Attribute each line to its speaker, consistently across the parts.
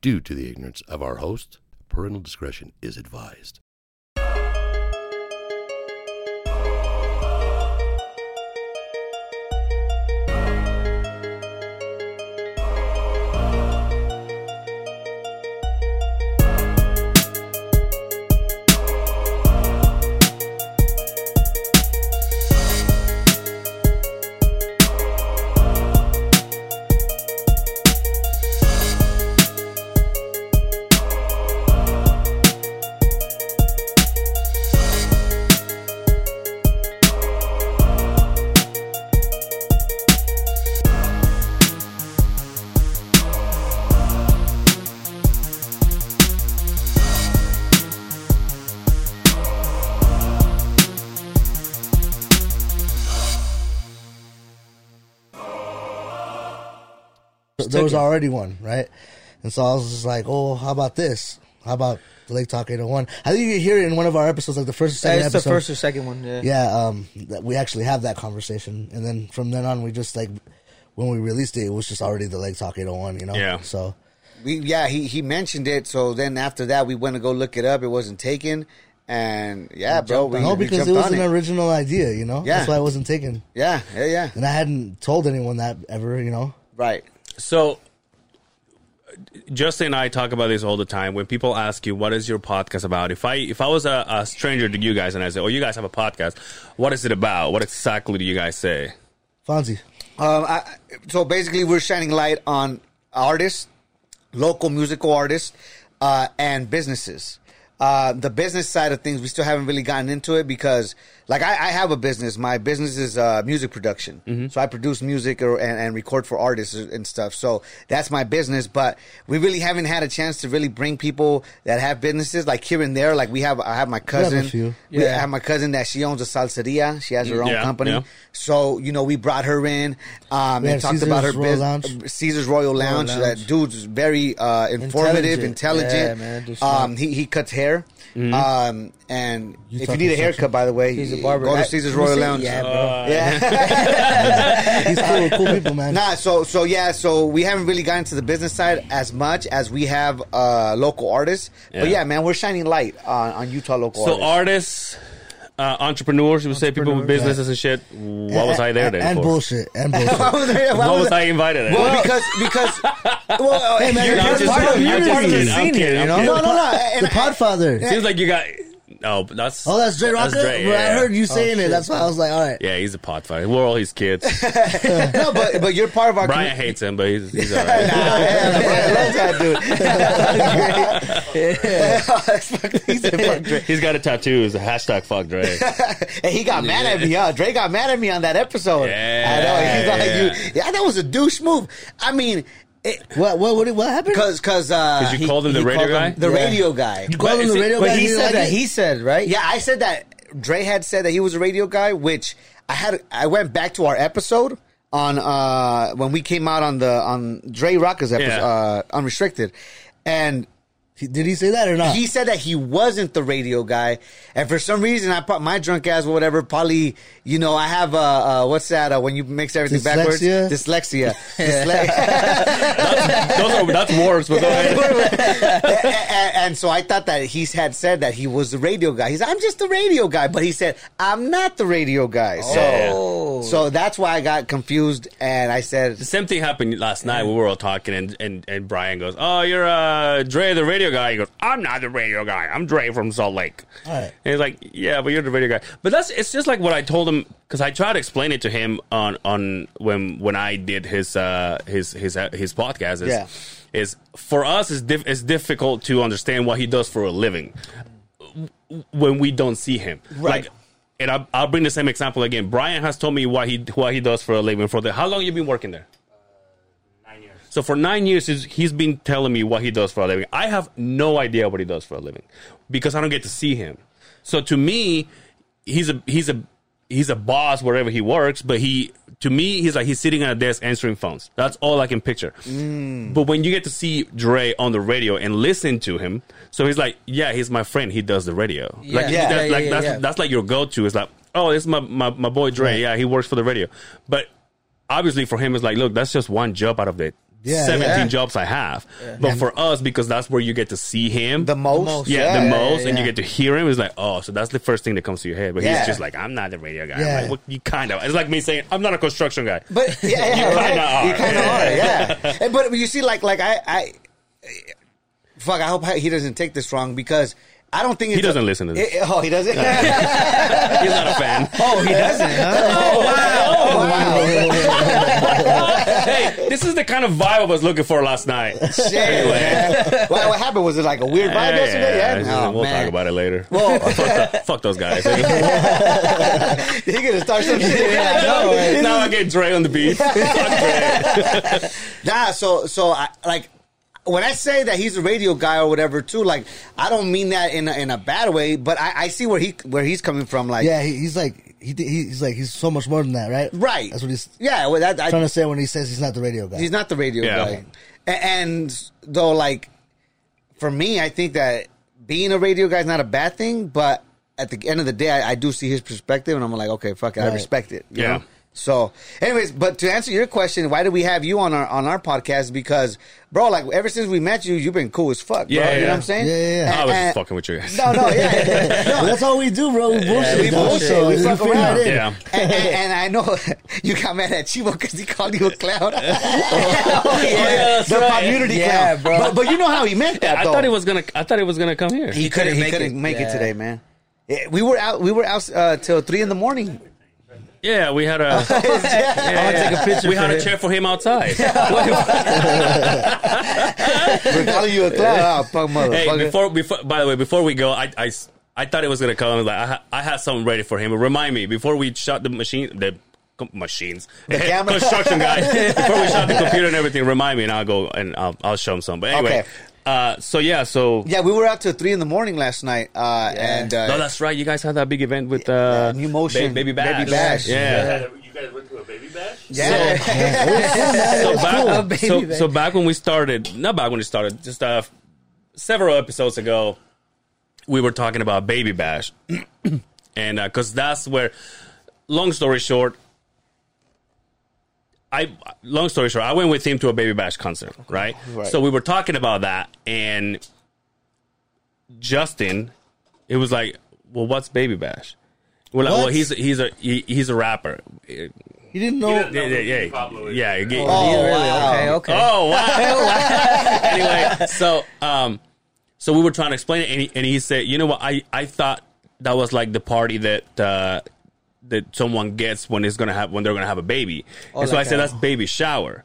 Speaker 1: due to the ignorance of our host. Parental discretion is advised.
Speaker 2: there was already one, right? And so I was just like, oh, how about this? How about Lake Talk 801? I think you hear it in one of our episodes, like the first or
Speaker 3: That
Speaker 2: second
Speaker 3: is the
Speaker 2: episode.
Speaker 3: first or second one. Yeah.
Speaker 2: yeah, um, that we actually have that conversation. And then from then on, we just like, when we released it, it was just already the Lake Talk 801, you know?
Speaker 4: Yeah.
Speaker 2: So,
Speaker 5: We yeah, he he mentioned it. So then after that, we went to go look it up. It wasn't taken, and yeah, bro, we,
Speaker 2: no,
Speaker 5: we
Speaker 2: because
Speaker 5: jumped
Speaker 2: it was
Speaker 5: on
Speaker 2: an
Speaker 5: it.
Speaker 2: original idea, you know?
Speaker 5: Yeah.
Speaker 2: That's why it wasn't taken.
Speaker 5: yeah, yeah, yeah.
Speaker 2: And I hadn't told anyone that ever, you know?
Speaker 5: Right.
Speaker 4: So, Justin and I talk about this all the time. When people ask you, "What is your podcast about?" If I if I was a, a stranger to you guys and I said, "Oh, you guys have a podcast. What is it about? What exactly do you guys say?"
Speaker 2: Fonzie.
Speaker 5: Um, I, so basically, we're shining light on artists, local musical artists, uh, and businesses. Uh, the business side of things, we still haven't really gotten into it because, like, I, I have a business. My business is uh, music production, so I produce music or, and, and record for artists and stuff. So that's my business. But we really haven't had a chance to really bring people that have businesses, like here and there. Like we have, I have my
Speaker 2: have a
Speaker 5: cousin.
Speaker 2: few.
Speaker 5: We- I have my cousin that she owns a salseria. She has her own
Speaker 4: Yeah,
Speaker 5: company.
Speaker 4: yeah.
Speaker 5: So you know, we brought her in. Um,
Speaker 2: We
Speaker 5: and
Speaker 2: had
Speaker 5: talked
Speaker 2: Caesar's
Speaker 5: about her
Speaker 2: Royal
Speaker 5: bus-
Speaker 2: Lounge.
Speaker 5: uh, Caesar's Royal Lounge.
Speaker 3: Lounge.
Speaker 5: That dude's very uh, informative,
Speaker 3: Intelligent.
Speaker 5: intelligent.
Speaker 3: Yeah, man, dude,
Speaker 5: um,
Speaker 3: smart.
Speaker 5: he he cuts hair.
Speaker 4: Mm-hmm.
Speaker 5: Um, and if you
Speaker 2: talking
Speaker 5: need a
Speaker 2: such a-
Speaker 5: haircut, by the way,
Speaker 3: He's a
Speaker 5: y-
Speaker 3: barber.
Speaker 5: Go
Speaker 3: I-
Speaker 5: to Caesar's
Speaker 3: let me
Speaker 5: Royal
Speaker 3: see.
Speaker 5: Lounge.
Speaker 4: Oh,
Speaker 3: Yeah, bro.
Speaker 4: Uh,
Speaker 5: yeah.
Speaker 2: He's cool, cool people, man.
Speaker 5: Nah, so so yeah, so we haven't really gotten to the business side as much as we have uh, local artists. But
Speaker 4: Yeah.
Speaker 5: yeah, man, we're shining light on, on Utah local
Speaker 4: So
Speaker 5: artists.
Speaker 4: artists, uh, entrepreneurs, you would say people with businesses and shit. What was I there
Speaker 2: And,
Speaker 4: then
Speaker 2: and
Speaker 4: for?
Speaker 2: bullshit. And bullshit.
Speaker 4: What was I invited? at?
Speaker 5: Well, because because well,
Speaker 2: Hey, man,
Speaker 5: you're,
Speaker 2: you're
Speaker 5: you're
Speaker 2: just-
Speaker 5: part of,
Speaker 2: you're
Speaker 5: you're
Speaker 2: just
Speaker 5: part of the
Speaker 2: kidding.
Speaker 5: scene.
Speaker 4: I'm kidding.
Speaker 2: you
Speaker 4: I'm
Speaker 2: know?
Speaker 4: kidding.
Speaker 5: No, no, no. And
Speaker 2: the
Speaker 5: I-
Speaker 2: Podfather.
Speaker 4: Seems like you got no, but that's
Speaker 2: Oh, that's Dre Rocca?
Speaker 4: Dre,
Speaker 2: Well, I
Speaker 4: yeah.
Speaker 2: heard you saying it. That's why I was like, all right.
Speaker 4: Yeah, he's a pot fighter. We're all his kids.
Speaker 5: no, but but you're part of our
Speaker 4: Brian
Speaker 5: commu-
Speaker 4: hates him, but he's, he's all right.
Speaker 5: Nah, yeah, Brian loves that dude. Fuck, he said, fuck Dre.
Speaker 4: He's got a tattoo. It's a hashtag fuck Dre.
Speaker 5: And he got mad at me, huh? Dre got mad at me on that episode.
Speaker 4: Yeah,
Speaker 5: I know. He's like,
Speaker 4: yeah.
Speaker 5: you, yeah, that was a douche move. I mean, it,
Speaker 2: What, what, what, what happened?
Speaker 5: cause, cause, uh,
Speaker 4: 'Cause you called him the radio guy?
Speaker 5: the
Speaker 2: Yeah.
Speaker 5: radio guy.
Speaker 2: Call him
Speaker 4: is
Speaker 2: the
Speaker 4: it-
Speaker 2: radio
Speaker 3: But
Speaker 2: guy,
Speaker 3: he
Speaker 2: you
Speaker 3: said
Speaker 2: like
Speaker 3: that.
Speaker 2: it?
Speaker 3: He said right.
Speaker 5: Yeah, I said that. Dre had said that he was a radio guy, which I had. I went back to our episode on uh when we came out on the on Dre Rocker's episode,
Speaker 4: Yeah.
Speaker 5: uh, Unrestricted, and
Speaker 2: He- Did he say that or not?
Speaker 5: he said that he wasn't the radio guy, and for some reason, I put my drunk ass or whatever. Probably, you know, I have uh, uh what's that? Uh, when you mix everything backwards,
Speaker 2: Dyslexia?
Speaker 5: dyslexia. Dysle-
Speaker 4: Those are that's words. But go ahead.
Speaker 5: and, and- and so I thought that he had said that he was the radio guy. He's, I'm just the radio guy, but he said I'm not the radio guy. So,
Speaker 4: Yeah.
Speaker 5: so that's why I got confused, and I said,
Speaker 4: The same thing happened last night. We were all talking, and, and, and Brian goes, "Oh, you're uh, Dre, the radio guy." He goes, "I'm not the radio guy. I'm Dre from Salt Lake."
Speaker 2: Alright.
Speaker 4: And he's like, "Yeah, but you're the radio guy." But that's it's just like what I told him because I tried to explain it to him on on when when I did his uh his his uh, his podcast. Is,
Speaker 5: Yeah.
Speaker 4: Is for us, it's, diff- it's difficult to understand what he does for a living when we don't see him.
Speaker 5: Right.
Speaker 4: Like, and I'll, I'll bring the same example again. Brian has told me what he what he does for a living. For the how long you been working there? So for nine years, he's, he's been telling me what he does for a living. I have no idea what he does for a living because I don't get to see him. So to me, he's a he's a he's a boss wherever he works. But he to me, he's like he's sitting at a desk answering phones. That's all I can picture.
Speaker 3: Mm.
Speaker 4: But when you get to see Dre on the radio and listen to him, so he's like, yeah, he's my friend. He does the radio. like
Speaker 3: Yeah,
Speaker 4: that's,
Speaker 3: yeah,
Speaker 4: like
Speaker 3: yeah,
Speaker 4: that's,
Speaker 3: yeah.
Speaker 4: that's like your go to. It's like, oh, it's my, my my boy Dre. Yeah, he works for the radio, but obviously for him it's like look that's just one job out of the
Speaker 2: Yeah,
Speaker 4: 17
Speaker 5: yeah.
Speaker 4: jobs I have. But for us, because that's where you get to see him
Speaker 5: The most,
Speaker 2: most,
Speaker 4: yeah, the most, and you
Speaker 5: yeah.
Speaker 4: get to hear him. It's like, oh, so that's the first thing that comes to your head. But
Speaker 5: Yeah.
Speaker 4: he's just like, I'm not the radio guy. I'm
Speaker 2: Yeah.
Speaker 4: like, well, you kind of. It's like me saying, I'm not a construction guy.
Speaker 5: But yeah, yeah,
Speaker 4: You
Speaker 5: right?
Speaker 4: kinda are.
Speaker 5: You kind of are, yeah. And- But you see, like, like I, I, fuck. I hope he doesn't take this wrong because I don't think it's
Speaker 4: he doesn't listen to
Speaker 5: A,
Speaker 4: this.
Speaker 5: Eh, eh, oh, he doesn't. oh,
Speaker 4: he's not a fan.
Speaker 5: he doesn't. Oh,
Speaker 4: wow.
Speaker 5: wow.
Speaker 4: hey, this is the kind of vibe I was looking for last night.
Speaker 5: Shit, man. What, what happened? Was it like a weird vibe yesterday? Yeah, No,
Speaker 4: we'll
Speaker 5: Oh, man.
Speaker 4: talk about it later.
Speaker 5: Well,
Speaker 4: fuck, th- fuck those guys. now
Speaker 5: he gonna start some shit. Yeah, no, man.
Speaker 4: I get Dre on the beat. Fuck Dre.
Speaker 5: Nah, so so I like when I say that he's a radio guy or whatever too. Like I don't mean that in a, in a bad way, but I, I see where he where he's coming from. Like
Speaker 2: Yeah, he, he's like he, thi- he's like he's so much more than that, right?
Speaker 5: right,
Speaker 2: That's what he's
Speaker 5: Yeah, well, that, I,
Speaker 2: trying to say when he says he's not the radio guy.
Speaker 5: he's not the radio
Speaker 4: Yeah.
Speaker 5: guy. A- And though, like for me, I think that being a radio guy is not a bad thing, but at the end of the day, I, I do see his perspective, and I'm like, okay, fuck it, I
Speaker 2: Right.
Speaker 5: respect it. you
Speaker 4: Yeah.
Speaker 5: know? So, anyways, but to answer your question, why do we have you on our on our podcast? Because, bro, like ever since we met you, you've been cool as fuck, bro. You
Speaker 4: Yeah,
Speaker 5: know
Speaker 4: yeah.
Speaker 5: what I'm saying?
Speaker 2: Yeah, yeah, yeah.
Speaker 4: I was
Speaker 5: And-
Speaker 4: just fucking with you guys.
Speaker 5: Uh, No, no, yeah.
Speaker 2: But that's all we do, bro. We bullshit.
Speaker 5: we
Speaker 2: dog.
Speaker 5: bullshit.
Speaker 2: So
Speaker 5: We
Speaker 2: you
Speaker 5: fuck
Speaker 2: figure
Speaker 5: around.
Speaker 2: it in.
Speaker 4: Yeah.
Speaker 5: And, and, and I know you got mad at Chivo because he called you a clown. oh, yeah.
Speaker 4: that's
Speaker 5: the
Speaker 4: right.
Speaker 5: community
Speaker 3: Yeah,
Speaker 5: clown.
Speaker 3: bro.
Speaker 5: But, but you know how he meant that,
Speaker 4: I
Speaker 5: though.
Speaker 4: thought it was gonna. I thought it was gonna come here.
Speaker 5: He, couldn't, he couldn't make it today, man. Yeah, we were out. We were out uh, till three in the morning.
Speaker 4: Yeah, we had a.
Speaker 5: yeah.
Speaker 3: I want to take a picture.
Speaker 4: we
Speaker 3: for
Speaker 4: had a
Speaker 3: him.
Speaker 4: chair for him outside. Wait.
Speaker 5: We're calling you a clown. Oh, fuck mother.
Speaker 4: hey,
Speaker 5: fucker.
Speaker 4: before before by the way, before we go, I I s- I thought it was gonna come. Like I ha- I had something ready for him. Remind me before we shot the machine the. com- Machines,
Speaker 5: camera?
Speaker 4: construction guy. Before we shot the computer and everything, remind me, and I'll go and I'll, I'll show him some. But anyway,
Speaker 5: Okay.
Speaker 4: uh, so yeah, so
Speaker 5: yeah, we were out till three in the morning last night, uh, and uh,
Speaker 4: no, that's right. You guys had that big event with uh,
Speaker 5: New Motion,
Speaker 4: Ba- baby bash,
Speaker 5: Baby Bash.
Speaker 4: yeah.
Speaker 6: You guys went to a baby bash?
Speaker 5: yeah.
Speaker 4: so
Speaker 3: Oh,
Speaker 4: back,
Speaker 3: baby,
Speaker 4: so,
Speaker 3: baby.
Speaker 4: so back when we started, not back when we started, just uh, several episodes ago, we were talking about Baby Bash, and because that's where, long story short, I long story short, I went with him to a Baby Bash concert, right? So we were talking about that, and Justin, it was like, well, what's Baby Bash? We're like, well,
Speaker 2: What?
Speaker 4: he's he's a he, he's a rapper. Yeah,
Speaker 2: He didn't know.
Speaker 6: didn't
Speaker 4: yeah, yeah,
Speaker 6: Pablo is-
Speaker 4: yeah. yeah.
Speaker 5: Oh,
Speaker 3: Really?
Speaker 5: wow.
Speaker 3: Okay, okay.
Speaker 4: Oh wow! anyway, so um, so we were trying to explain it, and he, and he said, "You know what? I I thought that was like the party that uh, that someone gets when it's gonna have when they're gonna have a baby." and so I
Speaker 5: Oh, like
Speaker 4: said,
Speaker 5: a-
Speaker 4: "That's baby shower,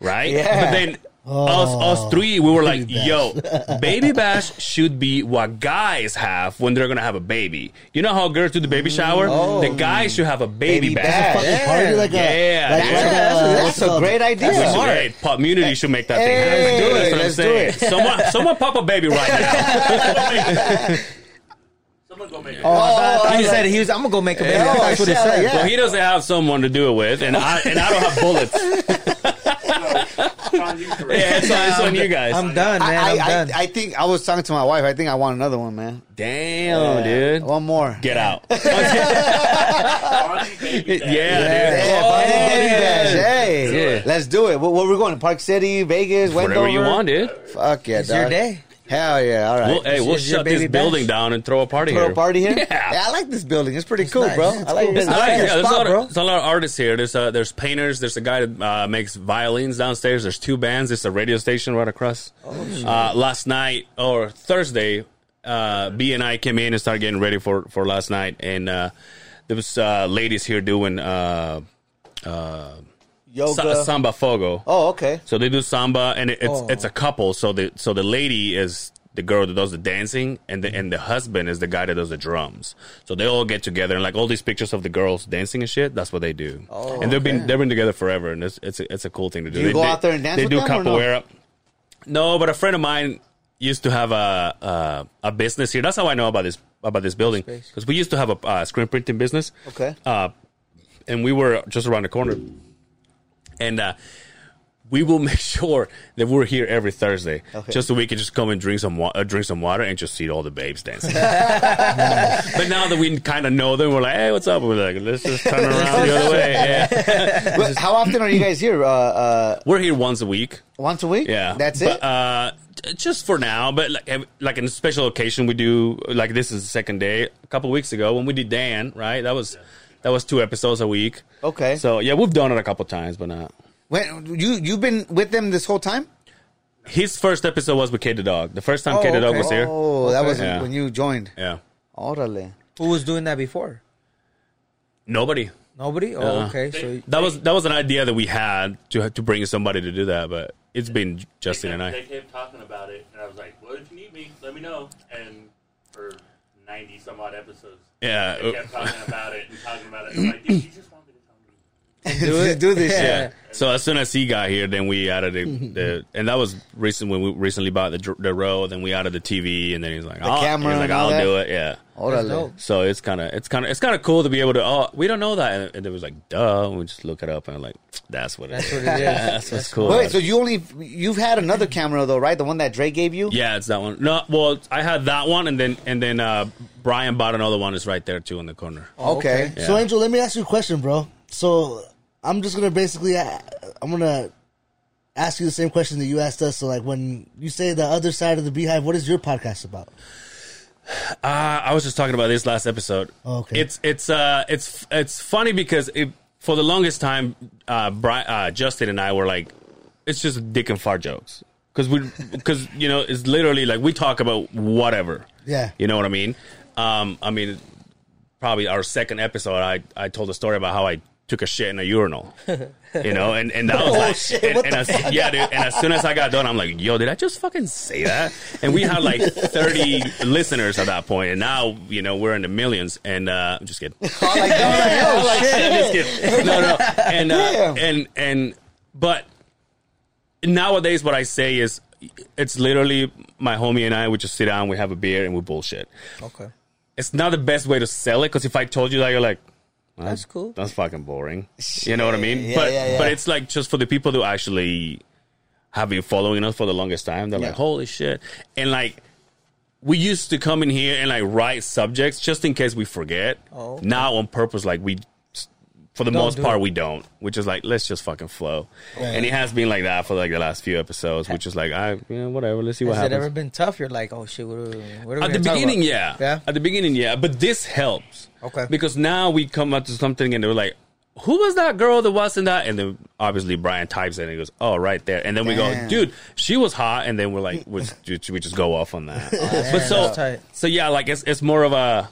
Speaker 4: right?"
Speaker 5: Yeah. Oh.
Speaker 4: But then. Us, us three, we were like, "Yo, baby bash should be what guys have when they're gonna have a baby. You know how girls do the baby shower? The guys should have a baby,
Speaker 5: Oh. Baby bash.
Speaker 4: bash.
Speaker 2: Fucking
Speaker 5: Yeah.
Speaker 2: party like a-
Speaker 4: Yeah,
Speaker 2: like- like
Speaker 4: dude.
Speaker 5: That's,
Speaker 2: a-
Speaker 5: that's
Speaker 2: what's it
Speaker 5: a
Speaker 2: called?
Speaker 5: great idea.
Speaker 4: That's what you- Hey, pop community should make that thing.
Speaker 5: Hey,
Speaker 4: happen. That's what I'm
Speaker 5: let's do
Speaker 4: saying.
Speaker 5: it.
Speaker 4: Someone, someone pop a baby right now.
Speaker 6: Someone go make it.
Speaker 3: Oh, I thought- I thought
Speaker 5: Oh,
Speaker 3: he
Speaker 5: I-
Speaker 3: said he was. I'm gonna go make a baby.
Speaker 5: Yeah,
Speaker 3: I thought That's what it
Speaker 5: shit,
Speaker 3: said.
Speaker 5: yeah.
Speaker 4: well, he doesn't have someone to do it with, and I and I don't have bullets.
Speaker 6: Sean, you correct.
Speaker 4: Yeah, it's on, it's on you guys.
Speaker 3: I'm done, man.
Speaker 5: I,
Speaker 3: I'm
Speaker 5: I,
Speaker 3: done.
Speaker 5: I, I think I was talking to my wife. I think I want another one, man.
Speaker 4: Damn, dude.
Speaker 5: One more.
Speaker 4: Get out. yeah,
Speaker 6: Sean, baby
Speaker 4: dude.
Speaker 6: bash.
Speaker 5: Yeah,
Speaker 4: Oh,
Speaker 5: Bobby Daddy
Speaker 4: yeah.
Speaker 5: Bash. Hey,
Speaker 4: Yeah.
Speaker 5: let's do it. Where, where we going? Park City, Vegas,
Speaker 4: Whatever
Speaker 5: Wendover.
Speaker 4: you want, dude.
Speaker 5: Fuck yeah,
Speaker 3: it's your
Speaker 5: dog.
Speaker 3: day.
Speaker 5: Hell yeah! All right.
Speaker 4: We'll, hey,
Speaker 3: This
Speaker 4: we'll
Speaker 3: is your
Speaker 4: shut this
Speaker 3: baby bash?
Speaker 4: building down and throw a party
Speaker 5: throw
Speaker 4: here.
Speaker 5: a party here.
Speaker 4: Yeah.
Speaker 5: I like this building. It's pretty cool,
Speaker 3: nice.
Speaker 5: bro.
Speaker 3: It's
Speaker 5: I like
Speaker 3: cool.
Speaker 5: this.
Speaker 3: It's
Speaker 4: I like
Speaker 3: nice.
Speaker 4: it.
Speaker 3: your
Speaker 4: Yeah, there's, a
Speaker 3: spot,
Speaker 4: lot of,
Speaker 3: bro.
Speaker 4: there's a lot of artists here. There's uh, there's painters. There's a guy that uh, makes violins downstairs. There's two bands. It's a radio station right across.
Speaker 3: Oh,
Speaker 4: uh, last night or Thursday, uh, B and I came in and started getting ready for, for last night, and uh, there was uh, ladies here doing uh, uh,
Speaker 5: Yoga.
Speaker 4: sa- samba fogo.
Speaker 5: oh, okay.
Speaker 4: So they do samba, and it, it's
Speaker 3: Oh.
Speaker 4: it's a couple. So the so the lady is the girl that does the dancing, and the and the husband is the guy that does the drums. So they all get together, and like all these pictures of the girls dancing and shit. That's what they do.
Speaker 5: Oh,
Speaker 4: and they've been
Speaker 5: okay.
Speaker 4: they've been together forever, and it's it's a, it's a cool thing to do.
Speaker 5: you
Speaker 4: they,
Speaker 5: go
Speaker 4: they-
Speaker 5: out there and dance
Speaker 4: They
Speaker 5: with
Speaker 4: do
Speaker 5: them or no?
Speaker 4: capoeira. No, but a friend of mine used to have a a, a business here. That's how I know about this about this building because we used to have a uh, screen printing business.
Speaker 5: Okay.
Speaker 4: Uh, and we were just around the corner, and uh, we will make sure that we're here every Thursday,
Speaker 5: Okay.
Speaker 4: just so we can just come and drink some wa- uh, drink some water and just see all the babes dancing. but now that we kind of know them, we're like, hey, what's up? We're like, let's just turn around the other way. Yeah.
Speaker 5: Well, how often are you guys here? Uh, uh,
Speaker 4: We're here once a week.
Speaker 5: once a week.
Speaker 4: Yeah,
Speaker 5: that's
Speaker 4: But,
Speaker 5: it.
Speaker 4: Uh, j- just for now, but like ev- like in a special occasion, we do like this is the second day. A couple weeks ago when we did Dan, right? That was that was two episodes a week.
Speaker 5: Okay.
Speaker 4: So yeah, we've done it a couple times, but not.
Speaker 5: when you you've been with them this whole time?
Speaker 4: His first episode was with K the Dog. The first time K the Dog was here.
Speaker 5: Oh, that was
Speaker 4: Yeah.
Speaker 5: when you joined.
Speaker 4: Yeah.
Speaker 5: Orale.
Speaker 3: Who was doing that before?
Speaker 4: Nobody.
Speaker 3: Nobody. Oh,
Speaker 4: Uh-uh.
Speaker 3: okay. So
Speaker 4: That was that was an idea that we had to to bring somebody to do that, but it's been
Speaker 6: they
Speaker 4: Justin
Speaker 6: kept,
Speaker 4: and
Speaker 6: They
Speaker 4: I.
Speaker 6: kept talking about it, and I was like, "Well, if you need me, let me know." And for ninety some odd episodes,
Speaker 4: Yeah.
Speaker 6: they kept talking about it and talking about it. I'm like, dude, you just want me to come.
Speaker 3: do it.
Speaker 5: Do this shit.
Speaker 4: Yeah. So as soon as he got here, then we added the, the and that was recent when we recently bought the dr- the row. Then we added the TV, and then he's like, I'll,
Speaker 5: camera
Speaker 4: he's like,
Speaker 5: and all
Speaker 4: I'll
Speaker 5: that?
Speaker 4: do it. Yeah.
Speaker 5: Orale.
Speaker 3: dope.
Speaker 4: So it's kind of it's kind of it's kind of cool to be able to. Oh, we don't know that, and, and it was like, duh. And we just look it up, and I'm like, that's what it
Speaker 3: That's what
Speaker 4: is.
Speaker 3: it is.
Speaker 4: That's what's cool.
Speaker 5: Wait,
Speaker 4: about
Speaker 5: so
Speaker 4: it.
Speaker 5: you only you've had another camera though, right? The one that Dre gave you.
Speaker 4: yeah, it's that one. No, well, I had that one, and then and then uh, Brian bought another one. It's right there too in the corner.
Speaker 5: Okay.
Speaker 3: okay.
Speaker 2: So, Angel, let me ask you a question, bro. So, I'm just gonna basically, I- I'm gonna ask you the same question that you asked us. So, like, when you say the other side of the beehive, what is your podcast about?
Speaker 4: Uh, I was just talking about this last episode.
Speaker 2: Okay.
Speaker 4: It's it's uh it's it's funny because it, for the longest time, uh, Brian, uh, Justin and I were like, it's just dick and fart jokes because we because you know it's literally like we talk about whatever.
Speaker 2: Yeah.
Speaker 4: You know what I mean? Um, I mean, probably our second episode, I I told a story about how I took a shit in a urinal. You know, and and that was like,
Speaker 2: shit,
Speaker 4: and,
Speaker 2: what
Speaker 4: and as, yeah, dude. And as soon as I got done, I'm like, yo, did I just fucking say that? And we had like 30 listeners at that point, and now you know we're in the millions. And uh, I'm just kidding. Just kidding. No, no. And uh,
Speaker 5: Damn.
Speaker 4: and and but nowadays, what I say is, it's literally my homie and I. We just sit down, we have a beer, and we bullshit.
Speaker 3: Okay.
Speaker 4: It's not the best way to sell it because if I told you that, you're like. "Well,
Speaker 3: That's cool.
Speaker 4: That's fucking boring. You know what I mean?
Speaker 5: Yeah,
Speaker 4: but
Speaker 5: yeah, yeah.
Speaker 4: but it's like just for the people who actually have been following us for the longest time. They're like,
Speaker 5: Yeah.
Speaker 4: holy shit! And like, we used to come in here and like write subjects just in case we forget.
Speaker 3: Oh, okay.
Speaker 4: Now on purpose, like we, for the
Speaker 3: Don't
Speaker 4: most
Speaker 3: do
Speaker 4: part,
Speaker 3: it.
Speaker 4: we don't. Which is like, let's just fucking flow. And it has been like that for like the last few episodes. Which is like, I, you know, whatever. Let's see what
Speaker 3: Has it
Speaker 4: happens
Speaker 3: ever been tough? You're like, oh shit. What are, what are we
Speaker 4: at
Speaker 3: gonna
Speaker 4: the
Speaker 3: talk
Speaker 4: beginning,
Speaker 3: about?
Speaker 4: yeah.
Speaker 3: Yeah.
Speaker 4: At the beginning, yeah. But this helps.
Speaker 3: Okay.
Speaker 4: Because now we come up to something and they're like, who was that girl that wasn't that? And then obviously Brian types it and he goes, oh, right there. And then we
Speaker 5: Damn.
Speaker 4: go, dude, she was hot. And then we're like, we just, dude, should we just go off on that. but
Speaker 3: that's
Speaker 4: so,
Speaker 3: tight.
Speaker 4: so yeah, like it's, it's more of a,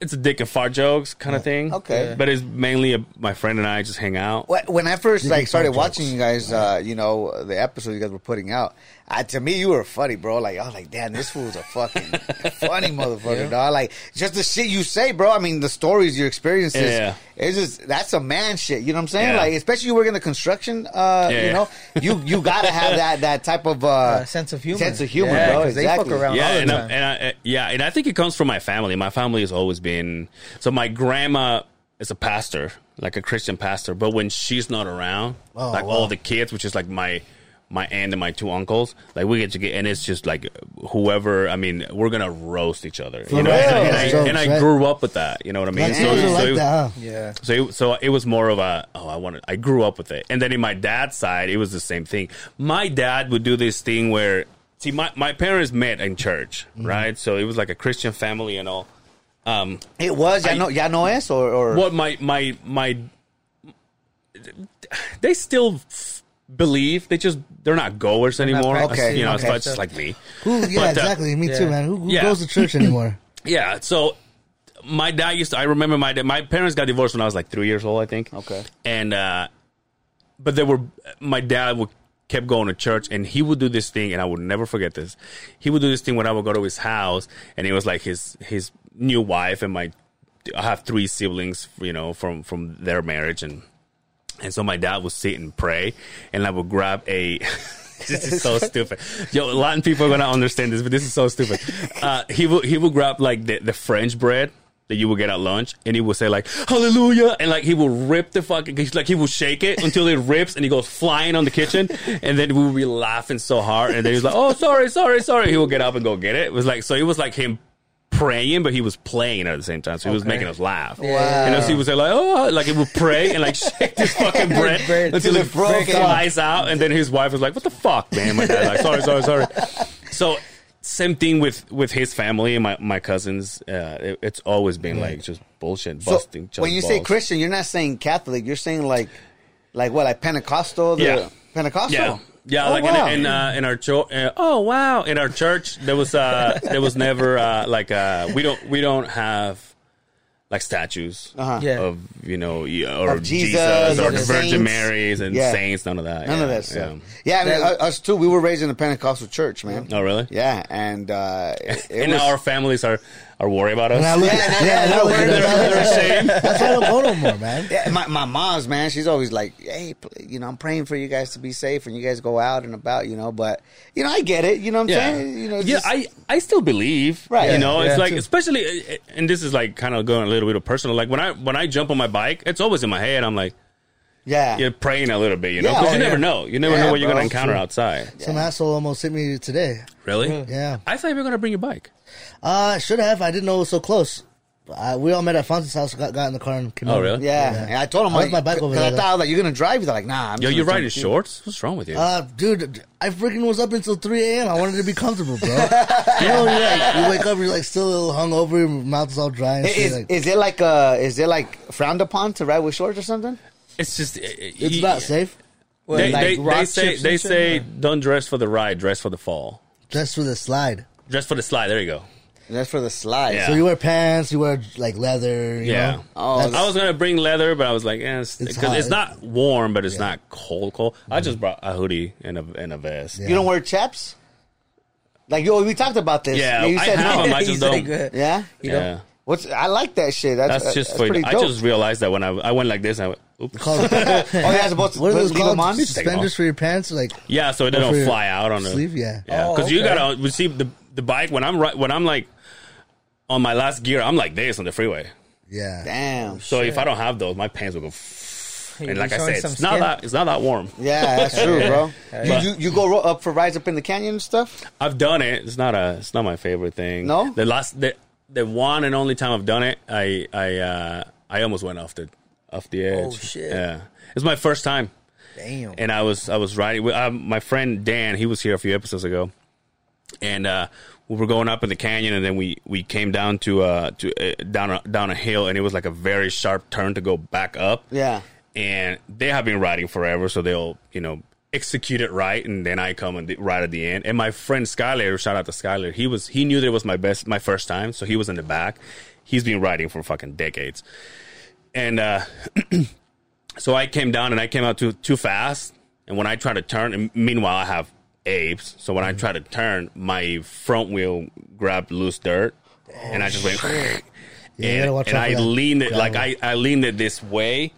Speaker 4: it's a dick and fart jokes kind of thing.
Speaker 5: Okay. Yeah.
Speaker 4: But it's mainly a, my friend and I just hang out.
Speaker 5: Wh- When I first like
Speaker 2: can
Speaker 5: started
Speaker 2: find
Speaker 5: watching
Speaker 2: jokes.
Speaker 5: you guys, uh, you know the episode you guys were putting out. I, to me, you were funny, bro. Like I was like, damn, this fool's a fucking funny motherfucker, dog. Like just the shit you say, bro. I mean, the stories, your experiences.
Speaker 4: Yeah.
Speaker 5: It's just that's a man shit. You know what I'm saying?
Speaker 4: Yeah.
Speaker 5: Like especially you work in the construction. Uh, You
Speaker 4: Yeah.
Speaker 5: know, you you gotta have that that type of uh,
Speaker 3: Uh, sense of humor.
Speaker 5: Sense of humor,
Speaker 3: Yeah,
Speaker 5: bro.
Speaker 3: 'cause they fuck
Speaker 5: Exactly.
Speaker 3: around all
Speaker 4: yeah,
Speaker 3: the
Speaker 4: and, I,
Speaker 3: time.
Speaker 4: and I, uh, yeah, and I think it comes from my family. My family has always been so. My grandma is a pastor, like a Christian pastor, but when she's not around,
Speaker 2: Oh,
Speaker 4: like
Speaker 2: wow.
Speaker 4: all the kids, which is like my my aunt and my two uncles, like we get to get, and it's just like whoever. I mean, we're gonna roast each other, you know.
Speaker 2: real?
Speaker 4: And, I, and I- and I
Speaker 2: Jokes, right?
Speaker 4: grew up with that, you know what I mean?
Speaker 2: Like, Angel
Speaker 4: so
Speaker 2: like
Speaker 4: it-
Speaker 2: that, huh?
Speaker 3: yeah.
Speaker 4: so it, so it was more of a oh I wanted I grew up with it, and then in my dad's side it was the same thing. My dad would do this thing where see my my parents met in church, right? So it was like a Christian family and all. Um,
Speaker 5: It was ya
Speaker 4: I-
Speaker 5: no ya no es or, or
Speaker 4: what my my my they still f- believe they just they're not goers anymore.
Speaker 5: practicing,
Speaker 4: you know,
Speaker 5: okay.
Speaker 4: so it's just like me.
Speaker 2: Who, yeah,
Speaker 4: But, uh,
Speaker 2: exactly. Me too,
Speaker 3: yeah.
Speaker 2: man. Who, who
Speaker 4: Yeah.
Speaker 2: goes to church anymore?
Speaker 4: Yeah, so my dad used to. I remember my dad. My parents got divorced when I was like three years old, I think.
Speaker 5: Okay.
Speaker 4: And uh, but they were. My dad would kept going to church, and he would do this thing, and I would never forget this. He would do this thing when I would go to his house, and it was like his his new wife and my. I have three siblings, you know, from from their marriage, and and so my dad would sit and pray, and I would grab a. this is so stupid. Yo, Latin people are gonna understand this, but this is so stupid. Uh, he would he would grab like the, the French bread. that you would get at lunch, and he would say like "Hallelujah," and like he will rip the fucking he's like he will shake it until it rips, and he goes flying on the kitchen, and then we would be laughing so hard, and then he's like, "Oh, sorry, sorry, sorry." He will get up and go get it. It was like so it was like him praying, but he was playing at the same time, so he was
Speaker 3: Okay.
Speaker 4: making us laugh.
Speaker 3: Yeah.
Speaker 4: And as he would say like, "Oh," like he would pray and like shake this fucking bread,
Speaker 3: Bread
Speaker 4: until
Speaker 5: till
Speaker 4: it
Speaker 5: it broke
Speaker 4: flies out, and then his wife was like, "What the fuck, man?" My dad like, "Sorry, sorry, sorry." So same thing with with his family and my my cousins. Uh, it, it's always been like just bullshit,
Speaker 5: Mm. So
Speaker 4: busting. each
Speaker 5: when
Speaker 4: other's
Speaker 5: you say
Speaker 4: balls.
Speaker 5: Christian, you're not saying Catholic. You're saying like, like what, like Pentecostal? The
Speaker 4: Yeah.
Speaker 5: Pentecostal.
Speaker 4: Yeah. Yeah,
Speaker 5: Oh,
Speaker 4: like
Speaker 5: wow.
Speaker 4: in, in, uh, in our cho- uh, oh wow in our church there was uh there was never uh, like uh we don't we don't have like statues
Speaker 5: Uh-huh.
Speaker 3: Yeah.
Speaker 4: of you know yeah, or
Speaker 5: Of
Speaker 4: Jesus,
Speaker 5: Jesus,
Speaker 4: or
Speaker 5: of
Speaker 4: the
Speaker 5: the
Speaker 4: Virgin
Speaker 5: saints.
Speaker 4: Marys and
Speaker 5: Yeah.
Speaker 4: saints none of that
Speaker 5: None
Speaker 4: yeah,
Speaker 5: of that stuff.
Speaker 4: yeah.
Speaker 5: Yeah, I mean,
Speaker 3: That-
Speaker 5: u- us too. We were raised in a Pentecostal church, man.
Speaker 4: Oh, really?
Speaker 5: Yeah, and uh, it, it
Speaker 4: and
Speaker 5: was,
Speaker 4: our families are are worried about us
Speaker 2: And I look,
Speaker 5: Yeah,
Speaker 2: yeah,
Speaker 5: yeah,
Speaker 2: and I
Speaker 5: no,
Speaker 2: look
Speaker 5: we're-
Speaker 2: at
Speaker 4: they're,
Speaker 2: them.
Speaker 4: they're ashamed.
Speaker 2: That's why I don't go no more, man.
Speaker 5: Yeah, my, my mom's man, she's always like, hey, pl- you know, I'm praying for you guys to be safe and you guys go out and about, you know. But you know, I get it. You know what I'm saying? You know,
Speaker 4: yeah,
Speaker 5: just-
Speaker 4: I, I still believe,
Speaker 5: Right.
Speaker 4: You know,
Speaker 3: Yeah,
Speaker 4: it's like
Speaker 3: too.
Speaker 4: especially, eh, and this is like kind of going a little bit personal. Like when I when I jump on my bike, it's always in my head. I'm like,
Speaker 5: yeah,
Speaker 4: you're praying a little bit, you know,
Speaker 5: Yeah.
Speaker 4: because
Speaker 5: Oh,
Speaker 4: you
Speaker 5: yeah.
Speaker 4: never know. You never
Speaker 5: Yeah,
Speaker 4: know what you're
Speaker 5: bro,
Speaker 4: gonna
Speaker 5: it's
Speaker 4: encounter
Speaker 5: true.
Speaker 4: outside.
Speaker 2: Some asshole almost hit me today.
Speaker 4: Really?
Speaker 2: Yeah.
Speaker 4: I thought you were gonna bring your bike.
Speaker 2: Uh, should have. I didn't know it was so close. I, we all met at Fonz's house, got, got in the car, and came
Speaker 4: Oh,
Speaker 2: over.
Speaker 4: really?
Speaker 5: yeah. And I told him
Speaker 2: I
Speaker 5: like,
Speaker 2: left my bike over
Speaker 5: 'cause
Speaker 2: there,
Speaker 5: I
Speaker 2: though.
Speaker 5: thought like you're gonna drive. He's like, nah. I'm
Speaker 4: Yo,
Speaker 5: just
Speaker 4: you're
Speaker 5: gonna
Speaker 4: riding
Speaker 5: jump
Speaker 4: shorts? What's wrong with you?
Speaker 2: Uh, dude, I freaking was up until 3 a.m. I wanted to be comfortable, bro. you know, you're like, you wake up, you're like still a little hungover, your mouth's all dry and
Speaker 5: in.
Speaker 2: shit.
Speaker 5: Is,
Speaker 2: like,
Speaker 5: is it like uh is it like frowned upon to ride with shorts or something?
Speaker 4: it's just eh,
Speaker 2: it's not safe.
Speaker 3: Well,
Speaker 4: They,
Speaker 3: like
Speaker 4: they,
Speaker 3: rock
Speaker 4: they say
Speaker 3: chips
Speaker 4: they
Speaker 3: and shit,
Speaker 4: say
Speaker 3: or-
Speaker 4: don't dress for the ride, dress for the fall,
Speaker 2: Just for the slide.
Speaker 4: dress for the slide. There you go.
Speaker 5: And that's for the slide.
Speaker 4: Yeah.
Speaker 2: So you wear pants, you wear like leather, you
Speaker 4: Yeah.
Speaker 2: know?
Speaker 5: Oh,
Speaker 4: I was gonna bring leather, but I was like, eh, it's,
Speaker 2: It's
Speaker 4: 'cause it's
Speaker 2: hot.
Speaker 4: not warm, but it's not cold. Cold. I just brought a hoodie and a and a vest.
Speaker 5: you don't wear chaps? Like yo, we talked about this.
Speaker 4: Yeah,
Speaker 5: you
Speaker 4: I have
Speaker 5: no.
Speaker 4: 'em. I
Speaker 3: He's
Speaker 4: just
Speaker 3: like,
Speaker 4: don't.
Speaker 3: uh,
Speaker 5: Yeah,
Speaker 3: You know?
Speaker 4: Yeah.
Speaker 5: What's I like that shit. That's, uh,
Speaker 4: That's just
Speaker 5: that's
Speaker 4: for.
Speaker 5: pretty
Speaker 4: I
Speaker 5: dope.
Speaker 4: just realized that when I I went like this, I went, oops.
Speaker 2: Called,
Speaker 5: oh, yeah, it's supposed to
Speaker 2: what are those
Speaker 5: leave 'em
Speaker 2: called?
Speaker 5: on.
Speaker 2: Suspenders for your pants? Like,
Speaker 4: Yeah, so it
Speaker 2: Or for
Speaker 4: doesn't
Speaker 2: your
Speaker 4: fly out on the
Speaker 2: sleeve, yeah.
Speaker 4: yeah.
Speaker 3: Oh,
Speaker 4: Because you
Speaker 3: okay.
Speaker 4: gotta see the the bike when I'm right when I'm like on my last gear, I'm like this on the freeway.
Speaker 2: yeah.
Speaker 5: Damn.
Speaker 4: So if I don't have those, my pants will go. And like I
Speaker 3: showing
Speaker 4: said, it's
Speaker 3: some
Speaker 4: not
Speaker 3: skin.
Speaker 4: that it's not that warm.
Speaker 5: Yeah, that's true, bro.
Speaker 4: But-
Speaker 5: You, you you go ro- up for rides up in the canyon and stuff.
Speaker 4: I've done it. It's not a. It's not my favorite thing.
Speaker 5: No?
Speaker 4: The last the the one and only time I've done it, I I uh I almost went off the off the edge.
Speaker 3: Oh, shit.
Speaker 4: Yeah, it's my first time.
Speaker 3: Damn.
Speaker 4: and I was I was riding with um, my friend Dan. He was here a few episodes ago, and uh, we were going up in the canyon, and then we we came down to uh to uh, down a, down a hill, and it was like a very sharp turn to go back up.
Speaker 5: Yeah.
Speaker 4: and they have been riding forever, so they'll you know execute it right, and then I come and the, right at the end. And my friend Skyler, shout out to Skyler, he was he knew that it was my best my first time, so he was in the back. He's been riding for fucking decades, and uh so I came down and I came out too too fast. And when I try to turn, and meanwhile I have apes. So
Speaker 2: Mm-hmm.
Speaker 4: when I try to turn, my front wheel grabbed loose dirt, and I just went.
Speaker 2: Oh, you gotta
Speaker 4: and
Speaker 2: watch
Speaker 4: and
Speaker 2: out
Speaker 4: I
Speaker 2: for that.
Speaker 4: leaned it like I, I leaned it this way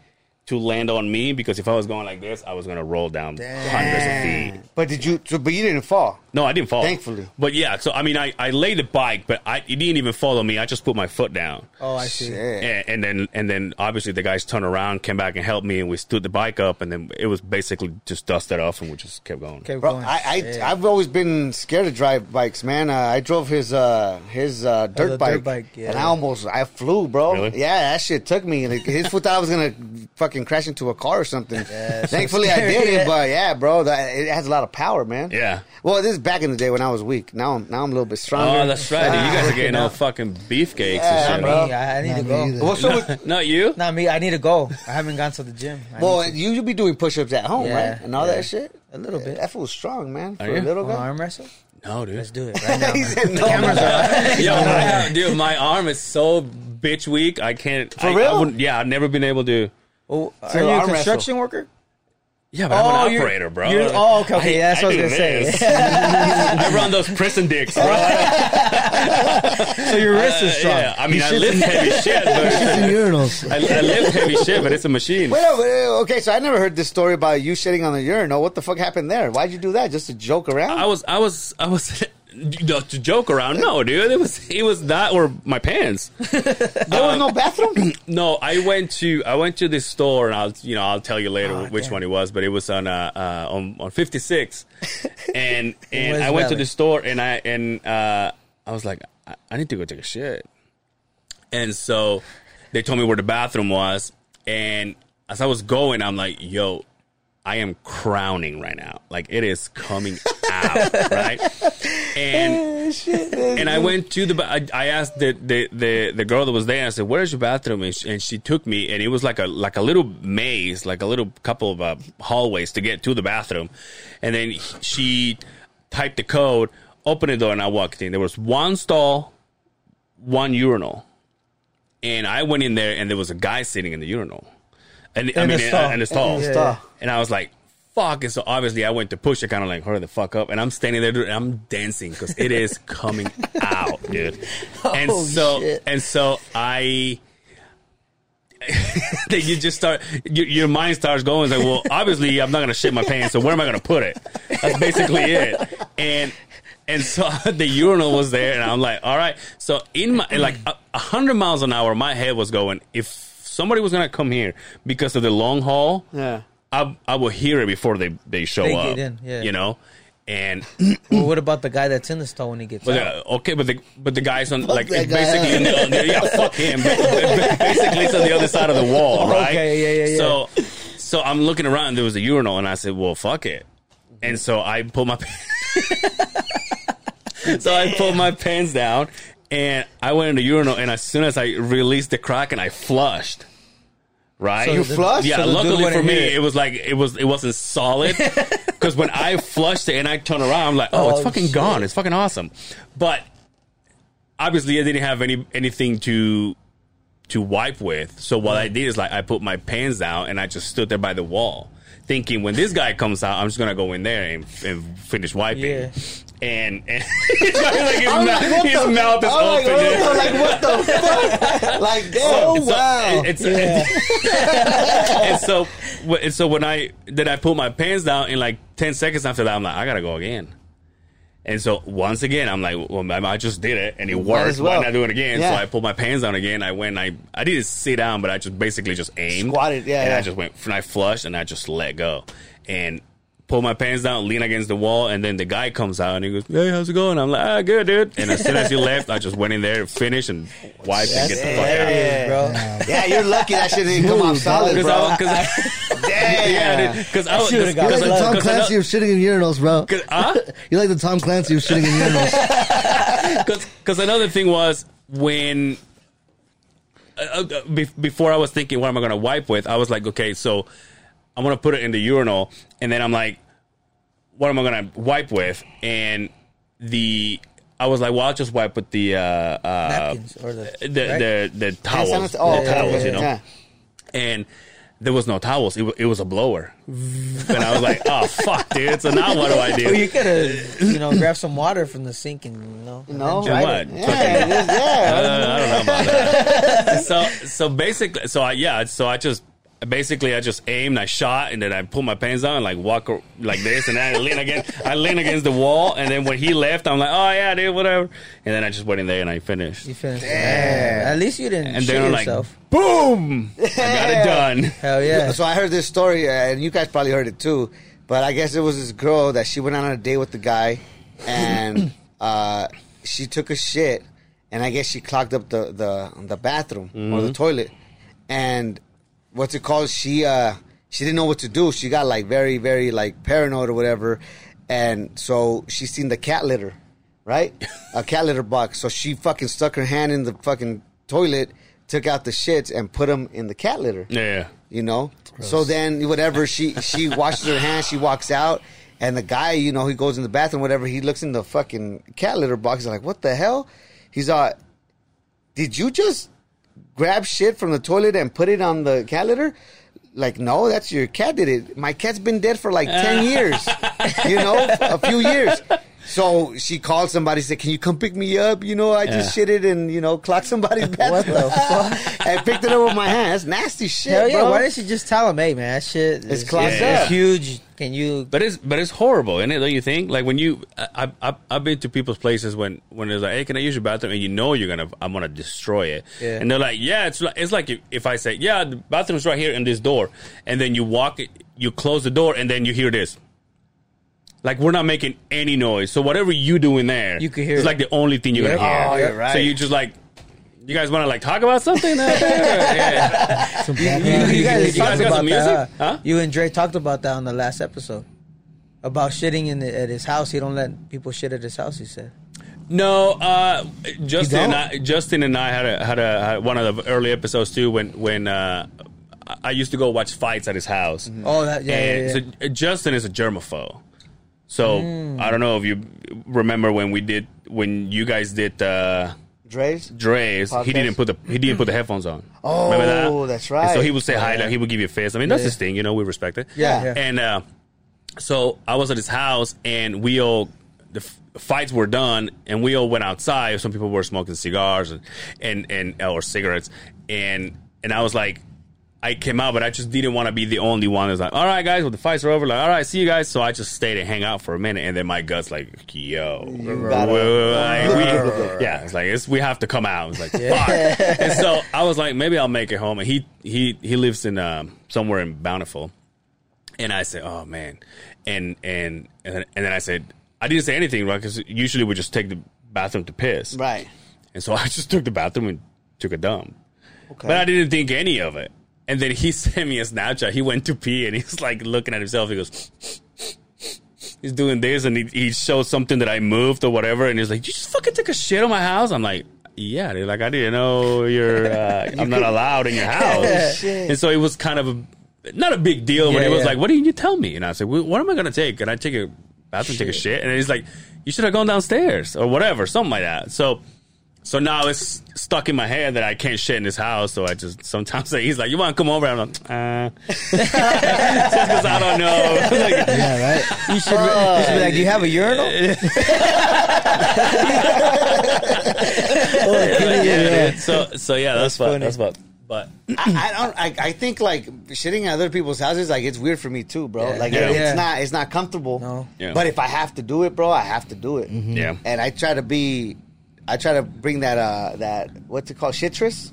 Speaker 4: to land on me because if I was going like this, I was gonna roll down hundreds of feet.
Speaker 5: But did you? So, but you didn't fall.
Speaker 4: No, I didn't fall.
Speaker 5: Thankfully.
Speaker 4: but yeah. So I mean, I I laid the bike, but I it didn't even follow me. I just put my foot down.
Speaker 3: Oh, I see.
Speaker 5: Yeah.
Speaker 4: And, and then and then obviously the guys turned around, came back and helped me, and we stood the bike up, and then it was basically just dusted off, and we just kept going.
Speaker 3: Kept
Speaker 5: Bro,
Speaker 3: going.
Speaker 5: I, I I've always been scared to drive bikes, man. Uh, I drove his uh his uh, dirt,
Speaker 3: Oh, the dirt
Speaker 5: bike,
Speaker 3: bike, yeah.
Speaker 5: and I almost I flew, bro.
Speaker 4: Really?
Speaker 5: Yeah, that shit took me. Like, his foot thought I was gonna fucking crash into a car or something. Thankfully, I
Speaker 3: scary,
Speaker 5: didn't.
Speaker 3: yeah.
Speaker 5: But yeah, bro, that, it has a lot of power, man.
Speaker 4: Yeah.
Speaker 5: Well, this is back in the day when I was weak. Now I'm now I'm a little bit stronger.
Speaker 4: Oh, that's right. dude. You guys are getting all fucking beefcakes and shit.
Speaker 5: bro.
Speaker 3: Me, I, I need
Speaker 2: Not
Speaker 3: to
Speaker 2: me
Speaker 3: go.
Speaker 2: either.
Speaker 5: Well, so with-
Speaker 4: Not you.
Speaker 3: Not me. I need to go. I haven't gone to the gym. I need
Speaker 5: Well,
Speaker 3: to-
Speaker 5: you you be doing push ups at home,
Speaker 3: Yeah,
Speaker 5: right? And all
Speaker 3: yeah.
Speaker 5: that shit.
Speaker 3: A little bit. Oh,
Speaker 5: That fool's strong, man. For
Speaker 4: you?
Speaker 5: a little
Speaker 3: Wanna
Speaker 5: guy.
Speaker 3: arm wrestle?
Speaker 4: No,
Speaker 3: Let's
Speaker 4: dude.
Speaker 3: do it right now.
Speaker 5: he
Speaker 3: man.
Speaker 5: said no.
Speaker 4: Yo, I have, dude, my arm is so bitch weak. I can't. For I, I
Speaker 5: real?
Speaker 4: wouldn't- yeah, I've never been able to.
Speaker 3: Oh, are
Speaker 5: So
Speaker 3: you a
Speaker 5: arm
Speaker 3: construction worker?
Speaker 4: Yeah, but I'm an
Speaker 3: Oh, you're-
Speaker 4: operator, bro.
Speaker 3: you're- oh, okay, okay. that's what I was gonna say.
Speaker 4: I run those prison dicks, bro.
Speaker 3: so your wrist is strong.
Speaker 4: Uh, yeah, I mean, I lift heavy shit,
Speaker 2: It's in
Speaker 4: but
Speaker 2: urinals.
Speaker 4: I, I lift heavy shit, but it's a machine.
Speaker 5: Wait, no, wait, uh, okay, so I never heard this story about you shitting on the urinal. What the fuck happened there? Why'd you do that? Just to joke around?
Speaker 4: I was, I was, I was. Just to joke around. No, dude. It was it was that or my pants.
Speaker 5: There was no bathroom.
Speaker 4: No, I went to I went to this store and I'll you know I'll tell you later which one it was, but it was on uh, uh on on 56, and and
Speaker 3: Where's
Speaker 4: I went to
Speaker 3: Valley?
Speaker 4: the store and I and uh I was like I, I need to go take a shit, and so they told me where the bathroom was, and as I was going, I'm like, yo, I am crowning right now, like it is coming out, right, and and I went to the. ba- I, I asked the, the the the girl that was there. I said, "Where's your bathroom?" And she, and she took me, and it was like a like a little maze, like a little couple of uh, hallways to get to the bathroom. And then she typed the code, opened the door, and I walked in. There was one stall, one urinal, and I went in there, and there was a guy sitting in the urinal, and I
Speaker 3: In the
Speaker 4: mean,
Speaker 3: stall.
Speaker 4: and the stall,
Speaker 3: In the stall.
Speaker 4: and I was like. Fuck! And so obviously I went to push it, kind of like hurry the fuck up, and I'm standing there, dude, and I'm dancing because it is coming out, dude. And
Speaker 3: Oh,
Speaker 4: so
Speaker 3: shit.
Speaker 4: and so I that you just start your, your mind starts going it's like well obviously i'm not gonna shit my pants so where am i gonna put it that's basically it and and so the urinal was there and i'm like all right so in my like a, a hundred miles an hour my head was going if somebody was gonna come here because of the long haul
Speaker 5: Yeah.
Speaker 4: i, I will hear it before they they show
Speaker 3: They get
Speaker 4: up
Speaker 3: in, yeah.
Speaker 4: you know and
Speaker 3: Well, what about the guy that's in the store when he gets
Speaker 4: but,
Speaker 3: out?
Speaker 4: uh, okay, but the but the guys on like
Speaker 2: that
Speaker 4: it's
Speaker 2: guy.
Speaker 4: basically in the, on the- yeah, fuck him. Ba- ba- basically, it's on the other side of the wall, right?
Speaker 3: Okay, yeah, yeah, yeah.
Speaker 4: So, so I'm looking around. and There was a urinal, and I said, "Well, fuck it." And so I pulled my so I pulled my pants down, and I went in the urinal. And as soon as I released the crack, and I flushed. Right,
Speaker 3: So You the- flushed?
Speaker 4: Yeah,
Speaker 3: so the dude
Speaker 4: luckily
Speaker 3: wouldn't
Speaker 4: for me,
Speaker 3: hear it.
Speaker 4: it was like it was it wasn't solid because when I flushed it and I turned around, I'm like, oh, it's
Speaker 3: Oh,
Speaker 4: fucking
Speaker 3: shit.
Speaker 4: gone. It's fucking awesome. But obviously, I didn't have any anything to to wipe with. So what I did is like I put my pants down and I just stood there by the wall, thinking when this guy comes out, I'm just gonna go in there and, and finish wiping.
Speaker 3: Yeah.
Speaker 4: And, and like his, mouth,
Speaker 5: what
Speaker 4: his
Speaker 5: the-
Speaker 4: mouth is
Speaker 5: I'm like,
Speaker 4: open. dude.
Speaker 5: what the- like, what the fuck? Like, damn.
Speaker 4: So- It's, and so, wh- and so when I then I pull my pants down, in like ten seconds after that, I'm like, I gotta go again. And so once again, I'm like, well, I I just did it and it worked.
Speaker 5: as well.
Speaker 4: Why not do it again?
Speaker 5: Yeah.
Speaker 4: So I pulled my pants down again. I went. I I didn't sit down, but I just basically just aimed,
Speaker 5: Squatted, yeah,
Speaker 4: And I
Speaker 5: yeah.
Speaker 4: just went. And I flushed and I just let go and pulled my pants down, lean against the wall, and then the guy comes out and he goes, "Hey, how's it going?" I'm like, "Ah, good, dude." And as soon as he left, I just went in there, finished, and wiped and get the fuck out.
Speaker 3: Hey, bro.
Speaker 5: yeah, you're lucky that shit didn't come off solid,
Speaker 4: Because I,
Speaker 5: bro.
Speaker 4: cause I, yeah, because I, was-
Speaker 3: should've
Speaker 4: cause-
Speaker 3: got
Speaker 2: You're
Speaker 4: cause
Speaker 2: like the
Speaker 4: I-
Speaker 2: Tom
Speaker 4: cause I
Speaker 2: Clancy
Speaker 4: know-
Speaker 2: of shitting in urinals, bro.
Speaker 4: cause- ah, huh?
Speaker 2: You're like the Tom Clancy of shitting in urinals.
Speaker 4: Because another thing was when uh, uh, be- before I was thinking, what am I going to wipe with? I was like, okay, so I'm going to put it in the urinal, and then I'm like, what am I going to wipe with? And the I was like, well, I'll just wipe with the uh, uh,
Speaker 3: Napkins or the-
Speaker 4: the,
Speaker 3: right?
Speaker 4: the the towels,
Speaker 5: sanit- oh,
Speaker 4: the
Speaker 5: okay,
Speaker 4: towels,
Speaker 5: okay,
Speaker 4: you know.
Speaker 5: yeah.
Speaker 4: And there was no towels; it, wa- it was a blower, and I was like, "Oh fuck, dude!" So now what do I do?
Speaker 3: Well, you could have, you know, grab some water from the sink and, you know. and
Speaker 5: No,
Speaker 3: then
Speaker 4: And
Speaker 5: right?
Speaker 4: what?
Speaker 5: Yeah, it is, yeah.
Speaker 4: Uh, I don't know about that. so so basically, so I yeah, so I just basically I just aimed, I shot, and then I pulled my pants down and like walk ar- like this, and then I lean against I lean against the wall, and then when he left, I'm like, oh yeah, dude, whatever, and then I just went in there and I finished,
Speaker 3: You finished. At least you didn't
Speaker 4: and
Speaker 3: shit
Speaker 4: then I'm like,
Speaker 3: yourself.
Speaker 4: boom, I got it done.
Speaker 3: Hell yeah.
Speaker 5: So I heard this story, uh, and you guys probably heard it too. But I guess it was this girl that she went out on a date with the guy, and uh, she took a shit, and I guess she clogged up the the, the bathroom or the toilet, and what's it called? She uh, she didn't know what to do. She got like very very like paranoid or whatever, and so she seen the cat litter, right? a cat litter box. So she fucking stuck her hand in the fucking toilet, took out the shits, and put them in the cat litter
Speaker 4: Yeah,
Speaker 5: you know. So then, whatever she she washes her hands, she walks out, and the guy, you know, he goes in the bathroom, whatever. He looks in the fucking cat litter box. He's like, "What the hell?" He's like, "Did you just grab shit from the toilet and put it on the cat litter?" Like, no, that's your cat did it. My cat's been dead for like ten years, you know, a few years. So she called somebody, said, "Can you come pick me up? You know, I just
Speaker 4: Yeah.
Speaker 5: shitted and you know clocked somebody's back
Speaker 3: What the
Speaker 5: and picked it up with my hands. nasty shit,
Speaker 3: Hell yeah!
Speaker 5: bro.
Speaker 3: Why didn't she just tell him, "Hey man, that shit
Speaker 5: It's
Speaker 3: is,
Speaker 5: clogged
Speaker 3: is
Speaker 5: up.
Speaker 3: huge. Can you?"
Speaker 4: But it's but it's horrible, isn't it? Don't you think? Like when you, I, I I've- I've been to people's places when when it's like, hey, can I use your bathroom? And you know you're gonna, I'm gonna destroy it.
Speaker 3: Yeah.
Speaker 4: And they're like, yeah, it's like, it's like if, if I say, yeah, the bathroom's right here in this door, and then you walk, you close the door, and then you hear this. Like we're not making any noise, so whatever you do in there,
Speaker 3: You can hear
Speaker 4: It's
Speaker 3: it.
Speaker 4: like the only thing you're gonna
Speaker 3: Yeah.
Speaker 4: hear.
Speaker 5: Oh, you're
Speaker 4: So
Speaker 5: right.
Speaker 4: you just like. You guys want to like talk about something? out there? yeah.
Speaker 2: Some background
Speaker 3: You
Speaker 2: music.
Speaker 3: guys,
Speaker 4: You guys
Speaker 3: talked
Speaker 4: got some
Speaker 3: about that.
Speaker 4: music?
Speaker 3: Huh?
Speaker 4: Huh?
Speaker 3: You and Dre talked about that on the last episode about shitting in the, at his house. He don't let people shit at his house. He said.
Speaker 4: No, uh, Justin
Speaker 2: You
Speaker 4: and
Speaker 2: don't?
Speaker 4: I, Justin and I had a, had a had one of the early episodes too when when uh, I- I used to go watch fights at his house.
Speaker 3: Oh, that yeah. yeah,
Speaker 4: and
Speaker 3: yeah.
Speaker 4: so uh, Justin is a germaphobe. So I don't know if you remember when we did when you guys did uh,
Speaker 5: Dre's.
Speaker 4: Dre's. He
Speaker 5: Podcast?
Speaker 4: didn't put the he didn't put the headphones on.
Speaker 5: Oh,
Speaker 4: remember that?
Speaker 5: that's
Speaker 4: And so
Speaker 5: right.
Speaker 4: he would say hi, like he would give you a fist. I mean, that's
Speaker 3: Yeah.
Speaker 4: his thing. You know, we respect it.
Speaker 5: Yeah.
Speaker 3: Yeah.
Speaker 4: And uh, so I was at his house, and we all the f- fights were done, and we all went outside. Some people were smoking cigars and and and or cigarettes, and and I was like. I came out, but I just didn't want to be the only one that's like, all right, guys, well, the fights are over. Like, all right, see you guys. So I just stayed and hang out for a minute. And then my gut's like, yo,
Speaker 5: gotta-
Speaker 4: like, we- yeah, it's like, it's, we have to come out. It's like, fuck. and so I was like, maybe I'll make it home. And he, he, he lives in, um, somewhere in Bountiful. And I said, "Oh man," and and and then, and then I said, "I didn't say anything, right? Because usually we just take the bathroom to piss,
Speaker 5: Right.
Speaker 4: And so I just took the bathroom and took a dump, but I didn't think any of it. And then he sent me a Snapchat. He went to pee and he's like looking at himself. He goes, he's doing this, and he, he shows something that I moved or whatever. And he's like, "You just fucking took a shit on my house." I'm like. Yeah, dude, like I didn't know you're. Uh, I'm not allowed in your house,
Speaker 5: Shit.
Speaker 4: and so it was kind of a, not a big deal, but
Speaker 3: Yeah,
Speaker 4: it was
Speaker 3: yeah.
Speaker 4: like, what did you tell me? And I said, well, what am I going to take? Can I take a bathroom, take a shit? And he's like, you should have gone downstairs or whatever, something like that. So, so now it's stuck in my head that I can't shit in his house. So I just sometimes say, he's like, you want to come over? I'm like, uh. just because I don't know. Like,
Speaker 2: Yeah, right.
Speaker 3: You should, you should be like, "Do you have a urinal?"
Speaker 4: yeah, dude. So, so yeah, that's, what,
Speaker 3: funny.
Speaker 4: that's what, but
Speaker 5: I, I don't. I, I think like shitting at other people's houses, like it's weird for me too, bro.
Speaker 3: Yeah.
Speaker 5: Like
Speaker 4: Yeah.
Speaker 5: it's
Speaker 3: Yeah.
Speaker 5: not. It's not comfortable.
Speaker 3: No. Mm-hmm.
Speaker 4: Yeah.
Speaker 5: But if I have to do it, bro, I have to do it.
Speaker 4: yeah.
Speaker 5: And I try to be. I try to bring that. Uh, that what's it called? Citrus.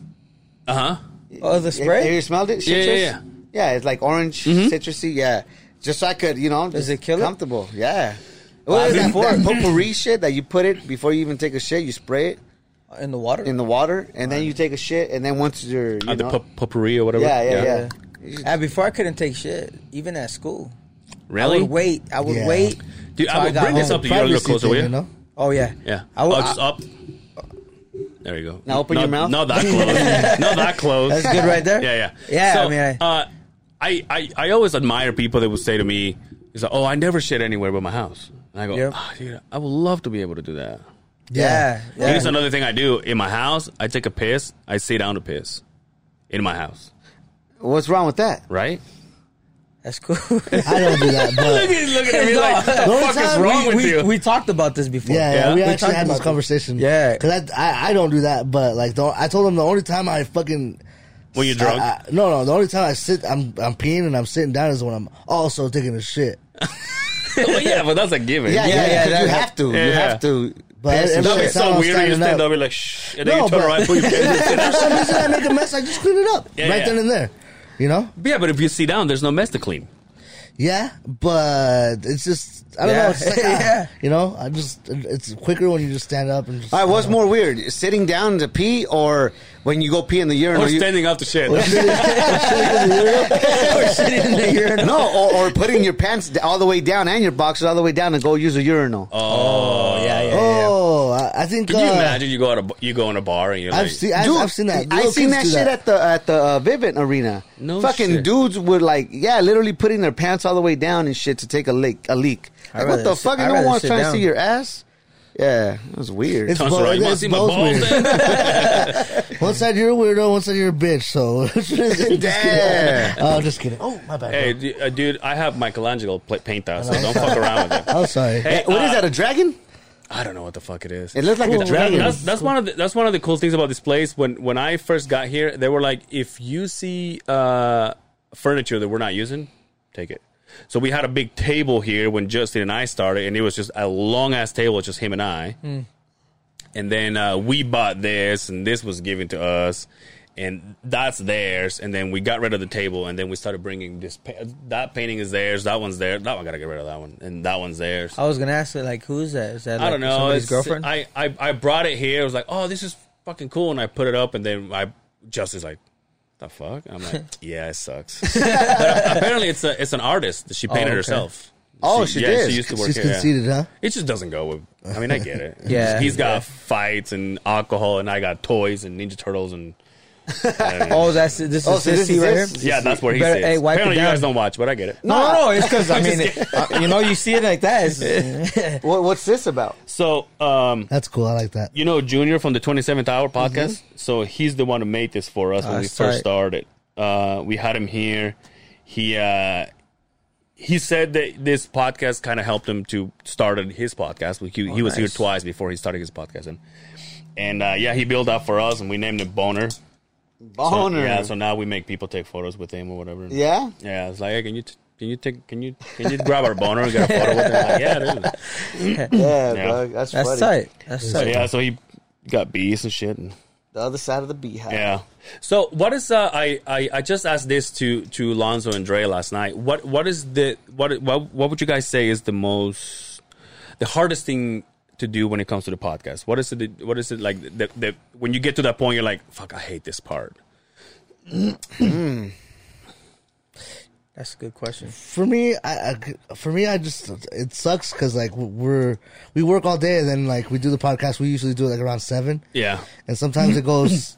Speaker 4: Uh huh.
Speaker 3: Oh, the
Speaker 5: Have
Speaker 3: spray.
Speaker 5: you smelled it?
Speaker 4: Yeah, yeah,
Speaker 5: Citrus?
Speaker 4: yeah. Mm-hmm.
Speaker 5: Yeah, it's like orange, citrusy. Yeah, just so I could, you know,
Speaker 3: Does it
Speaker 5: just
Speaker 3: kill it?
Speaker 5: comfortable. Yeah. What is that,
Speaker 3: before-
Speaker 5: that potpourri shit that you put it before you even take a shit? You spray it
Speaker 3: in the water.
Speaker 5: in the water, and then you take a shit, and then once you're, you
Speaker 4: Uh, the
Speaker 5: know,
Speaker 4: pot- potpourri or whatever.
Speaker 5: yeah, yeah, yeah,
Speaker 3: Yeah. Ah, before I couldn't take shit, even at school. I
Speaker 4: Really?
Speaker 3: would wait. I would
Speaker 2: Yeah.
Speaker 3: wait.
Speaker 4: Dude,
Speaker 3: till
Speaker 4: I would
Speaker 3: got
Speaker 4: bring this
Speaker 3: home.
Speaker 4: up to you a little
Speaker 2: Privacy
Speaker 4: closer,
Speaker 2: thing,
Speaker 4: will you?
Speaker 2: you know?
Speaker 3: Oh yeah.
Speaker 4: Yeah.
Speaker 3: I would.
Speaker 4: oh, just
Speaker 3: I-
Speaker 4: up. There you go.
Speaker 5: Now open
Speaker 4: not,
Speaker 5: your mouth.
Speaker 4: Not that close. not that close.
Speaker 3: that's good right there.
Speaker 4: Yeah, yeah.
Speaker 3: Yeah.
Speaker 4: So,
Speaker 3: I mean, I,
Speaker 4: uh, I, I, I always admire people that would say to me, "Is like, oh, I never shit anywhere but my house." And I go,
Speaker 3: Yep.
Speaker 4: "Ah, dude, I would love to be able to do that."
Speaker 3: yeah. Yeah.
Speaker 4: Here's another thing I do in my house: I take a piss, I sit down to piss in my house,
Speaker 5: What's wrong with that?
Speaker 4: right?
Speaker 3: That's cool.
Speaker 2: I don't do that,
Speaker 4: Look
Speaker 2: but
Speaker 4: at, look at me
Speaker 3: No,
Speaker 4: like, "What
Speaker 3: the
Speaker 4: the
Speaker 2: only
Speaker 4: fuck is
Speaker 2: time
Speaker 4: wrong
Speaker 3: we,
Speaker 4: with
Speaker 3: we,
Speaker 4: you?"
Speaker 3: we talked about this before.
Speaker 2: yeah, yeah,
Speaker 4: Yeah?
Speaker 2: we
Speaker 4: We
Speaker 2: actually
Speaker 3: talked
Speaker 2: had this
Speaker 3: about-
Speaker 2: conversation.
Speaker 3: Yeah.
Speaker 2: because I, I I don't do that, but like the, I told him the only time I fucking
Speaker 4: when you're drunk,
Speaker 2: I- I- no, no. The only time I sit, I'm I'm peeing and I'm sitting down is when I'm also taking a shit.
Speaker 4: well, yeah, but that's a given.
Speaker 5: Yeah,
Speaker 3: Yeah,
Speaker 5: yeah,
Speaker 3: yeah,
Speaker 5: 'cause
Speaker 3: that-
Speaker 5: you have to,
Speaker 4: yeah,
Speaker 5: you
Speaker 4: yeah.
Speaker 5: have to.
Speaker 2: But
Speaker 5: piss and
Speaker 2: every-
Speaker 4: That'd be
Speaker 5: shit.
Speaker 2: Someone
Speaker 4: so weird. and You
Speaker 2: standing
Speaker 4: stand
Speaker 2: up.
Speaker 4: up, be like, shh, and then
Speaker 2: No,
Speaker 4: you turn
Speaker 2: but-
Speaker 4: around, put your pants in.
Speaker 2: For some reason, I make a mess. I just clean it up
Speaker 4: Yeah,
Speaker 2: right
Speaker 4: yeah.
Speaker 2: then and there. You know?
Speaker 4: Yeah, but if you sit down, there's no mess to clean.
Speaker 2: Yeah, but it's just I don't
Speaker 3: Yeah.
Speaker 2: know. It's like, ah,
Speaker 3: Yeah.
Speaker 2: You know, I just it's quicker when you just stand up and. Just,
Speaker 5: All right, what's more weird, sitting down to pee, or when you go pee in the urinal?
Speaker 4: Or
Speaker 5: you-
Speaker 4: standing up to shit.
Speaker 3: Or shit in the urinal.
Speaker 5: no, or, or putting your pants all the way down and your boxers all the way down to go use a urinal.
Speaker 3: Oh yeah, yeah. yeah.
Speaker 2: Oh, I, I think.
Speaker 4: Can you
Speaker 2: uh,
Speaker 4: imagine you go out a, you go in a bar and you're like,
Speaker 2: I've seen. I've, I've seen that.
Speaker 5: I
Speaker 2: Little
Speaker 5: seen
Speaker 2: kids
Speaker 5: that
Speaker 2: do
Speaker 5: shit at the at the uh, Vivint Arena.
Speaker 4: No
Speaker 5: fucking
Speaker 4: shit.
Speaker 5: dudes would like, yeah, literally putting their pants all the way down and shit to take a leak. A leak.
Speaker 3: I'd
Speaker 5: Like, what
Speaker 3: rather
Speaker 5: the
Speaker 3: sit-
Speaker 5: fuck?
Speaker 3: I'd
Speaker 5: I don't
Speaker 3: rather
Speaker 5: want
Speaker 3: sit
Speaker 5: to try to
Speaker 3: down.
Speaker 5: see your ass. Yeah, that was weird.
Speaker 2: It's-
Speaker 4: Tons
Speaker 2: bo-
Speaker 4: of right, you wanna
Speaker 2: it's
Speaker 4: see my
Speaker 2: both
Speaker 4: balls?
Speaker 2: weird.
Speaker 4: then?"
Speaker 2: One side you're a weirdo, one side you're a bitch. So just kidding.
Speaker 5: Damn.
Speaker 2: Oh, just kidding. Oh, my bad.
Speaker 4: hey, d- uh, dude, I have Michelangelo pla paint that, so don't fuck around with it.
Speaker 2: Oh, sorry.
Speaker 4: Hey,
Speaker 5: What is
Speaker 4: uh,
Speaker 5: that? A dragon?
Speaker 4: I don't know what the fuck it is.
Speaker 5: It looks like a dragon.
Speaker 4: That's, that's one of the, that's one of the cool things about this place. When when I first got here, they were like, if you see uh, furniture that we're not using, take it. So we had a big table here when Justin and I started, and it was just a long ass table, just him and I.
Speaker 5: Hmm.
Speaker 4: And then uh, we bought this, and this was given to us, and that's theirs. And then we got rid of the table, and then we started bringing this. Pa- that painting is theirs. That one's there. That one gotta get rid of that one, and that one's theirs.
Speaker 3: I was gonna ask her like, who's that? Is that like,
Speaker 4: I don't know.
Speaker 3: somebody's
Speaker 4: It's-
Speaker 3: girlfriend?
Speaker 4: I, I I brought it here. I was like, oh, this is fucking cool, and I put it up, and then I Justin's like, the fuck? And I'm like, yeah, it sucks. but uh, apparently, it's a it's an artist. She painted
Speaker 3: okay.
Speaker 4: herself.
Speaker 5: Oh, she
Speaker 4: yeah,
Speaker 5: did.
Speaker 4: She used to work
Speaker 2: She's
Speaker 4: here. yeah.
Speaker 2: conceited, huh?
Speaker 4: It just doesn't go with. I mean, I get it.
Speaker 3: Yeah,
Speaker 4: he's got
Speaker 3: yeah.
Speaker 4: fights and alcohol, and I got toys and Ninja Turtles and.
Speaker 3: oh, that's this is
Speaker 5: Oh, so
Speaker 3: this
Speaker 5: this is
Speaker 3: right
Speaker 5: this?
Speaker 3: here.
Speaker 4: Yeah, that's where he
Speaker 3: Better-
Speaker 4: sits.
Speaker 3: hey, wipe it
Speaker 4: Apparently, you guys
Speaker 3: down.
Speaker 4: don't watch, but I get it.
Speaker 3: No, no, no, it's because I mean, it, uh, you know, you see it like that. It's,
Speaker 5: What, what's this about?
Speaker 4: So, um,
Speaker 2: That's cool. I like that.
Speaker 4: you know Junior from the 27th
Speaker 5: Mm-hmm.
Speaker 4: Hour podcast. So he's the one who made this for us
Speaker 5: Ah,
Speaker 4: when we
Speaker 3: That's
Speaker 4: first
Speaker 3: right.
Speaker 4: started. Uh, we had him here. He uh, he said that this podcast kind of helped him to start his podcast. He,
Speaker 5: Oh,
Speaker 4: he was here
Speaker 3: nice.
Speaker 4: twice before he started his podcast, and and uh, yeah, he built up for us, and we named it Boner.
Speaker 5: Boner.
Speaker 4: Yeah, so now we make people take photos with him or whatever.
Speaker 5: Yeah?
Speaker 4: yeah. It's like, hey, can you t- can you take can you can you grab our boner and get a photo with him? Like, yeah, dude.
Speaker 5: yeah,
Speaker 4: Yeah.
Speaker 5: dog, that's,
Speaker 3: that's
Speaker 5: funny.
Speaker 3: tight. That's
Speaker 4: So
Speaker 3: tight.
Speaker 4: yeah, so he got bees and shit. And,
Speaker 5: The other side of the beehive.
Speaker 4: Yeah. So what is uh, I, I I just asked this to to Lonzo and Dre last night. What what is the what what what would you guys say is the most the hardest thing to do when it comes to the podcast? What is it? What is it like? The, the, when you get to that point, you're like, "Fuck, I hate this part."
Speaker 3: That's a good question.
Speaker 2: For me, I, I for me, I just it sucks because like we're we work all day and then like we do the podcast. We usually do it like around seven,
Speaker 4: Yeah.
Speaker 2: and sometimes it goes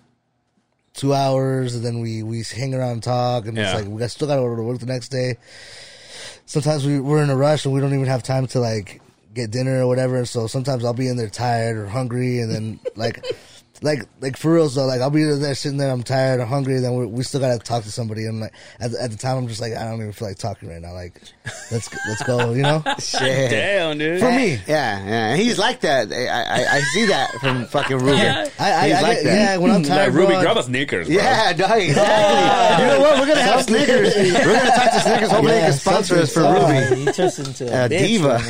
Speaker 2: two hours, and then we we hang around and talk, and
Speaker 4: Yeah.
Speaker 2: it's like we got still got to go to work the next day. Sometimes we we're in a rush and we don't even have time to like get dinner or whatever. So sometimes I'll be in there tired or hungry, and then like. Like, like for real though, like I'll be there sitting there, I'm tired or hungry, then we we still gotta talk to somebody. And like at the, at the time, I'm just like, I don't even feel like talking right now. Like, let's let's go, you know?
Speaker 5: Shit.
Speaker 4: Damn, dude.
Speaker 2: For me,
Speaker 5: Yeah, yeah. He's like that. I, I, I see that from fucking Ruben.
Speaker 2: I, I,
Speaker 5: He's
Speaker 2: I
Speaker 5: like
Speaker 2: get-
Speaker 5: that.
Speaker 2: yeah, when I'm
Speaker 4: Like
Speaker 2: tired,
Speaker 4: Ruby,
Speaker 2: bro, I-
Speaker 4: grab a sneakers. Bro.
Speaker 5: Yeah, no, exactly. you know what? We're gonna have Snickers. We're gonna talk to Snickers. Hopefully,
Speaker 2: Yeah,
Speaker 5: they can sponsor us for
Speaker 2: something.
Speaker 5: Ruby.
Speaker 3: Uh, he turns into a
Speaker 5: A
Speaker 3: bitch,
Speaker 5: diva.
Speaker 3: man.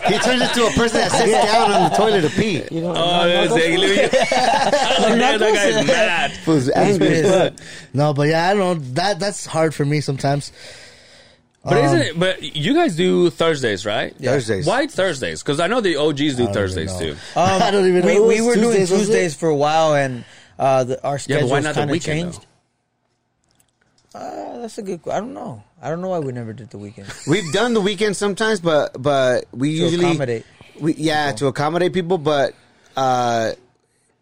Speaker 5: he turns into a person that sits down on the toilet to pee.
Speaker 3: You know,
Speaker 4: Oh, that's it. Look at- Oh, man, that guy's mad.
Speaker 5: Who's angry as fuck.
Speaker 2: No, but yeah, I don't know. That that's hard for me sometimes.
Speaker 4: But isn't it? But you guys do Thursdays, right?
Speaker 5: Thursdays.
Speaker 4: Why Thursdays? Because I know the OGs do Thursdays
Speaker 2: know.
Speaker 4: too.
Speaker 3: Um,
Speaker 2: I don't even
Speaker 3: we,
Speaker 2: know.
Speaker 3: We
Speaker 2: It was
Speaker 3: were doing
Speaker 2: Tuesdays, wasn't it?
Speaker 3: Tuesdays for a while, and uh, the, our
Speaker 4: Yeah, but
Speaker 3: schedules
Speaker 4: why not the
Speaker 3: kind of
Speaker 4: weekend?
Speaker 3: changed.
Speaker 4: Though?
Speaker 3: Uh, that's a good. I don't know. I don't know why we never did the weekend.
Speaker 5: We've done the weekend sometimes, but but we usually
Speaker 3: accommodate
Speaker 5: We, yeah, to accommodate people, but uh,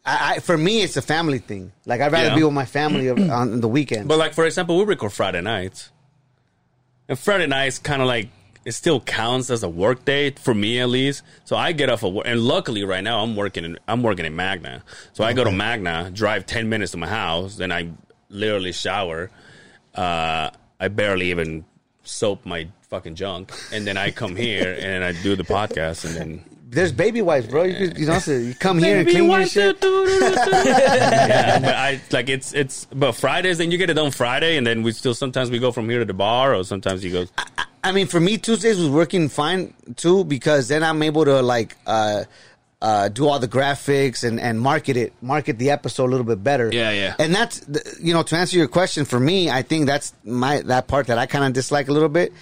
Speaker 5: I, I for me it's a family thing. Like I'd rather
Speaker 4: Yeah.
Speaker 5: be with my family on- on the weekend.
Speaker 4: But like for example, we record Friday nights, and Friday nights kind of like it still counts as a work day for me at least. So I get off of work, and luckily right now I'm working in I'm working in Magna, so I go to Magna, drive ten minutes to my house, then I literally shower. Uh, I barely even soap my fucking junk, and then I come here and I do the podcast, and then
Speaker 5: There's baby wipes, bro. You, could- you know, so you come here and clean your shit.
Speaker 4: yeah, but I like it's it's but Fridays then you get it on Friday and then we still sometimes we go from here to the bar or sometimes you go
Speaker 5: I mean, for me, Tuesdays was working fine too because then I'm able to like uh, uh, do all the graphics and, and market it, market the episode a little bit better.
Speaker 4: Yeah, yeah.
Speaker 5: And that's th- you know to answer your question for me, I think that's my that part that I kind of dislike a little bit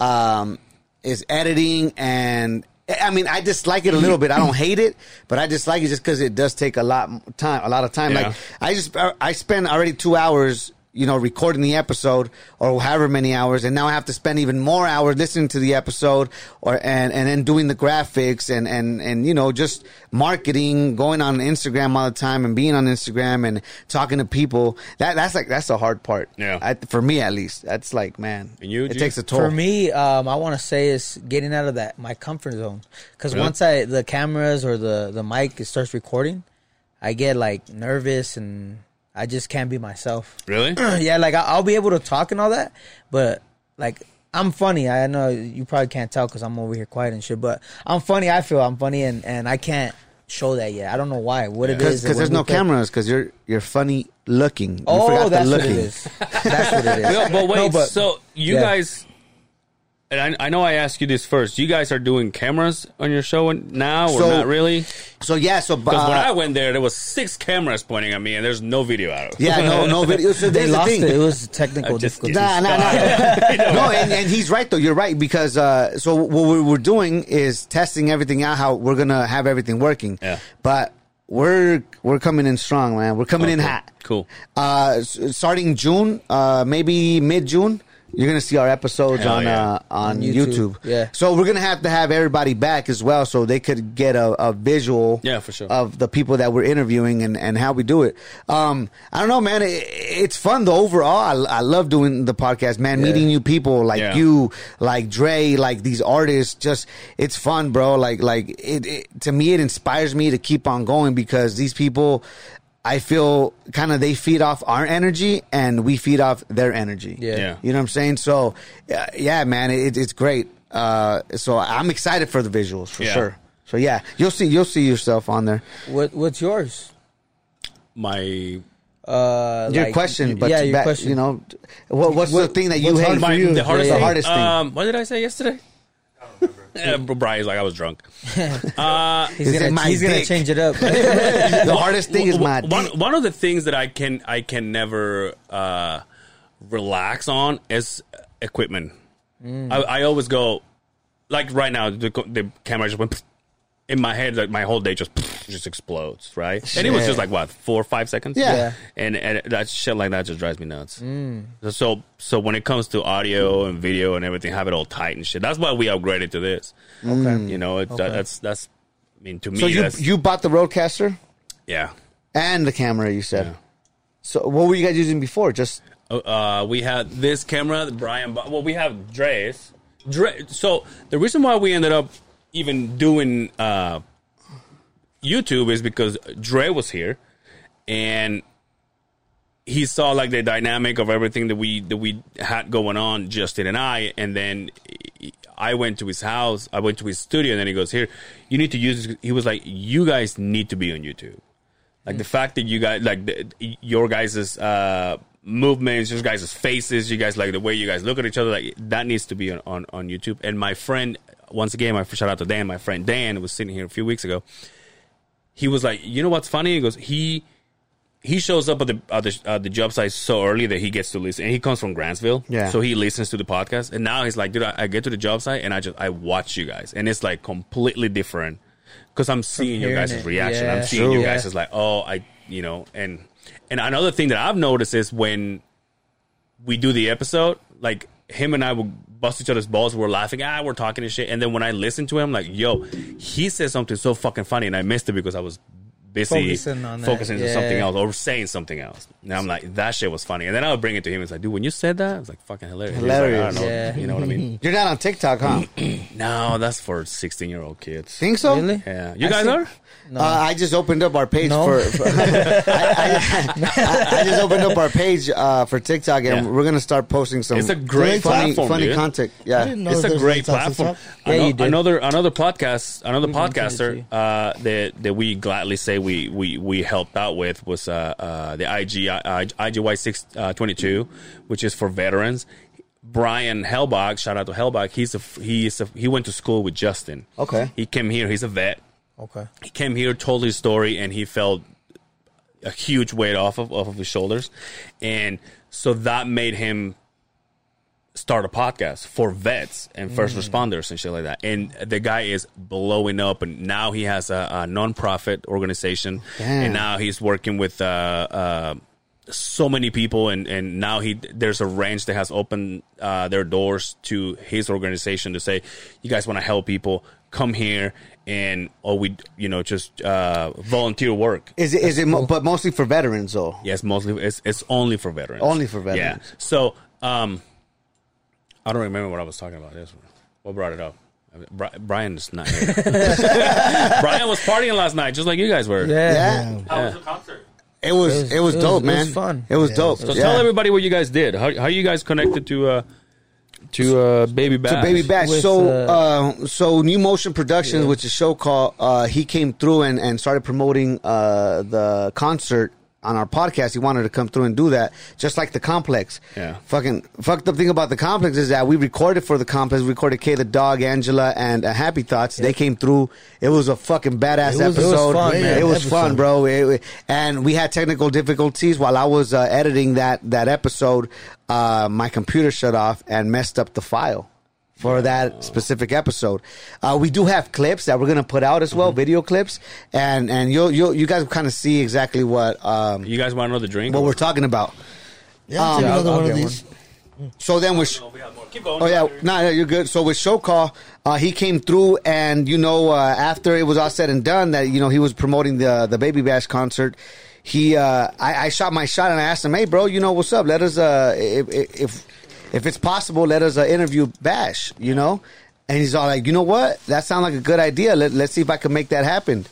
Speaker 5: um, is editing and. I mean, I dislike it a little bit. I don't hate it, but I dislike it just because it does take a lot m- time, a lot of time.
Speaker 4: Yeah.
Speaker 5: Like I just uh, I spend already two hours, you know, recording the episode or however many hours, and now I have to spend even more hours listening to the episode or and and then doing the graphics and and and you know just marketing, going on Instagram all the time and being on Instagram and talking to people. That that's like that's the hard part.
Speaker 4: Yeah.
Speaker 5: I, for me at least, that's like man,
Speaker 4: And you,
Speaker 5: it
Speaker 4: G?
Speaker 5: takes a toll.
Speaker 3: for me. Um, I want to say is getting out of that my comfort zone because
Speaker 4: Yeah.
Speaker 3: once I the cameras or the the mic it starts recording, I get like nervous and I just can't be myself.
Speaker 4: really
Speaker 3: yeah, like I, I'll be able to talk and all that, but like I'm funny. I know you probably can't tell because I'm over here quiet and shit, but I'm funny. I feel I'm funny, and, and I can't show that yet. I don't know why. What it
Speaker 5: Because
Speaker 3: is
Speaker 5: there's no
Speaker 3: camera.
Speaker 5: cameras. Because you're you're funny looking. You forgot
Speaker 3: Oh,
Speaker 5: the
Speaker 3: that's what it
Speaker 5: looking.
Speaker 3: is. That's what it is.
Speaker 4: No, but wait,
Speaker 3: No, but-
Speaker 4: so you
Speaker 3: yeah.
Speaker 4: guys, and I, I know I asked you this first. You guys are doing cameras on your show and- now, or
Speaker 5: So-
Speaker 4: not really?
Speaker 5: So yeah. So
Speaker 4: Because when I
Speaker 5: uh,
Speaker 4: went there, there was six cameras pointing at me, and there's no video out of it.
Speaker 5: yeah, no, no video. So
Speaker 3: They
Speaker 5: there's the
Speaker 3: lost
Speaker 5: thing.
Speaker 3: it. It was technical
Speaker 4: I'm just
Speaker 3: difficulties.
Speaker 5: Nah, nah, nah. no, and, and he's right though. You're right because uh, so what we're, we're doing is testing everything out. How we're gonna have everything working.
Speaker 4: Yeah.
Speaker 5: But we're we're coming in strong, man. We're coming in
Speaker 4: Okay,
Speaker 5: hot.
Speaker 4: cool.
Speaker 5: Uh, s- starting June, uh, maybe mid June, you're gonna see our episodes
Speaker 4: Hell
Speaker 5: on
Speaker 4: yeah.
Speaker 5: uh, on
Speaker 3: On
Speaker 5: YouTube.
Speaker 3: YouTube, yeah.
Speaker 5: So we're gonna have to have everybody back as well, so they could get a, a visual.
Speaker 4: Yeah, for sure.
Speaker 5: Of the people that we're interviewing and, and how we do it. Um, I don't know, man. It, it's fun though. Overall, I, I love doing the podcast, man. Meeting new people like
Speaker 4: Yeah.
Speaker 5: you, like Dre, like these artists. Just it's fun, bro. Like like it, it to me, it inspires me to keep on going because these people. I feel kind of they feed off our energy and we feed off their energy.
Speaker 3: Yeah. Yeah.
Speaker 5: You know what I'm saying? So, uh, yeah, man, it, it's great. Uh, so I'm excited for the visuals for
Speaker 4: Yeah.
Speaker 5: sure. So yeah, you'll see you'll see yourself on there.
Speaker 3: What What's yours?
Speaker 4: My
Speaker 3: Uh,
Speaker 5: Your
Speaker 3: like-
Speaker 5: question, but
Speaker 3: yeah, your
Speaker 5: back-
Speaker 3: question.
Speaker 5: you know, what, what's the
Speaker 3: What-
Speaker 5: thing that you
Speaker 2: what's
Speaker 5: hate?
Speaker 2: hard about
Speaker 4: my,
Speaker 2: you?
Speaker 4: the hardest
Speaker 5: Yeah.
Speaker 4: thing.
Speaker 5: Hardest thing.
Speaker 4: Um, what did I say yesterday? Yeah, Brian's like I was drunk. Uh,
Speaker 3: he's
Speaker 5: Is it
Speaker 3: gonna
Speaker 5: my
Speaker 3: he's gonna
Speaker 5: dick?
Speaker 3: change it up.
Speaker 5: the hardest thing is my
Speaker 4: One- one,
Speaker 5: dick.
Speaker 4: one of the things that I can I can never uh, relax on is equipment.
Speaker 5: Mm.
Speaker 4: I, I always go like right now the, co- the camera just went in my head like my whole day just just explodes right and it was just like what four or five seconds
Speaker 5: Yeah. Mm. Yeah.
Speaker 4: and and that shit like that just drives me nuts so so when it comes to audio and video and everything have it all tight and shit that's why we upgraded to this okay you know it, that, that's that's I mean to me
Speaker 5: So you
Speaker 4: that's,
Speaker 5: you bought the Roadcaster
Speaker 4: yeah
Speaker 5: and the camera. You said. So what were you guys using before? Just
Speaker 4: uh, we had this camera, the Brian. Bo- Well, we have Dre's. Dre. So the reason why we ended up even doing uh, YouTube is because Dre was here, and he saw like the dynamic of everything that we that we had going on, Justin and I. And then I went to his house. I went to his studio, and then he goes, "Here, you need to use." This. He was like, "You guys need to be on YouTube." Like the fact that you guys, like the, your guys' uh, movements, your guys' faces, you guys like the way you guys look at each other, like that needs to be on, on, on YouTube. And my friend, once again, my shout out to Dan. My friend Dan was sitting here a few weeks ago. He was like, you know what's funny? He goes, he he shows up at the at the, at the job site so early that he gets to listen, and he comes from Grantsville,
Speaker 5: Yeah.
Speaker 4: So he listens to the podcast, and now he's like, dude, I, I get to the job site and I just I watch you guys, and it's like completely different because I'm seeing your
Speaker 3: hearing
Speaker 4: guys'
Speaker 3: it.
Speaker 4: reaction. I'm
Speaker 3: Yeah.
Speaker 4: seeing you
Speaker 3: True.
Speaker 4: guys is like, oh, I, you know, and and another thing that I've noticed is when we do the episode, like him and I will bust each other's balls. We're laughing, ah, we're talking and shit. And then when I listen to him, like, yo, he said something so fucking funny, and I missed it because I was busy
Speaker 3: Focusing on that,
Speaker 4: focusing on something
Speaker 3: yeah.
Speaker 4: else or saying something else. And I'm like, that shit was funny. And then I would bring it to him. It's like, dude, when you said that, it's like fucking hilarious. He's like,
Speaker 5: Hilarious.
Speaker 4: I don't know.
Speaker 3: Yeah.
Speaker 4: You know what I mean?
Speaker 5: you're not on TikTok, huh?
Speaker 4: No, that's for 16 year old kids.
Speaker 5: Think so?
Speaker 3: Really?
Speaker 4: Yeah, you
Speaker 5: I
Speaker 4: guys
Speaker 5: see-
Speaker 4: are.
Speaker 5: Uh, I just opened up our page
Speaker 3: No.
Speaker 5: for. for- I, I- I just opened up our page uh, for TikTok, and
Speaker 4: Yeah.
Speaker 5: we're gonna start posting some.
Speaker 4: It's a great
Speaker 5: funny,
Speaker 4: platform,
Speaker 5: funny
Speaker 4: dude.
Speaker 5: content. Yeah,
Speaker 2: I didn't know
Speaker 4: it's a
Speaker 2: there's
Speaker 4: great
Speaker 2: TikTok,
Speaker 4: platform.
Speaker 2: TikTok.
Speaker 3: Yeah,
Speaker 4: Ano-
Speaker 3: you did.
Speaker 4: Another another podcast, another podcaster
Speaker 3: you.
Speaker 4: uh, that that we gladly say we we we helped out with was uh, uh, the IG uh, IGY six uh, twenty two, which is for veterans. Brian Hellbach, shout out to Hellbach. He's a he's a, he went to school with Justin.
Speaker 5: Okay.
Speaker 4: he came here. He's a vet
Speaker 3: okay.
Speaker 4: he came here, told his story, and he felt a huge weight off of off of his shoulders, and so that made him start a podcast for vets and first responders and shit like that. And the guy is blowing up, and now he has a, a nonprofit organization,
Speaker 5: Damn.
Speaker 4: and now he's working with. Uh, uh, so many people and and now he there's a ranch that has opened uh, their doors to his organization to say you guys want to help people come here and or we you know just uh, volunteer work
Speaker 5: Is it? Is it? Mo- but mostly for veterans, though.
Speaker 4: yes mostly it's, it's only for veterans
Speaker 5: Only for veterans.
Speaker 4: yeah so um I don't remember what I was talking about this one what brought it up Bri- Brian is not here Brian was partying last night just like you guys were
Speaker 3: Yeah.
Speaker 5: Yeah.
Speaker 6: How was the concert?
Speaker 5: It was. It was,
Speaker 3: It was-
Speaker 5: dope,
Speaker 3: it was
Speaker 5: man.
Speaker 3: fun.
Speaker 5: It was dope.
Speaker 4: So
Speaker 5: yeah.
Speaker 4: tell everybody what you guys did. How how you guys connected to uh, to uh, Baby Bash.
Speaker 5: to Baby Bash.
Speaker 3: With,
Speaker 5: so,
Speaker 3: uh,
Speaker 5: uh, so New Motion Productions, which is a show called, uh, he came through and, and started promoting uh, the concert on our podcast. He wanted to come through and do that, just like the complex.
Speaker 4: Yeah.
Speaker 5: Fucking fucked up thing about the complex is that we recorded for the complex. We recorded K the Dog, Angela, and uh, Happy Thoughts. They came through. It was a fucking badass
Speaker 2: It was- it was
Speaker 5: episode.
Speaker 2: fun, man.
Speaker 5: It was
Speaker 2: Episode.
Speaker 5: fun, bro bro. It- it- and we had technical difficulties while I was uh, editing that that episode. Uh, my computer shut off and messed up the file for that specific episode. Uh, we do have clips that we're gonna put out as well, video clips, and and you'll, you'll you guys will kind of see exactly what um,
Speaker 4: You guys want another drink?
Speaker 5: what we're talking about.
Speaker 2: Yeah, take
Speaker 5: Yeah,
Speaker 2: another
Speaker 3: I'll
Speaker 2: one of
Speaker 3: get
Speaker 2: these.
Speaker 5: So then we're.
Speaker 6: No, we have more. Keep going.
Speaker 5: Oh yeah, no, no, you're good. So with Shokar, uh, he came through, and you know, uh, after it was all said and done, that you know he was promoting the the Baby Bash concert. He, uh, I, I shot my shot, and I asked him, "Hey, bro, you know what's up? Let us, uh, if if if it's possible, let us uh, interview Bash." You know, and he's all like, "You know what? That sounds like a good idea. Let, let's see if I can make that happen."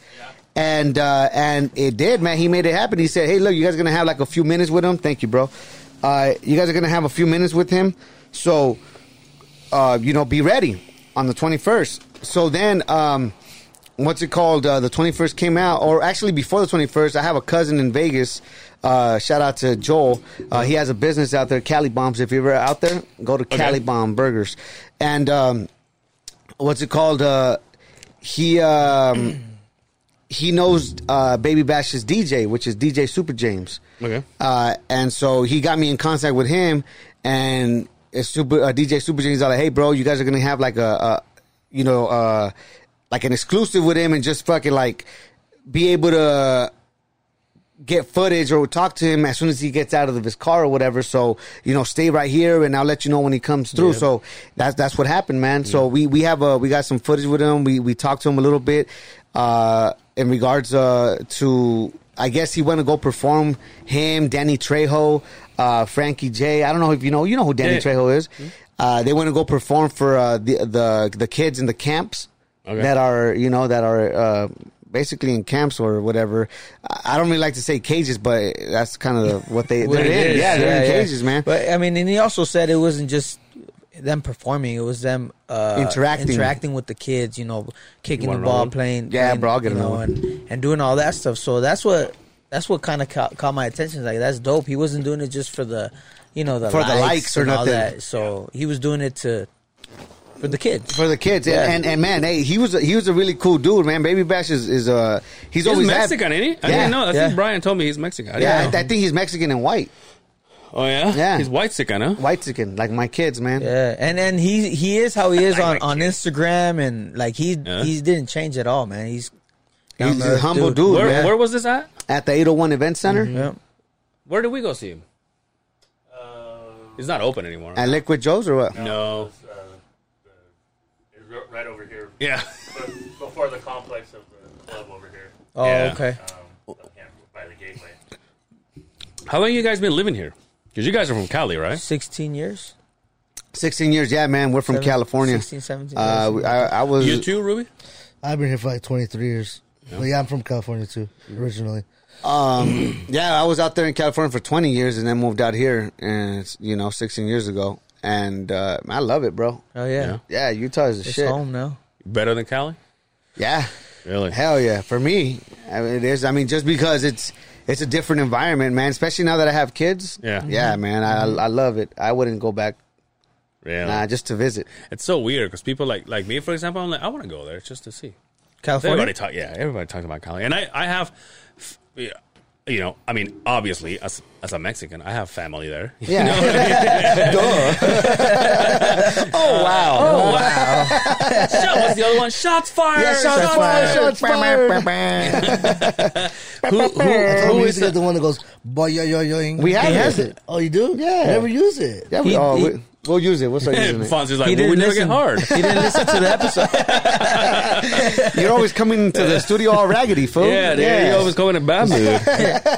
Speaker 5: And uh, and it did, man. He made it happen. He said, "Hey, look, you guys are gonna have like a few minutes with him. Thank you, bro. Uh, you guys are gonna have a few minutes with him. So uh, you know, be ready on the 21st. So then, um, what's it called? Uh, the 21st came out, or actually before the 21st, I have a cousin in Vegas. Uh, shout out to Joel. Uh, he has a business out there, Cali Bombs. If you're ever out there, go to Cali Bomb Burgers. And um, what's it called? Uh, he. Um, he knows uh, Baby Bash's DJ, which is DJ Super James.
Speaker 4: Okay.
Speaker 5: Uh, and so he got me in contact with him, and it's super uh, DJ Super James. All like, hey, bro, you guys are gonna have like a, a you know, uh, like an exclusive with him, and just fucking like be able to get footage or talk to him as soon as he gets out of his car or whatever. So you know, stay right here, and I'll let you know when he comes through. So that's that's what happened, man. So we we have a we got some footage with him. We we talked to him a little bit uh, in regards uh, to. I guess he went to go perform him, Danny Trejo, uh, Frankie J. I don't know if you know you know who Danny
Speaker 4: Yeah.
Speaker 5: Trejo is. Uh, they went to go perform for uh, the the the kids in the camps
Speaker 4: Okay.
Speaker 5: that are you know that are uh, basically in camps or whatever. I I don't really like to say cages, but that's kind of what they
Speaker 3: What
Speaker 5: they're
Speaker 3: it
Speaker 5: in.
Speaker 3: is.
Speaker 5: Yeah, they're in cages, man.
Speaker 3: But I mean, and he also said it wasn't just them performing; it was them uh,
Speaker 5: Interacting.
Speaker 3: interacting with the kids. You know, kicking the
Speaker 4: want
Speaker 3: ball,
Speaker 4: another one?
Speaker 3: playing,
Speaker 5: Yeah,
Speaker 3: playing,
Speaker 5: bro, I'll get
Speaker 3: you
Speaker 5: another
Speaker 3: know,
Speaker 5: one.
Speaker 3: and, and doing all that stuff. So that's what that's what kind of ca- caught my attention. Like that's dope. He wasn't doing it just for the you know the
Speaker 5: For the likes or
Speaker 3: and all
Speaker 5: nothing.
Speaker 3: that. So he was doing it to for the kids.
Speaker 5: for the kids, and,
Speaker 3: Yeah.
Speaker 5: and and man, hey, he was a, he was a really cool dude, man. Baby Bash is is uh he's,
Speaker 4: He's
Speaker 5: always had-
Speaker 4: Mexican, ain't he? I
Speaker 5: Yeah.
Speaker 4: didn't know. I
Speaker 3: Yeah.
Speaker 4: think Brian told me he's Mexican. I didn't
Speaker 5: yeah,
Speaker 4: know.
Speaker 5: I, I think he's Mexican and white,
Speaker 4: oh yeah.
Speaker 5: Yeah.
Speaker 4: He's white sick, I know.
Speaker 5: white skin like my kids, man.
Speaker 3: Yeah, Uh, and and he he is how he is on,
Speaker 4: my
Speaker 3: on Instagram and like he
Speaker 4: Yeah.
Speaker 3: he didn't change at all, man. He's
Speaker 5: He's
Speaker 3: down to
Speaker 5: a
Speaker 3: earth
Speaker 5: humble dude,
Speaker 4: Where,
Speaker 5: man.
Speaker 4: where was this at?
Speaker 5: At the 801 Event Center
Speaker 3: Yeah.
Speaker 4: Where did we go see him?
Speaker 6: Uh,
Speaker 4: It's not open anymore.
Speaker 5: at Liquid Joe's or what?
Speaker 4: no.
Speaker 6: It's, uh, the- it's ri- right over here.
Speaker 4: Yeah.
Speaker 6: But Before the complex of the club over here.
Speaker 3: Oh,
Speaker 4: Yeah.
Speaker 3: okay. Oh.
Speaker 6: Um, yeah, by the gateway.
Speaker 4: How long you guys been living here? Because you guys are from Cali, right?
Speaker 3: Sixteen years.
Speaker 5: 16 years, yeah, man. We're from
Speaker 3: Seven-
Speaker 5: California.
Speaker 3: 16, 17
Speaker 5: Uh,
Speaker 3: years.
Speaker 5: I, I was
Speaker 4: You too, Ruby.
Speaker 2: I've been here for like 23 years. But yeah, I'm from California too, originally.
Speaker 5: um, Yeah, I was out there in California for 20 years and then moved out here, and it's, you know, 16 years ago. And uh, I love it, bro.
Speaker 3: Oh yeah,
Speaker 5: Yeah,
Speaker 4: Yeah.
Speaker 5: Utah is the
Speaker 3: it's
Speaker 5: shit.
Speaker 3: home now.
Speaker 4: Better than Cali?
Speaker 5: Yeah,
Speaker 4: Really?
Speaker 5: hell yeah. For me, I mean, it is. I mean, just because it's it's a different environment, man. Especially now that I have kids.
Speaker 3: Mm-hmm.
Speaker 4: Yeah.
Speaker 5: yeah, man. I I love it. I wouldn't go back.
Speaker 4: Really?
Speaker 5: Nah, just to visit.
Speaker 4: It's so weird because people like like me, for example, I'm like, I want to go there just to see. Everybody
Speaker 3: California.
Speaker 4: talk, yeah. Everybody talks about Cali, and I, I have, f- yeah, you know, I mean, obviously, as as a Mexican, I have family there.
Speaker 5: Yeah. Duh. oh wow.
Speaker 4: Oh wow! Shot was the other one. Shots fired.
Speaker 5: Yeah, shots fired, shots fired.
Speaker 4: Who,
Speaker 2: I
Speaker 4: who,
Speaker 2: told
Speaker 4: who
Speaker 2: him
Speaker 4: is
Speaker 2: to get the
Speaker 4: the?
Speaker 2: one that goes, boy, yo, yo, yo.
Speaker 5: We have
Speaker 2: He
Speaker 5: it.
Speaker 2: has it. Oh, you do?
Speaker 5: Yeah.
Speaker 2: Never use it.
Speaker 5: Yeah, we,
Speaker 3: He-
Speaker 5: oh,
Speaker 3: he-
Speaker 5: we, we'll use it. We'll start using it.
Speaker 4: Fonzie's like,
Speaker 3: He didn't
Speaker 4: well, we never
Speaker 3: listen.
Speaker 4: get hard.
Speaker 3: He didn't listen to the episode.
Speaker 5: You're always coming into the studio all raggedy, fool.
Speaker 4: Yeah, dude, you always going in a bad mood.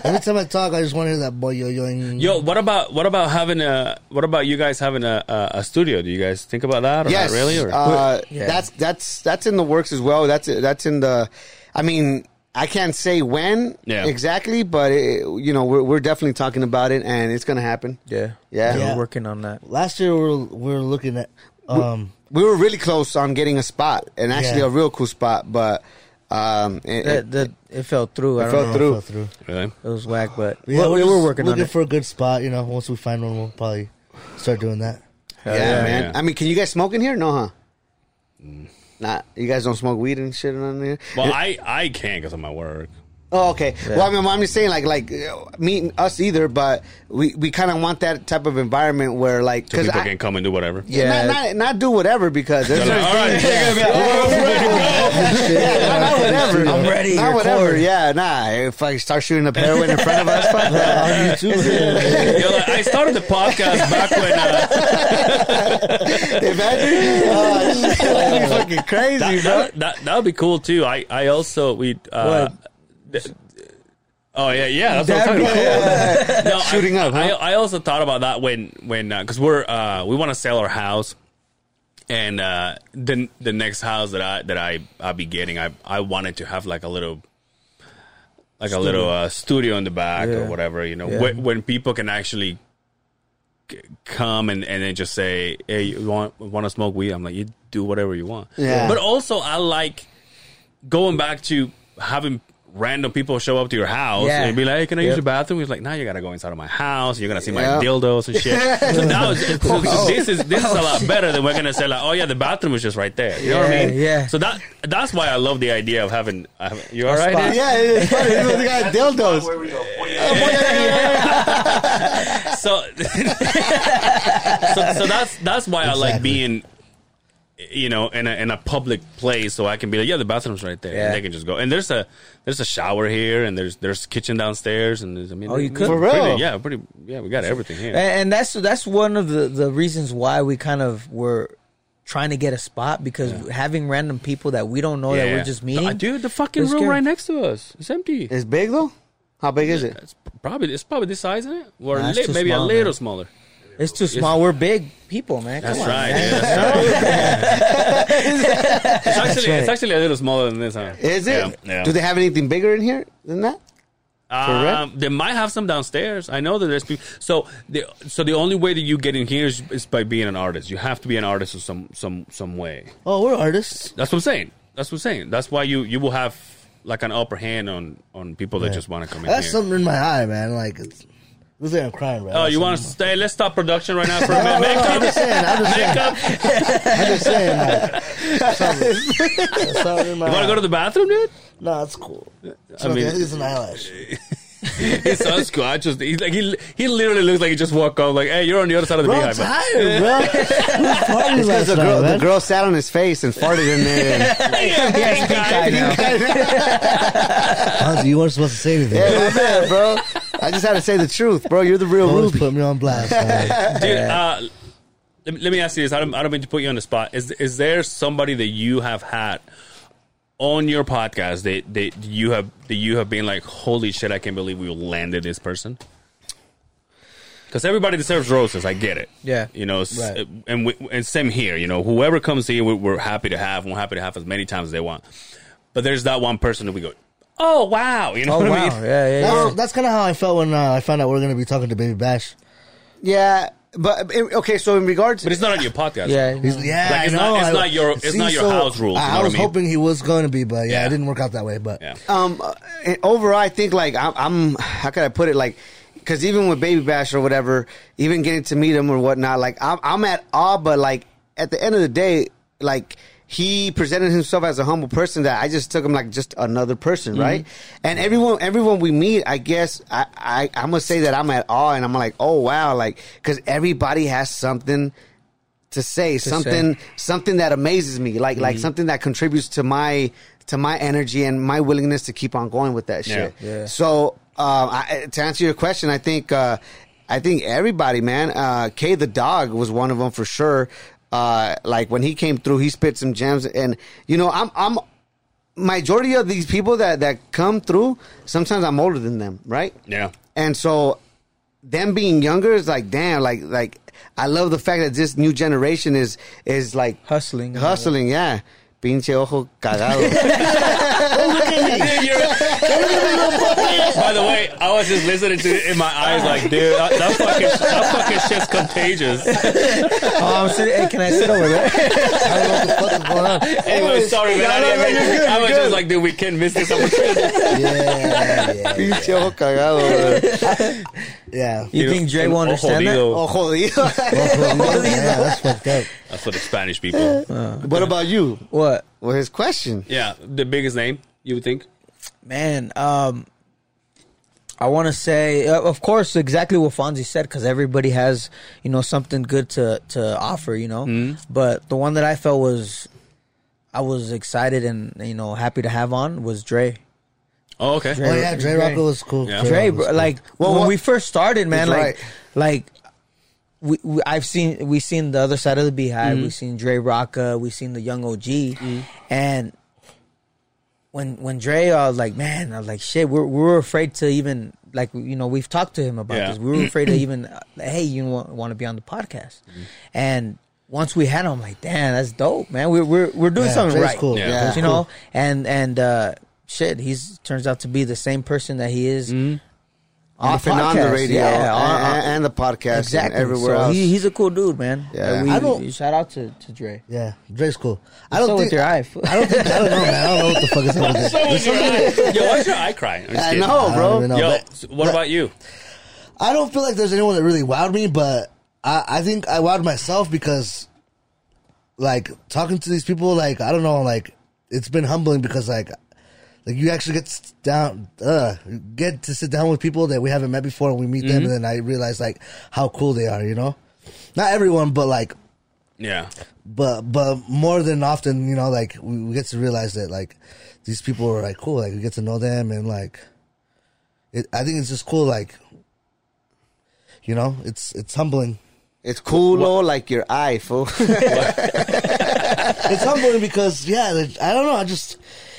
Speaker 2: Every time I talk, I just want to hear that boy, yo, yo.
Speaker 4: Yo, what about what about having a what about you guys having a a, a studio? Do you guys think about that or
Speaker 5: yes,
Speaker 4: not really? Or
Speaker 5: uh,
Speaker 3: Yeah.
Speaker 5: that's that's that's in the works as well. That's that's in the. I mean, I can't say when
Speaker 4: Yeah.
Speaker 5: exactly, but it, you know we're we're definitely talking about it, and it's gonna happen.
Speaker 3: Yeah.
Speaker 5: Yeah.
Speaker 3: We're
Speaker 2: Yeah.
Speaker 3: working on that.
Speaker 2: Last year we were, we were looking at um
Speaker 5: We were really close on getting a spot, and actually
Speaker 2: Yeah.
Speaker 5: a real cool spot, but um, it,
Speaker 3: That, that it fell through. I don't
Speaker 5: It fell
Speaker 3: know.
Speaker 5: through.
Speaker 2: fell through.
Speaker 4: Really?
Speaker 3: It was whack, but
Speaker 2: Yeah,
Speaker 3: we're,
Speaker 2: we're,
Speaker 3: we're
Speaker 2: just
Speaker 3: working on
Speaker 2: looking
Speaker 3: it.
Speaker 2: for a good spot. You know, once we find one, we'll probably start doing that.
Speaker 5: yeah, man.
Speaker 4: yeah. Mm.
Speaker 5: I mean, can you guys smoke in here? No, huh? Nah, you guys don't smoke weed and shit on here.
Speaker 4: Well, I I can't because of my work.
Speaker 5: Oh, okay. Well, I mean, I'm just saying, like, like uh, me, us either, but we, we kind of want that type of environment where, like,
Speaker 4: So
Speaker 5: because
Speaker 4: people can come and do whatever.
Speaker 5: yeah, not, not, not do whatever because there's
Speaker 4: They're like,
Speaker 5: certain
Speaker 4: all right,
Speaker 5: things- yeah, not whatever.
Speaker 3: I'm ready,
Speaker 5: Not
Speaker 3: record.
Speaker 5: whatever. Yeah, nah. If I start shooting up heroin in front of us, fuck that.
Speaker 2: On YouTube,
Speaker 4: You're like, I started the podcast back when uh,
Speaker 5: Imagine. Oh, shit, that'd be fucking crazy, bro.
Speaker 4: that, that that would be cool too. I I also we uh, th- oh yeah yeah that's what I'm talking about. No,
Speaker 5: Shooting
Speaker 4: I,
Speaker 5: up, huh?
Speaker 4: I, I also thought about that when when because we're uh, we want to sell our house, and uh, the the next house that I that I I'll be getting, I I wanted to have like a little. Like a little uh, studio in the back or
Speaker 3: Yeah.
Speaker 4: whatever, you know,
Speaker 3: Yeah.
Speaker 4: when, when people can actually c- come and, and then just say, "Hey, you want want to smoke weed?" I'm like, "You do whatever you want."
Speaker 5: Yeah.
Speaker 4: But also, I like going back to having random people show up to your house
Speaker 3: Yeah.
Speaker 4: and be like, "Hey, can I use
Speaker 3: Yep.
Speaker 4: your bathroom?" He's like, "Now you gotta go inside of my house. You're gonna see my
Speaker 5: Yeah.
Speaker 4: dildos and shit." so now, it's-
Speaker 3: Oh.
Speaker 4: so, so this is this is a lot better than we're gonna say like, "Oh yeah, the bathroom is just right there." You know what I
Speaker 3: Yeah,
Speaker 4: mean?
Speaker 3: yeah.
Speaker 4: So that that's why I love the idea of having. I have- you all right?
Speaker 3: spot.
Speaker 4: Dave?
Speaker 5: Yeah, it's funny. They got dildos.
Speaker 6: Where we go?
Speaker 4: so, so so that's that's why I like
Speaker 2: Exactly.
Speaker 4: being you know in a in a public place so I can be like yeah the bathroom's right there
Speaker 3: Yeah.
Speaker 4: and they can just go and there's a there's a shower here and there's there's kitchen downstairs and there's I mean
Speaker 3: Oh, you
Speaker 4: it's
Speaker 3: could- For
Speaker 4: pretty-
Speaker 5: real?
Speaker 4: yeah pretty yeah we got everything here
Speaker 3: And, and that's that's one of the, the reasons why we kind of were trying to get a spot because having random people that we don't know that
Speaker 4: Yeah.
Speaker 3: we're just meeting.
Speaker 4: Uh, dude the fucking
Speaker 3: Let's
Speaker 4: room
Speaker 3: get-
Speaker 4: right next to us it's empty
Speaker 5: It's big though. How big is it?
Speaker 4: it's probably it's probably this size isn't it or
Speaker 3: Nah,
Speaker 4: a
Speaker 3: it's
Speaker 4: lit-
Speaker 3: too
Speaker 4: maybe a
Speaker 3: small,
Speaker 4: little
Speaker 3: man.
Speaker 4: smaller
Speaker 3: It's too small. We're big people, man. Come
Speaker 4: that's
Speaker 3: on,
Speaker 4: right
Speaker 3: man.
Speaker 4: yeah. it's actually it's actually a little smaller than this huh
Speaker 5: Is it?
Speaker 4: yeah, yeah.
Speaker 5: Do they have anything bigger in here than that? rent?
Speaker 4: Um, they might have some downstairs. I know that there's people. So the so the only way that you get in here is, is by being an artist. You have to be an artist in some some some way.
Speaker 2: oh, we're artists.
Speaker 4: That's what I'm saying. That's what I'm saying. That's why you you will have like an upper hand on on people that just want to come in
Speaker 2: That's
Speaker 4: here.
Speaker 2: something in my eye, man. Like, it's, looks like I'm crying, bro.
Speaker 4: Oh, you want to stay? Let's stop production right now for a minute.
Speaker 2: I'm
Speaker 4: Makeup,
Speaker 2: just saying. I'm just saying.
Speaker 4: makeup.
Speaker 2: I'm just saying. Like, something, something in my
Speaker 4: You want to go to the bathroom, dude?
Speaker 2: No, it's cool. It's
Speaker 4: I
Speaker 2: I
Speaker 4: mean-
Speaker 2: mean, it's an eyelash.
Speaker 4: He sounds cool. I just he's like he he literally looks like he just walked off. Like, hey, you're on the other side of the
Speaker 2: Bro, I'm
Speaker 4: beehive. man.
Speaker 2: tired, bro. Who's party
Speaker 5: Because
Speaker 2: last
Speaker 5: the
Speaker 2: night,
Speaker 5: girl, the
Speaker 2: man?
Speaker 5: girl sat on his face and farted in there.
Speaker 4: Yeah,
Speaker 3: Yes, pink eye now.
Speaker 2: Hansi, you weren't supposed to say anything.
Speaker 5: yeah, my bad, bro. I just had to say the truth, bro. You're the real
Speaker 2: Always
Speaker 5: Ruby.
Speaker 2: put me on blast. man.
Speaker 4: Dude, uh, let, me- let me ask you this. I don't, I don't mean to put you on the spot. Is is there somebody that you have had on your podcast that, that you have that you have been like, holy shit, I can't believe we landed this person? Because everybody deserves roses. I get it.
Speaker 3: Yeah.
Speaker 4: you know, s-
Speaker 2: Right.
Speaker 4: and we, and same here. You know, whoever comes here, we, we're happy to have. and We're happy to have as many times as they want. But there's that one person that we go, oh wow, you know
Speaker 3: Oh
Speaker 4: what
Speaker 3: wow!
Speaker 4: I mean?
Speaker 3: Yeah, yeah, yeah.
Speaker 2: That's, that's kind of how I felt when uh, I found out we are gonna be talking to Baby Bash.
Speaker 5: Yeah, but eh, okay. So in regards,
Speaker 4: But it's not on your podcast.
Speaker 3: Yeah,
Speaker 2: He's, yeah,
Speaker 4: Like, it's
Speaker 2: I know.
Speaker 4: not- it's
Speaker 2: I-
Speaker 4: not your- it's
Speaker 2: see,
Speaker 4: not your
Speaker 2: so
Speaker 4: house rules, you know
Speaker 2: I, I
Speaker 4: what I
Speaker 2: was
Speaker 4: mean?
Speaker 2: hoping he was going to be, but yeah,
Speaker 4: Yeah.
Speaker 2: it didn't work out that way. But
Speaker 4: Yeah.
Speaker 5: um, uh, overall, I think like I'm, I'm. How could I put it? Like, because even with Baby Bash or whatever, even getting to meet him or whatnot, like I'm, I'm at awe. But like at the end of the day, like he presented himself as a humble person that I just took him like just another person, right? And everyone, everyone we meet, I guess I, I, I'm gonna say that I'm at awe, and I'm like, oh wow, like because everybody has something to say something something that amazes me like
Speaker 4: Mm-hmm.
Speaker 5: like something that contributes to my to my energy and my willingness to keep on going with that shit
Speaker 4: Yeah.
Speaker 3: Yeah.
Speaker 5: so um I, to answer your question i think uh i think everybody man uh k the dog was one of them for sure uh like when he came through he spit some gems and you know i'm i'm majority of these people that that come through sometimes i'm older than them right
Speaker 4: yeah.
Speaker 5: and so them being younger is like damn, like like I love the fact that this new generation is is like
Speaker 3: Hustling.
Speaker 5: hustling, yeah. Pinche ojo cagado.
Speaker 4: Dude, you're, By the way, I was just listening to it in my eyes, like, dude, that, that fucking, that fucking shit's contagious.
Speaker 3: Oh, I'm sitting. Hey, can I sit over there?
Speaker 2: I don't know what the fuck is going on.
Speaker 4: Anyway, sorry, man. I,
Speaker 5: no,
Speaker 4: didn't
Speaker 5: no,
Speaker 4: mean-
Speaker 5: you're good,
Speaker 4: I was
Speaker 5: you're
Speaker 4: just like, dude, we can't miss this opportunity.
Speaker 2: Yeah, yeah, yeah.
Speaker 5: Pinche ojo cagado, bro.
Speaker 2: yeah.
Speaker 3: You think Dre will understand that?
Speaker 5: Oh, jodido.
Speaker 2: yeah, that's fucked up.
Speaker 4: That's for the Spanish people.
Speaker 5: what about you?
Speaker 3: What?
Speaker 5: Well, his question.
Speaker 4: Yeah, the biggest name, you would think?
Speaker 3: Man, um, I want to say, uh, of course, exactly what Fonzie said, because everybody has, you know, something good to to offer, you know. But the one that I felt was, I was excited and you know happy to have on was Dre.
Speaker 4: Oh, okay.
Speaker 2: Oh yeah, Dre
Speaker 3: Dre.
Speaker 2: Rocco was cool.
Speaker 4: Yeah.
Speaker 3: Dre,
Speaker 2: Rocco was
Speaker 3: bro,
Speaker 2: cool.
Speaker 3: like
Speaker 5: Well,
Speaker 3: when
Speaker 5: what-
Speaker 3: we first started, man,
Speaker 5: That's
Speaker 3: like,
Speaker 5: right.
Speaker 3: like we, we, I've seen, we've seen the other side of the beehive. We've seen Dre Rocca. We've seen the young OG, and when when Dre, I was like, man, I was like, shit, we're we're afraid to even like you know we've talked to him about
Speaker 4: Yeah.
Speaker 3: this. We were afraid to even uh, hey, you want, want to be on the podcast,
Speaker 4: Mm-hmm.
Speaker 3: and. Once we had him, I'm like, damn, that's dope, man. We're we're, we're doing
Speaker 2: Yeah,
Speaker 3: something
Speaker 2: Dre's
Speaker 3: right
Speaker 2: cool.
Speaker 4: Yeah.
Speaker 2: Dre's
Speaker 3: you
Speaker 2: cool.
Speaker 3: know and and uh shit he's turns out to be the same person that he is
Speaker 5: Off and on the
Speaker 3: podcast.
Speaker 5: radio Uh,
Speaker 3: yeah, on-
Speaker 5: and,
Speaker 3: on-
Speaker 5: and the podcast
Speaker 3: exactly
Speaker 5: and everywhere
Speaker 3: so
Speaker 5: else.
Speaker 3: He, he's a cool dude man
Speaker 5: Yeah.
Speaker 3: Uh, we-
Speaker 2: I don't-
Speaker 3: we- shout out to, to Dre
Speaker 2: Yeah, Dre's cool. I
Speaker 3: so
Speaker 2: don't
Speaker 3: with
Speaker 2: think.
Speaker 3: your
Speaker 2: I
Speaker 3: eye
Speaker 2: don't think. I don't know, man. I don't know what the fuck is up with this.
Speaker 4: Yo, why's your eye crying? I'm just
Speaker 5: I
Speaker 4: kidding.
Speaker 5: know,
Speaker 2: I don't
Speaker 5: bro.
Speaker 2: even know.
Speaker 4: Yo,
Speaker 2: but-
Speaker 4: s- what about you?
Speaker 2: I don't feel like there's anyone that really wowed me, but I, I think I wowed myself because, like, talking to these people, like, I don't know, like, it's been humbling because, like, like you actually get s- down, uh, get to sit down with people that we haven't met before, and we meet
Speaker 3: Mm-hmm.
Speaker 2: them, and then I realize like how cool they are, you know. Not everyone, but like,
Speaker 4: Yeah.
Speaker 2: but but more than often, you know, like we, we get to realize that like these people are like cool, like we get to know them, and like, it, I think it's just cool, like you know, it's it's humbling.
Speaker 5: It's cool, though, like your eye, fool.
Speaker 2: It's humbling because yeah, like, I don't know. I just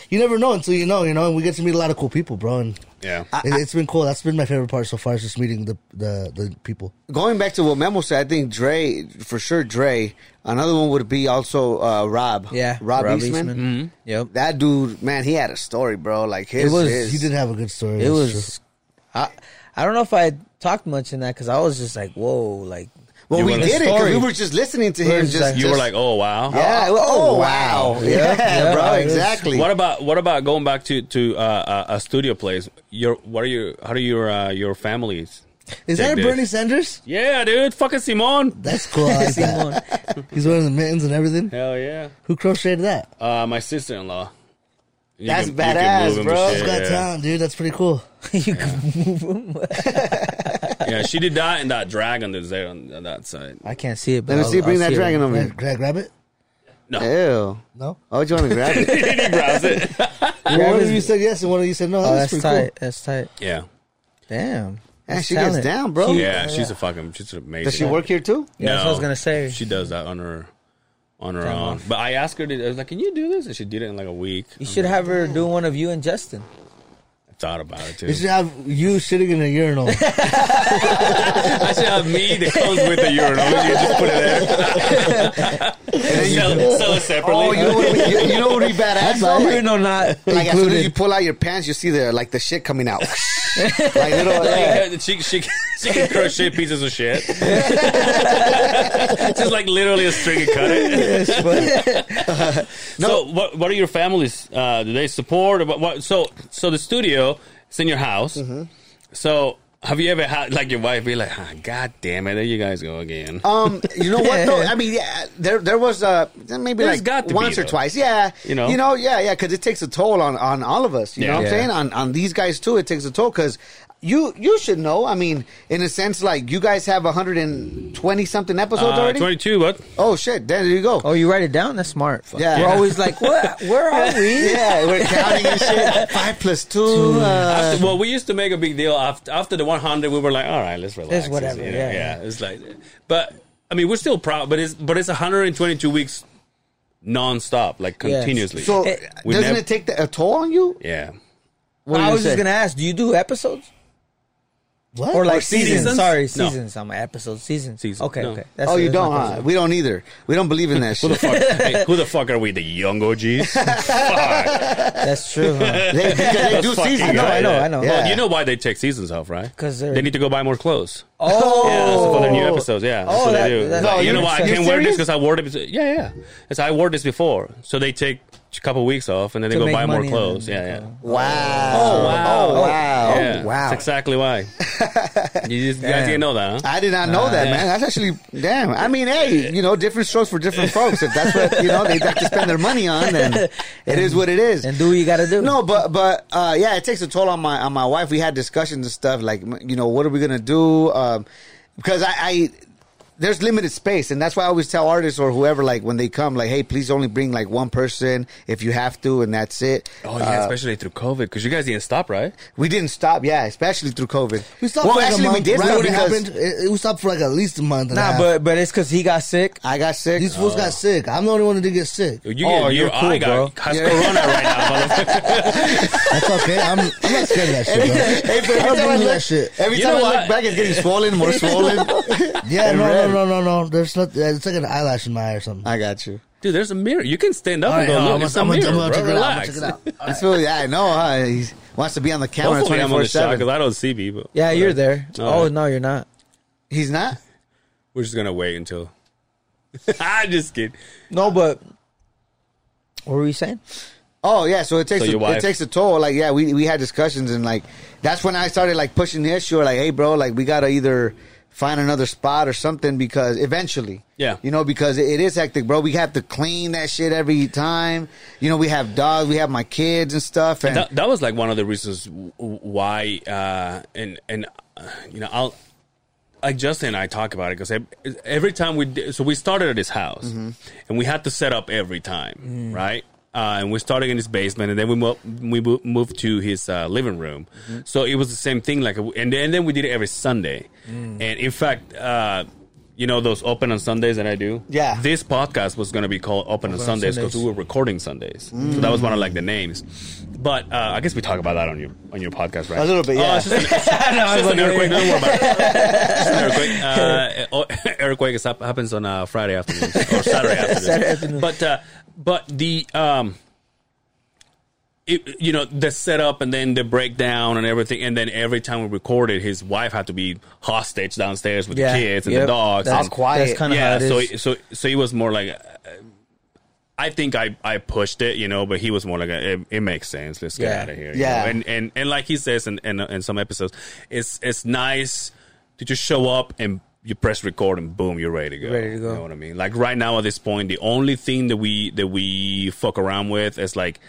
Speaker 2: you never know until you know, you know. And we get to meet a lot of cool people, bro. And
Speaker 4: Yeah.
Speaker 2: it, it's been cool. That's been my favorite part so far is just meeting the the, the people.
Speaker 5: Going back to what Memo said, I think Dre, for sure, Dre. Another one would be also uh, Rob.
Speaker 3: yeah
Speaker 5: Rob, Eastman.
Speaker 4: Mm-hmm.
Speaker 3: Mhm. yep
Speaker 5: That dude, man, he had a story, bro. Like his,
Speaker 3: It was-
Speaker 5: his-
Speaker 2: He did have a good story.
Speaker 3: it
Speaker 2: that's
Speaker 3: was I, I don't know if I talked much in that because I was just like whoa like
Speaker 5: Well,
Speaker 4: You
Speaker 5: we
Speaker 4: were
Speaker 5: did it
Speaker 4: like-
Speaker 5: 'cause
Speaker 3: Story.
Speaker 5: we were just listening to him.
Speaker 3: Where's
Speaker 5: Just,
Speaker 3: that?
Speaker 4: You
Speaker 5: just-
Speaker 4: were like, oh, wow.
Speaker 5: yeah. Oh, wow. Yeah,
Speaker 3: yeah,
Speaker 5: bro.
Speaker 3: it was-
Speaker 5: Exactly.
Speaker 4: What about what about going back to to uh, uh, a studio place? Your what are you? How do your uh, your families?
Speaker 2: is that
Speaker 4: Take
Speaker 2: a
Speaker 4: this.
Speaker 2: Bernie Sanders?
Speaker 4: Yeah, dude, fucking Simon.
Speaker 2: That's cool. I like that.
Speaker 3: Simone.
Speaker 2: He's wearing the mittens and everything.
Speaker 4: Hell yeah.
Speaker 2: Who crocheted that?
Speaker 4: Uh, my sister in law.
Speaker 5: That's badass, bro.
Speaker 2: He's got talent, dude. That's pretty cool.
Speaker 3: you can move him
Speaker 4: yeah, she did that and that dragon that's there on, on that side.
Speaker 3: I can't see it but
Speaker 5: Let me
Speaker 3: I'll-
Speaker 5: see. Bring
Speaker 3: I'll
Speaker 5: that
Speaker 3: see it.
Speaker 5: dragon over
Speaker 2: Can I,
Speaker 5: here.
Speaker 2: can I grab it?
Speaker 4: No,
Speaker 5: Ew.
Speaker 2: No.
Speaker 5: Oh, you want to grab it?
Speaker 4: he grabs it.
Speaker 2: Well, one of you said yes and one of you said no.
Speaker 3: oh
Speaker 2: that's,
Speaker 3: that's
Speaker 2: pretty
Speaker 3: tight that's tight
Speaker 4: Yeah,
Speaker 3: damn
Speaker 5: Yeah,
Speaker 3: That's
Speaker 5: she gets
Speaker 3: talent.
Speaker 5: down, bro.
Speaker 4: yeah, she's a fucking, she's amazing.
Speaker 5: Does she work here too?
Speaker 3: yeah that's what I was
Speaker 4: No.
Speaker 3: gonna say
Speaker 4: She does that on her, on her own. But I asked her, to, I was like, "Can you do this?" And she did it in like a week.
Speaker 3: you should have her do one of you and Justin
Speaker 4: I thought about it too.
Speaker 2: You should have you sitting in a urinal.
Speaker 4: I should have me that comes with the urinal. You just put it there. sell, sell it separately.
Speaker 5: Oh, you know what? would- You, you know what would be badass? though?
Speaker 3: you know not
Speaker 5: Like as soon as you
Speaker 3: included.
Speaker 5: pull out your pants, you see the like the shit coming out. like little, yeah.
Speaker 4: Yeah, she, she, she can crochet pieces of shit. Just like literally a string and cut it. So what what are your families? Uh, do they support? Or what, what, so so the studio is in your house. So have you ever had like your wife be like, ah, "God damn it, there you guys go again."
Speaker 5: Um, you know what? No, I mean, yeah, there there was uh maybe
Speaker 4: There's
Speaker 5: like
Speaker 4: got to be,
Speaker 5: once or
Speaker 4: though.
Speaker 5: twice. Yeah,
Speaker 4: You know?
Speaker 5: you know, yeah, yeah, because it takes a toll on on all of us. You
Speaker 4: Yeah.
Speaker 5: know what
Speaker 4: Yeah.
Speaker 5: I'm saying? On on these guys too, it takes a toll because you you should know. I mean, in a sense, like you guys have 120 something episodes
Speaker 4: Uh,
Speaker 5: already.
Speaker 4: Twenty two, but
Speaker 5: Oh shit! There you go.
Speaker 3: Oh, you write it down? That's smart.
Speaker 5: Yeah.
Speaker 3: We're always like, what? Where are we?
Speaker 5: Yeah, we're counting and shit. Five plus two. Uh,
Speaker 4: After, well, we used to make a big deal after after the 100. We were like, all right, let's relax.
Speaker 3: It's whatever,
Speaker 4: you know,
Speaker 3: yeah,
Speaker 4: yeah. It's like, but I mean, we're still proud. But it's but it's 122 weeks nonstop, like
Speaker 3: Yeah.
Speaker 4: continuously.
Speaker 5: so
Speaker 3: It-
Speaker 4: we
Speaker 5: doesn't
Speaker 4: nev-
Speaker 5: it take the, a toll on you?
Speaker 4: yeah,
Speaker 5: What
Speaker 3: I
Speaker 5: do you
Speaker 3: was
Speaker 5: say?
Speaker 3: just gonna ask. Do you do episodes?
Speaker 2: What?
Speaker 3: Or like
Speaker 5: Or
Speaker 3: seasons.
Speaker 5: seasons?
Speaker 3: Sorry,
Speaker 4: No.
Speaker 3: seasons. I'm episode seasons.
Speaker 4: Season,
Speaker 3: Okay,
Speaker 4: no.
Speaker 3: okay. That's
Speaker 5: oh, you
Speaker 3: that's my
Speaker 5: don't,
Speaker 3: question.
Speaker 5: huh? We don't either. We don't believe in that
Speaker 4: Who the
Speaker 5: shit.
Speaker 4: fuck? hey, who the fuck are we? The young OGs? Fuck.
Speaker 3: That's true. Huh?
Speaker 5: They, do- they do
Speaker 4: Those fucking
Speaker 5: season.
Speaker 3: know,
Speaker 4: guys.
Speaker 3: I know, I know.
Speaker 4: Well,
Speaker 5: Yeah.
Speaker 4: you know why they take seasons off, right?
Speaker 3: 'Cause they're-
Speaker 4: they need to go buy more clothes.
Speaker 3: Oh,
Speaker 4: Yeah, that's for the new episodes. Yeah, that's
Speaker 3: Oh,
Speaker 4: what
Speaker 3: that-
Speaker 4: they do.
Speaker 3: that-
Speaker 4: Like,
Speaker 5: No,
Speaker 4: you know
Speaker 5: you're-
Speaker 4: what? I
Speaker 5: you're
Speaker 4: can't wear this
Speaker 5: serious?
Speaker 4: because I wore it. before- Yeah, yeah. It's, I wore this before, so they take a couple weeks off and then they
Speaker 3: To
Speaker 4: go
Speaker 3: make
Speaker 4: buy more
Speaker 3: money and
Speaker 4: clothes.
Speaker 3: then-
Speaker 4: Yeah, yeah.
Speaker 5: Wow.
Speaker 4: wow.
Speaker 5: Oh, wow.
Speaker 4: yeah.
Speaker 5: wow.
Speaker 4: That's exactly why. you just, you guys
Speaker 3: Damn.
Speaker 4: didn't know that, huh?
Speaker 5: I did not
Speaker 2: Uh,
Speaker 5: know that, man. That's actually damn. I mean, hey, you know, different strokes for different folks. If that's what you know they have to spend their money on, then it is what it is.
Speaker 3: And do what you gotta do.
Speaker 5: No, but but uh, yeah, it takes a toll on my on my wife. We had discussions and stuff like you know what are we gonna do? Um, because I, I there's limited space, and that's why I always tell artists or whoever like when they come like, hey, please only bring like one person if you have to, and that's it.
Speaker 4: Oh yeah, especially through COVID, because you guys didn't stop, right?
Speaker 5: We didn't stop, yeah, especially through COVID.
Speaker 2: We stopped
Speaker 5: Well,
Speaker 2: for like
Speaker 5: actually,
Speaker 2: a month.
Speaker 5: we did
Speaker 2: right
Speaker 5: stop
Speaker 2: when it
Speaker 5: because
Speaker 2: happened, it, it- we stopped for like at least a month. And a
Speaker 3: Nah,
Speaker 2: half.
Speaker 3: but but it's because he got sick.
Speaker 5: I got sick.
Speaker 2: these fools got sick. I'm the only one that didn't get sick.
Speaker 4: You,
Speaker 3: Oh,
Speaker 4: your
Speaker 3: you're
Speaker 4: eye
Speaker 3: cool,
Speaker 4: got
Speaker 3: bro.
Speaker 4: has corona right now. motherfucker.
Speaker 2: That's okay. I'm, I'm not scared of that shit, bro.
Speaker 5: every
Speaker 2: I don't
Speaker 5: time I
Speaker 2: believe
Speaker 5: look,
Speaker 2: that shit.
Speaker 5: every
Speaker 4: You
Speaker 5: time
Speaker 4: know
Speaker 5: I look
Speaker 4: what?
Speaker 5: back, it's getting swollen, more swollen.
Speaker 2: Yeah,
Speaker 5: And
Speaker 2: no,
Speaker 5: red.
Speaker 2: no, no, no, no. There's not. uh, It's like an eyelash in my eye or something.
Speaker 5: I got you.
Speaker 4: Dude, there's a mirror. You can stand up
Speaker 2: All
Speaker 4: and
Speaker 2: right,
Speaker 4: go
Speaker 2: I'm
Speaker 4: look.
Speaker 2: gonna-
Speaker 4: It's a
Speaker 2: I'm gonna-
Speaker 4: mirror,
Speaker 2: I'm gonna
Speaker 4: bro.
Speaker 2: check it out. I'm gonna
Speaker 4: Relax.
Speaker 2: check it out.
Speaker 5: That's really, yeah, I know. Huh? He wants to be on the camera
Speaker 4: Hopefully, I'm on the
Speaker 5: 24
Speaker 4: shot
Speaker 5: 7.
Speaker 4: because I don't see people.
Speaker 3: Yeah, you're there.
Speaker 4: All
Speaker 3: oh
Speaker 4: right.
Speaker 3: no, you're not.
Speaker 5: He's not?
Speaker 4: We're just gonna wait until. I just kidding.
Speaker 3: No, but what were you saying?
Speaker 5: Oh yeah, so it takes
Speaker 4: So your
Speaker 5: a,
Speaker 4: wife-
Speaker 5: it takes a toll. Like yeah, we we had discussions and like that's when I started like pushing the issue. Like hey, bro, like we gotta either find another spot or something because eventually,
Speaker 4: Yeah.
Speaker 5: you know, because it, it is hectic, bro. We have to clean that shit every time. You know, we have dogs, we have my kids and stuff, and
Speaker 4: that, that was like one of the reasons w- w- why uh and and uh, you know i'll like justin and i talk about it because every time we did, so we started at his house and we had to set up every time right uh, and we started in his basement, and then we mo- we mo- moved to his uh, living room. So it was the same thing, like, and then, and then we did it every Sunday. And in fact, uh, you know those open on Sundays that I do.
Speaker 5: Yeah.
Speaker 4: this podcast was going to be called Open, on Sundays because
Speaker 3: Sundays.
Speaker 4: we were recording Sundays, so that was one of like the names. But uh, I guess we talk about that on your on your podcast, right?
Speaker 5: A little bit,
Speaker 4: Oh,
Speaker 5: yeah.
Speaker 4: it's just an, it's
Speaker 3: I was
Speaker 4: just an
Speaker 3: like,
Speaker 4: earthquake. Don't worry about it. Just an earthquake. Uh, oh, earthquake is, hap- happens on uh, Friday afternoon or Saturday afternoon.
Speaker 3: Saturday afternoon.
Speaker 4: But uh, but the um, it, you know the setup and then the breakdown and everything, and then every time we recorded, his wife had to be hostage downstairs with the kids and the
Speaker 3: yep.
Speaker 4: dogs.
Speaker 3: That's
Speaker 4: and,
Speaker 5: quiet.
Speaker 3: That's kind of how it is.
Speaker 4: so it- so so he was more like, uh, I think I I pushed it, you know, but he was more like, it, it makes sense. Let's get
Speaker 3: Yeah.
Speaker 4: out of here. you
Speaker 5: Yeah.
Speaker 4: know? and and and like he says in, in in some episodes, it's it's nice to just show up and you press record and boom, you're ready to go.
Speaker 3: Ready to go.
Speaker 4: You know what I mean? Like right now at this point, the only thing that we that we fuck around with is like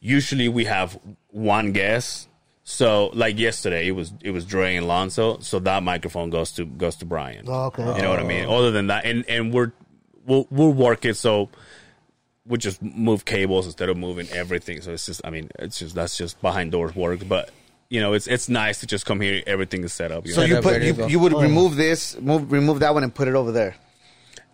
Speaker 4: usually we have one guest. So like yesterday, it was it was Dre and Lonzo. So that microphone goes to goes to Brian.
Speaker 2: Oh, okay.
Speaker 4: You know what I mean? Other than that, and and we're we'll we'll work it so we just move cables instead of moving everything. So it's just I mean it's just that's just behind doors work, but. You know, it's it's nice to just come here. Everything is set up. You
Speaker 5: so
Speaker 4: know?
Speaker 5: you
Speaker 3: up,
Speaker 5: put
Speaker 3: ready to
Speaker 5: you,
Speaker 3: go.
Speaker 5: you would remove this, move remove that one, and put it over there.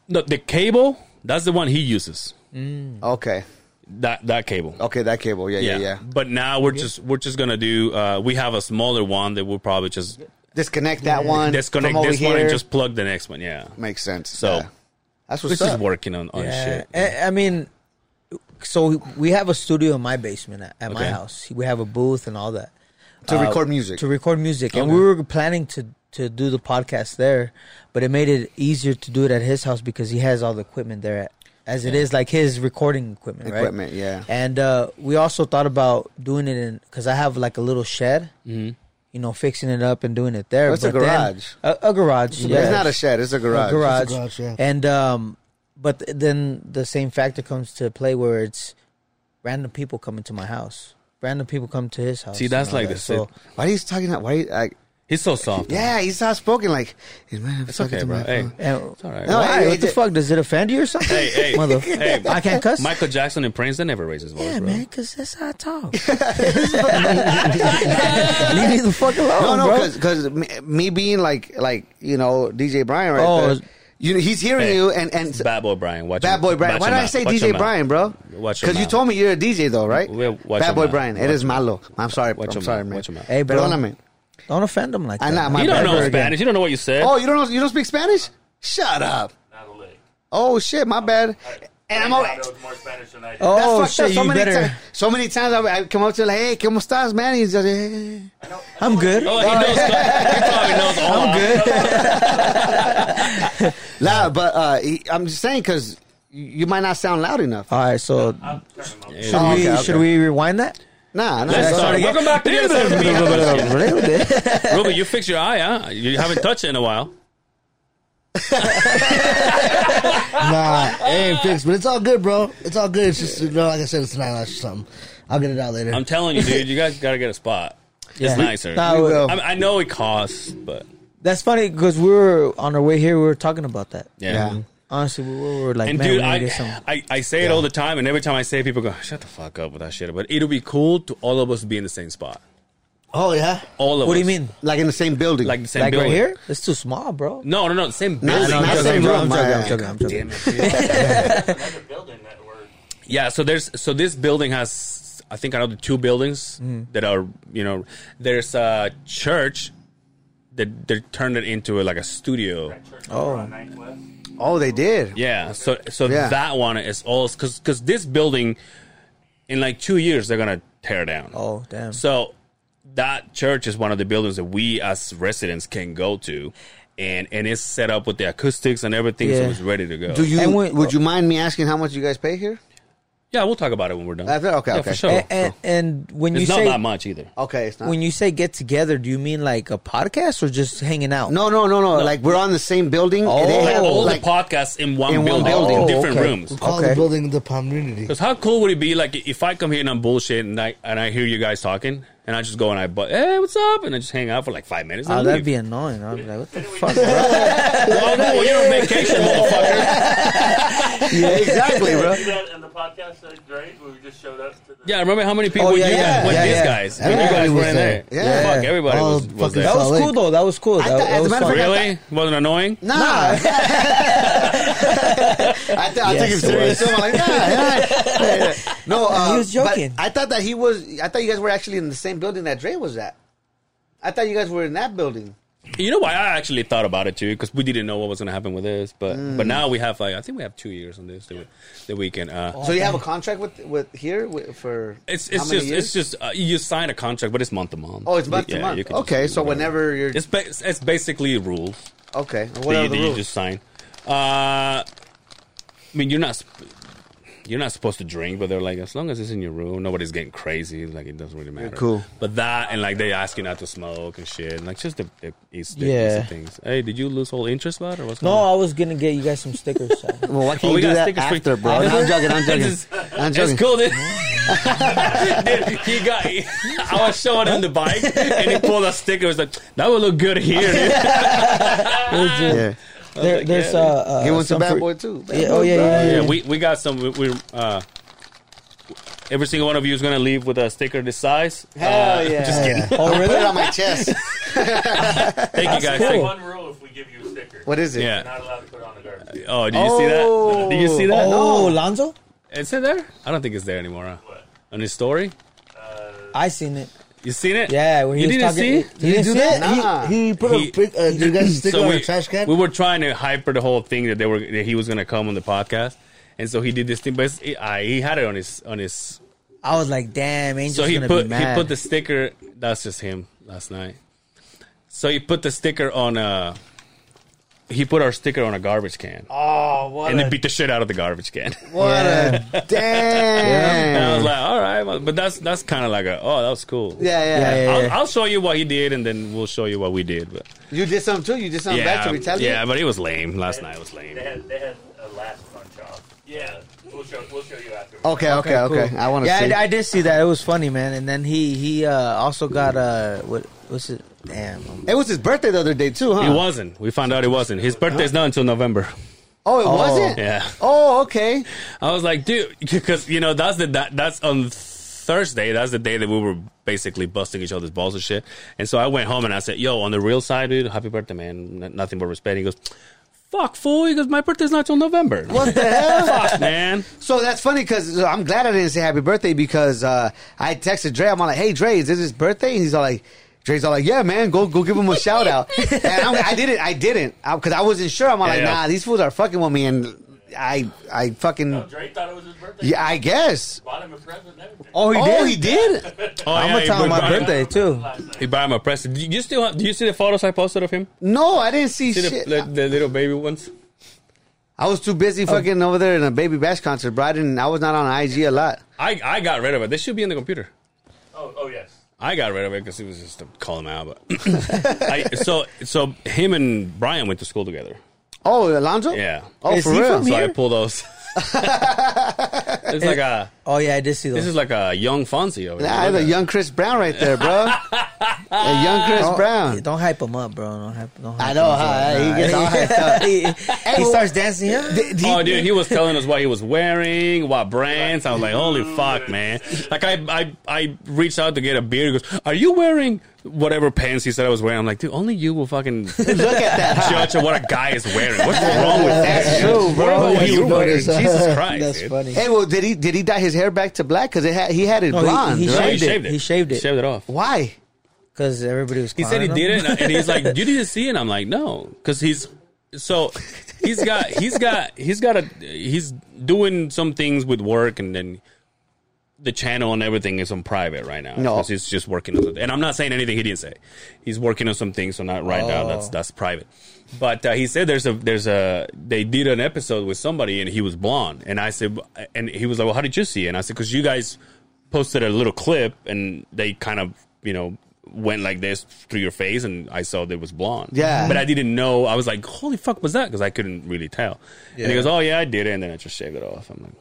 Speaker 4: no, the cable that's the one he uses.
Speaker 5: Okay,
Speaker 4: That that cable.
Speaker 5: okay, that cable, yeah, yeah, yeah.
Speaker 4: But now we're just we're just gonna do. Uh, we have a smaller one that we'll probably just
Speaker 5: Disconnect that one.
Speaker 4: disconnect
Speaker 5: from over
Speaker 4: this one and
Speaker 5: here.
Speaker 4: just plug the next one. Yeah.
Speaker 5: makes sense.
Speaker 4: So
Speaker 5: yeah. that's
Speaker 4: we're
Speaker 5: what's
Speaker 4: just
Speaker 5: up.
Speaker 4: working on, on shit.
Speaker 3: I, I mean, so we have a studio in my basement at, at my
Speaker 4: Okay.
Speaker 3: house. We have a booth and all that
Speaker 5: To record music.
Speaker 3: To record music, and we were planning to to do the podcast there, but it made it easier to do it at his house because he has all the equipment there. At, as it is like his recording equipment, right?
Speaker 5: Equipment, yeah.
Speaker 3: And uh, we also thought about doing it in because I have like a little shed, you know, fixing it up and doing it there.
Speaker 5: That's Mm-hmm. a
Speaker 3: but then-
Speaker 5: garage.
Speaker 3: a, a garage. yeah.
Speaker 5: It's not a shed. It's a garage.
Speaker 3: garage.
Speaker 2: It's a garage, yeah.
Speaker 3: And um, but th- then the same factor comes to play where it's random people coming to my house. Random people come to his house.
Speaker 4: See, that's
Speaker 3: and all
Speaker 4: like
Speaker 3: that.
Speaker 4: the
Speaker 3: So
Speaker 5: Why are you talking that? Why? Are you, like,
Speaker 4: He's so soft.
Speaker 5: yeah, he's soft spoken. Like, hey, man, I'm
Speaker 4: It's
Speaker 5: talking
Speaker 4: okay,
Speaker 5: to
Speaker 4: bro.
Speaker 5: my
Speaker 4: Hey.
Speaker 5: phone.
Speaker 3: and,
Speaker 4: It's all right.
Speaker 5: No,
Speaker 3: why?
Speaker 5: hey,
Speaker 3: what the
Speaker 5: hey,
Speaker 3: fuck? Does it offend you or something?
Speaker 4: Hey, hey,
Speaker 3: mother.
Speaker 4: hey.
Speaker 3: I can't cuss.
Speaker 4: Michael Jackson and Prince, they never raise his voice,
Speaker 3: yeah,
Speaker 4: bro.
Speaker 3: man, because that's how I talk. Leave me the fuck alone,
Speaker 5: No, no,
Speaker 3: bro.
Speaker 5: because me, me being like like you know DJ Brian right
Speaker 3: Oh.
Speaker 5: there, you he's hearing
Speaker 4: Hey,
Speaker 5: you and and
Speaker 4: It's Bad boy Brian. Watch
Speaker 5: Bad
Speaker 4: him-
Speaker 5: Boy Brian.
Speaker 4: watch
Speaker 5: Why
Speaker 4: him
Speaker 5: did I
Speaker 4: out.
Speaker 5: say
Speaker 4: Watch
Speaker 5: DJ
Speaker 4: him out.
Speaker 5: Brian, bro?
Speaker 4: Watch him
Speaker 5: Because you
Speaker 4: out.
Speaker 5: told me you're a DJ though, right?
Speaker 4: Yeah, watch
Speaker 5: Bad
Speaker 4: him
Speaker 5: Boy
Speaker 4: out.
Speaker 5: Brian. It
Speaker 4: Watch
Speaker 5: is
Speaker 4: him out.
Speaker 5: malo. I'm sorry. I'm
Speaker 4: Watch him
Speaker 5: sorry,
Speaker 4: out.
Speaker 5: man.
Speaker 4: Watch him out.
Speaker 3: Hey, bro.
Speaker 5: Perdóname.
Speaker 3: Don't offend them like
Speaker 5: I
Speaker 3: that.
Speaker 5: know, my
Speaker 4: You don't
Speaker 5: bad.
Speaker 4: know
Speaker 5: Never again.
Speaker 4: Spanish. You don't know what you said.
Speaker 5: Oh, you don't know, you don't speak Spanish? Shut up.
Speaker 6: Not a lick.
Speaker 5: Oh shit, my bad. And I'm
Speaker 6: I
Speaker 5: always
Speaker 6: knows more Spanish than I do.
Speaker 5: that's
Speaker 3: oh
Speaker 5: fucked up.
Speaker 3: shit,
Speaker 5: So
Speaker 3: you
Speaker 5: many
Speaker 3: better.
Speaker 5: times, so many times I, I come up to like, hey, ¿cómo estás, man? He's just, eh.
Speaker 3: I'm good.
Speaker 4: Oh, he knows. he probably knows all.
Speaker 3: I'm good.
Speaker 5: Nah, but uh, he- I'm just saying because you might not sound loud enough.
Speaker 3: All right,
Speaker 4: Oh,
Speaker 3: so
Speaker 6: I'm turning my
Speaker 3: should
Speaker 5: Oh,
Speaker 3: we
Speaker 5: okay,
Speaker 3: should
Speaker 5: okay.
Speaker 3: we rewind that?
Speaker 5: Nah, nah.
Speaker 4: Let's
Speaker 5: that's-
Speaker 4: start again. Welcome back to the other side of me.
Speaker 3: All
Speaker 4: Ruby, you fixed your eye, huh? You haven't touched it in a while.
Speaker 2: Nah, it ain't fixed, but it's all good, bro. It's all good. It's just, you know, like I said, it's nine lash or something. I'll get it out later.
Speaker 4: I'm telling you, dude. You guys gotta get a spot. It's nicer.
Speaker 3: Nah,
Speaker 5: We
Speaker 3: well,
Speaker 5: will.
Speaker 4: I, I know it costs, but
Speaker 3: That's funny because we were on our way here. We were talking about that.
Speaker 4: yeah.
Speaker 5: Yeah.
Speaker 3: Honestly, we were, we were like,
Speaker 4: And
Speaker 3: man,
Speaker 4: dude,
Speaker 3: we need
Speaker 4: I,
Speaker 3: to get some.
Speaker 4: I I say it all the time, and every time I say, it, people go, "Shut the fuck up with that shit." But it'll be cool to all of us be in the same spot.
Speaker 2: oh yeah,
Speaker 4: All of
Speaker 3: What do
Speaker 4: us.
Speaker 3: you mean?
Speaker 5: like in the same building.
Speaker 4: Like the same
Speaker 3: Like
Speaker 4: building
Speaker 3: right here? It's too small, bro.
Speaker 4: No, no, no. The same
Speaker 5: Nah,
Speaker 4: building.
Speaker 5: nah,
Speaker 3: I'm
Speaker 5: Not
Speaker 3: joking,
Speaker 5: same
Speaker 3: bro.
Speaker 5: room,
Speaker 3: I'm joking. I'm
Speaker 5: man.
Speaker 3: joking. I'm joking.
Speaker 6: another building that we're
Speaker 4: Yeah, so there's so this building has I think another two buildings
Speaker 3: Mm.
Speaker 4: that are you know there's a church that they turned it into like a studio.
Speaker 6: at church
Speaker 3: Oh.
Speaker 6: over on Ninth West.
Speaker 5: oh, they did.
Speaker 4: Yeah, so so
Speaker 5: Yeah.
Speaker 4: that one is all because because this building in like two years they're gonna tear down.
Speaker 3: Oh damn.
Speaker 4: So that church is one of the buildings that we as residents can go to, and and it's set up with the acoustics and everything, so
Speaker 3: Yeah.
Speaker 4: it's ready to go.
Speaker 5: Do you? Oh.
Speaker 3: And we-
Speaker 5: would you mind me asking how much you guys pay here?
Speaker 4: yeah, we'll talk about it when we're done.
Speaker 5: After- okay,
Speaker 4: yeah,
Speaker 5: okay. Eh,
Speaker 4: for sure.
Speaker 3: and, and, and when you
Speaker 4: it's not
Speaker 3: say
Speaker 4: that much either.
Speaker 5: Okay, it's not.
Speaker 3: when you say get together, do you mean like a podcast or just hanging out? Ah,
Speaker 5: no, no, no, no, Like we're on the same building.
Speaker 3: Oh.
Speaker 5: they
Speaker 4: Like
Speaker 5: have,
Speaker 4: all
Speaker 5: like,
Speaker 4: the podcasts in one
Speaker 5: in one
Speaker 4: building,
Speaker 5: building.
Speaker 4: in
Speaker 5: Oh,
Speaker 4: different
Speaker 3: okay.
Speaker 4: rooms.
Speaker 2: we call
Speaker 3: Okay.
Speaker 2: the building the community.
Speaker 4: Because how cool would it be, like, if I come here and I'm bullshit and I and I hear you guys talking, and I just go and I but hey, what's up, and I just hang out for like five minutes. And
Speaker 3: Oh,
Speaker 4: I
Speaker 3: that'd
Speaker 4: leave.
Speaker 3: be annoying. I'd be like, what the fuck? Bro?
Speaker 4: well, no, you're on vacation, motherfucker.
Speaker 5: yeah, exactly,
Speaker 6: Did
Speaker 5: bro.
Speaker 6: we do that in the podcast that great where we just showed up to the
Speaker 4: Yeah, remember how many people
Speaker 3: Oh, yeah,
Speaker 4: you
Speaker 3: yeah,
Speaker 4: guys, when
Speaker 3: yeah,
Speaker 4: these
Speaker 3: yeah.
Speaker 4: guys, when you
Speaker 2: Everybody
Speaker 4: guys were
Speaker 2: was
Speaker 4: in there,
Speaker 2: there.
Speaker 5: Yeah.
Speaker 4: fuck, everybody
Speaker 2: Oh,
Speaker 4: was, was
Speaker 2: fucking
Speaker 4: there.
Speaker 3: That was
Speaker 2: Like-
Speaker 3: cool though. That was cool. That,
Speaker 5: thought- as
Speaker 3: that
Speaker 5: a
Speaker 3: was
Speaker 5: matter of
Speaker 3: fun.
Speaker 5: fact-
Speaker 4: Really? Wasn't annoying?
Speaker 5: Nah, I, th- I took him
Speaker 3: Yes, it
Speaker 5: serious. So I'm like, nah, nah. Yeah, yeah. no, uh,
Speaker 3: He was
Speaker 5: but
Speaker 3: joking.
Speaker 5: I thought that he was. I thought you guys were actually in the same building that Dre was at. I thought you guys were in that building.
Speaker 4: You know why I actually thought about it too, because we didn't know what was going to happen with this, but
Speaker 5: Mm.
Speaker 4: but now we have like I think we have two years on this, the, the weekend. Uh,
Speaker 5: So you have a contract with with here with, for
Speaker 4: It's
Speaker 5: Oh. how
Speaker 4: it's
Speaker 5: many
Speaker 4: just
Speaker 5: years?
Speaker 4: it's just uh, you sign a contract, but it's month to month.
Speaker 5: Oh, it's month
Speaker 4: Yeah,
Speaker 5: to month.
Speaker 4: you can just
Speaker 5: Okay,
Speaker 4: do
Speaker 5: so
Speaker 4: whatever.
Speaker 5: whenever you're
Speaker 4: it's ba- it's basically rules
Speaker 5: okay, what
Speaker 4: that
Speaker 5: are
Speaker 4: you,
Speaker 5: the
Speaker 4: that you
Speaker 5: rules?
Speaker 4: just sign. Uh, I mean, you're not sp- you're not supposed to drink, but they're like, as long as it's in your room, nobody's getting crazy. Like it doesn't really matter.
Speaker 5: cool.
Speaker 4: But that and like they ask you not to smoke and shit, and like just the, the, easy- the
Speaker 3: Yeah.
Speaker 4: easy things. Hey, did you lose all interest, lad, or what's
Speaker 3: No,
Speaker 4: going on?
Speaker 3: I was gonna get you guys some stickers. so-
Speaker 5: well, why can't
Speaker 4: Oh, we
Speaker 5: you do
Speaker 4: got
Speaker 5: that
Speaker 4: stickers for-
Speaker 5: after, bro?
Speaker 4: I
Speaker 5: No, I'm
Speaker 4: know.
Speaker 5: joking. I'm joking.
Speaker 4: It's-
Speaker 5: I'm joking.
Speaker 4: It's cool. Dude. Dude, he got. I was showing him the bike, and he pulled a sticker. It was like, "That would look good here." Dude.
Speaker 5: Yeah.
Speaker 3: there,
Speaker 4: like,
Speaker 3: there's
Speaker 4: yeah,
Speaker 3: uh, uh
Speaker 5: He wants a
Speaker 3: some
Speaker 5: bad
Speaker 3: for-
Speaker 5: boy too. Bad
Speaker 3: Yeah,
Speaker 5: boy,
Speaker 3: oh yeah,
Speaker 5: bro.
Speaker 3: yeah, yeah.
Speaker 4: Yeah, we we got some. We, we're uh, every single one of you is gonna leave with a sticker this size.
Speaker 5: Hell
Speaker 4: Uh,
Speaker 5: yeah.
Speaker 4: Just kidding.
Speaker 3: Oh
Speaker 5: Put it
Speaker 3: really?
Speaker 5: on my chest.
Speaker 4: Thank you guys.
Speaker 6: There's
Speaker 4: Thank-
Speaker 6: one rule if we give you a sticker.
Speaker 5: What is it?
Speaker 4: Yeah.
Speaker 6: You're not allowed to put it on the garbage.
Speaker 4: Oh, did you see that? Did you see that?
Speaker 3: Oh, Lonzo,
Speaker 4: Is it there? I don't think it's there anymore. Huh?
Speaker 6: What?
Speaker 4: On his story,
Speaker 3: I seen it.
Speaker 4: you seen it?
Speaker 3: Yeah, when he
Speaker 4: you
Speaker 3: was
Speaker 4: didn't
Speaker 3: talking,
Speaker 4: see.
Speaker 3: He didn't
Speaker 2: do
Speaker 3: see
Speaker 2: that?
Speaker 3: it?
Speaker 5: Nah.
Speaker 2: He, he put
Speaker 4: He-
Speaker 2: a pic. Uh, you guys stick on a trash can.
Speaker 4: we were trying to hyper the whole thing that they were that he was gonna come on the podcast, and so he did this thing. But it's- he- I, he had it on his on his.
Speaker 3: I was like, damn, Angel's
Speaker 4: So he
Speaker 3: gonna
Speaker 4: put
Speaker 3: be
Speaker 4: he
Speaker 3: mad.
Speaker 4: put the sticker. That's just him last night. So he put the sticker on uh He put our sticker on a garbage can,
Speaker 5: Oh, what
Speaker 4: and
Speaker 5: a,
Speaker 4: then beat the shit out of the garbage can.
Speaker 5: what a damn.
Speaker 4: and I
Speaker 5: Yeah.
Speaker 4: was like, all right, well, but that's that's kind of like a oh that was cool.
Speaker 5: yeah, yeah,
Speaker 3: Yeah,
Speaker 4: I'll, I'll show you what he did, and then we'll show you what we did. But
Speaker 5: You did something too. You did something bad to
Speaker 4: yeah,
Speaker 5: retaliate.
Speaker 4: yeah, but it was lame. Last night was lame.
Speaker 6: They had they had a last fun job. Yeah, we'll show we'll show you afterwards.
Speaker 5: Okay, okay, okay.
Speaker 3: cool.
Speaker 5: I want to
Speaker 3: Yeah,
Speaker 5: see.
Speaker 3: I, I did see that. It was funny, man. And then he he uh, also got uh what what's it? Damn, I'm-
Speaker 5: it was his birthday the other day too, huh?
Speaker 4: It wasn't. We found out it wasn't. His birthday's not until November.
Speaker 5: Oh, it wasn't.
Speaker 4: Yeah.
Speaker 5: Oh, okay.
Speaker 4: I was like, dude, because you know that's the that, that's on Thursday. That's the day that we were basically busting each other's balls and shit. And so I went home and I said, "Yo, on the real side, dude, happy birthday, man. N- nothing but respect." He goes, "Fuck, fool." He goes, "My birthday's not till November."
Speaker 5: What the hell?
Speaker 4: Fuck, man.
Speaker 5: So that's funny because I'm glad I didn't say happy birthday because uh, I texted Dre. I'm like, hey, Dre, is this his birthday? And he's all like, Dre's all like, "Yeah, man, go go give him a shout out." And I'm, I didn't, I didn't, because I, wasn't sure. I'm all like,
Speaker 4: Yeah.
Speaker 5: "Nah, these fools are fucking with me," and I I fucking
Speaker 6: Drake thought it was his birthday.
Speaker 5: yeah, I guess.
Speaker 6: Bought him a present and everything.
Speaker 3: Oh, he
Speaker 5: Oh, he did.
Speaker 4: Oh,
Speaker 3: I'm
Speaker 4: yeah,
Speaker 3: gonna tell
Speaker 4: he
Speaker 3: him
Speaker 4: bought
Speaker 3: my
Speaker 4: him-
Speaker 3: birthday too.
Speaker 6: Last night.
Speaker 4: He bought him a present. Do you still have, do you see the photos I posted of him?
Speaker 5: No, I didn't see,
Speaker 4: See the,
Speaker 5: shit.
Speaker 4: the, the little baby ones?
Speaker 5: I was too busy fucking over there in a Baby Bash concert, bro. I didn't. I was not on IG a lot.
Speaker 4: I, I got rid of it. They should be in the computer.
Speaker 6: Oh, oh yes.
Speaker 4: I got rid of it because it was just to call him out. But I, so so him and Brian went to school together.
Speaker 5: Oh, Alonzo.
Speaker 4: Yeah.
Speaker 5: Oh,
Speaker 3: Is
Speaker 5: for
Speaker 3: he
Speaker 5: real.
Speaker 3: from
Speaker 4: So I
Speaker 3: here?
Speaker 4: pulled those. it's like a
Speaker 3: Oh yeah, I did see
Speaker 4: this
Speaker 3: those.
Speaker 4: is like a young Fonzie over
Speaker 5: Nah,
Speaker 4: here.
Speaker 5: that's a young Chris Brown right there, bro. a young Chris
Speaker 3: Don't-
Speaker 5: Brown.
Speaker 3: Don't hype him up, bro. Don't hype. Don't hype
Speaker 5: Oh. I know how he gets all hyped up.
Speaker 3: he, he starts dancing. Yeah.
Speaker 4: Oh, dude, he was telling us what he was wearing, what brands. I was like, holy fuck, man. Like, I, I, I reached out to get a beer. He goes, are you wearing whatever pants he said I was wearing? I'm like, dude, only you will fucking
Speaker 5: Look at that.
Speaker 4: judge of what a guy is wearing. What's wrong with that?
Speaker 5: That's true,
Speaker 4: dude?
Speaker 5: bro.
Speaker 4: What about
Speaker 5: That's
Speaker 4: you
Speaker 5: true.
Speaker 4: wearing? Jesus Christ,
Speaker 3: That's
Speaker 4: dude.
Speaker 3: funny.
Speaker 5: Hey, well, did he did he dye his hair back to black? Because had, he had it
Speaker 3: No, he-
Speaker 5: blonde.
Speaker 3: he
Speaker 5: right?
Speaker 4: No,
Speaker 3: shaved it. He shaved it.
Speaker 4: Shaved it off.
Speaker 5: Why?
Speaker 3: Because everybody was.
Speaker 4: He said he
Speaker 3: clowning him.
Speaker 4: did it, and he's like, "You didn't see it." I'm like, "No," because he's so he's got he's got he's got a he's doing some things with work, and then the channel and everything is on private right now.
Speaker 5: No.
Speaker 4: 'Cause he's just working on. And I'm not saying anything he didn't say. He's working on some things, so not right now.
Speaker 5: Oh.
Speaker 4: That's that's private. But uh, he said there's a there's a they did an episode with somebody, and he was blonde, and I said, and he was like, "Well, how did you see?" it? And I said, "Cause you guys." posted a little clip and they kind of you know went like this through your face and i saw that it was blonde
Speaker 5: Yeah.
Speaker 4: but i didn't know i was like holy fuck was that because i couldn't really tell and he goes oh yeah i did it and then i just shaved it off i'm like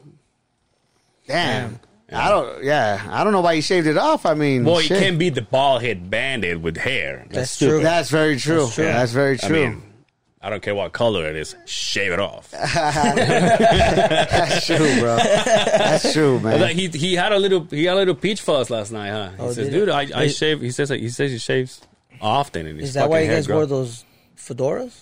Speaker 5: Damn. I don't. Yeah, I don't know why he shaved it off. I mean,
Speaker 4: well you
Speaker 5: shit.
Speaker 4: can't beat the bald head bandit with hair
Speaker 3: That's
Speaker 4: stupid.
Speaker 3: true.
Speaker 5: That's very true. That's,
Speaker 3: true.
Speaker 5: very
Speaker 4: I
Speaker 5: true.
Speaker 4: mean, I don't care what color it is shave it off
Speaker 5: That's true, bro. That's true, man.
Speaker 4: like he he had a little he had a little peach fuzz last night huh he
Speaker 3: Oh,
Speaker 4: says
Speaker 3: did
Speaker 4: dude
Speaker 3: he?
Speaker 4: I, I
Speaker 3: Is-
Speaker 4: shave he says he says he shaves often and his
Speaker 3: Is that why
Speaker 4: fucking
Speaker 3: you
Speaker 4: hair
Speaker 3: guys
Speaker 4: grow-
Speaker 3: wore those fedoras?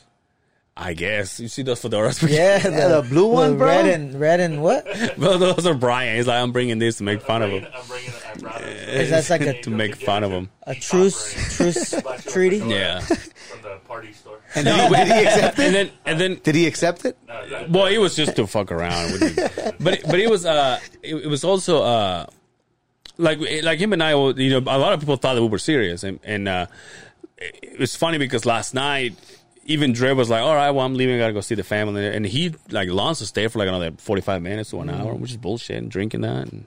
Speaker 4: i guess you see those fedoras
Speaker 3: Yeah,
Speaker 5: the blue one, bro?
Speaker 3: Red and red and what?
Speaker 4: Well, those are Brian. He's like, I'm bringing this to make fun of him.
Speaker 6: I'm bringing it. I brought it.
Speaker 3: Is that like a,
Speaker 4: to make fun of him.
Speaker 3: a truce truce treaty?
Speaker 4: Yeah.
Speaker 6: From the party store.
Speaker 5: and did, he, did he accept it?
Speaker 4: And then, and then,
Speaker 5: Did he accept it?
Speaker 6: No, that-
Speaker 4: well, it was just to fuck around with him. But, it- but it was, uh, it, it was also, uh, like, like him and I, were- you know, a lot of people thought that we were serious. And, and, uh, it, it was funny because last night, even Dre was like, all right, well, I'm leaving. I gotta go see the family. And he, like, Lonzo to stay for like another 45 minutes to an hour, which is bullshit and drinking that and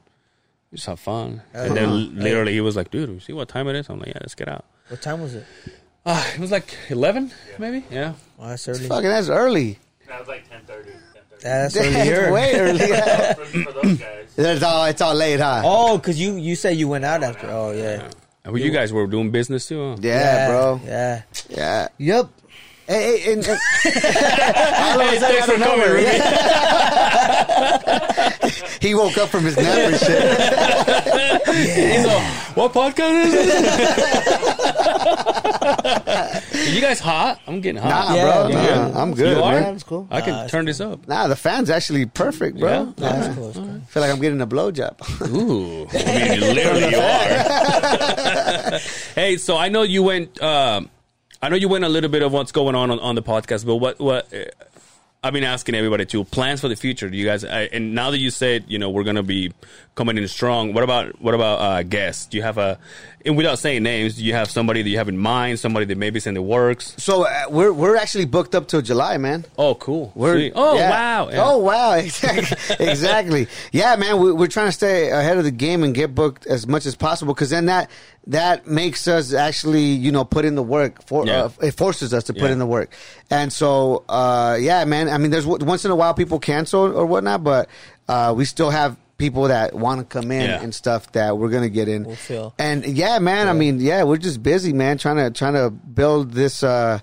Speaker 4: just have fun. and then literally he was like, dude, you see what time it is? I'm like, yeah, let's get out.
Speaker 3: What time was it?
Speaker 4: Uh, it was like 11, maybe? Yeah.
Speaker 3: Oh, that's early.
Speaker 5: Fucking, that's early.
Speaker 6: that was like 10:30. 10:30.
Speaker 3: That's
Speaker 5: That's
Speaker 3: earlier.
Speaker 5: way early.
Speaker 6: For, for those guys.
Speaker 5: it's all it's all late, huh?
Speaker 3: Oh, cause you you said you went out after. Oh yeah.
Speaker 4: Well, you guys were doing business too, huh?
Speaker 5: yeah, bro.
Speaker 3: Yeah.
Speaker 5: Yeah.
Speaker 2: Yep.
Speaker 5: Hey, hey, and, and, All of a
Speaker 4: Hey,
Speaker 5: sudden,
Speaker 4: thanks
Speaker 5: out of
Speaker 4: for coming,
Speaker 5: nowhere,
Speaker 4: Ruby.
Speaker 5: he woke up from his nap and shit.
Speaker 4: He's all, what podcast is this? Are you guys hot? I'm getting
Speaker 5: Nah,
Speaker 4: hot.
Speaker 3: Yeah,
Speaker 5: bro. Nah,
Speaker 4: yeah.
Speaker 5: I'm good,
Speaker 4: You are?
Speaker 5: man.
Speaker 2: That's cool.
Speaker 4: I can turn this up.
Speaker 5: Nah, the fan's actually perfect, bro.
Speaker 4: Yeah?
Speaker 5: Yeah.
Speaker 3: That's cool. that's cool.
Speaker 5: I feel like I'm getting a blowjob.
Speaker 4: Ooh. I mean, literally you are. hey, so I know you went, um, I know you went a little bit of what's going on on, on the podcast, but what, what, uh, I've been asking everybody too. Plans for the future, do you guys? I, and now that you said, you know, we're gonna be coming in strong. What about what about uh, guests? Do you have a, and without saying names, do you have somebody that you have in mind? Somebody that maybe is in the works?
Speaker 5: so uh, we're we're actually booked up till July, man.
Speaker 4: Oh, cool.
Speaker 5: We're,
Speaker 4: Sweet. Oh,
Speaker 5: yeah.
Speaker 4: wow. Yeah.
Speaker 5: Oh wow! Exactly. exactly. Yeah, man. We, we're trying to stay ahead of the game and get booked as much as possible because then that that makes us actually, you know, put in the work. For
Speaker 4: Yeah.
Speaker 5: uh, it forces us to put
Speaker 4: Yeah.
Speaker 5: in the work. And so, uh, yeah, man. I mean, there's w- once in a while people cancel or whatnot, but uh, we still have people that want to come in
Speaker 4: Yeah.
Speaker 5: and stuff that we're gonna get in.
Speaker 3: We'll fill.
Speaker 5: And yeah, man. I mean, yeah, we're just busy, man. Trying to trying to build this uh,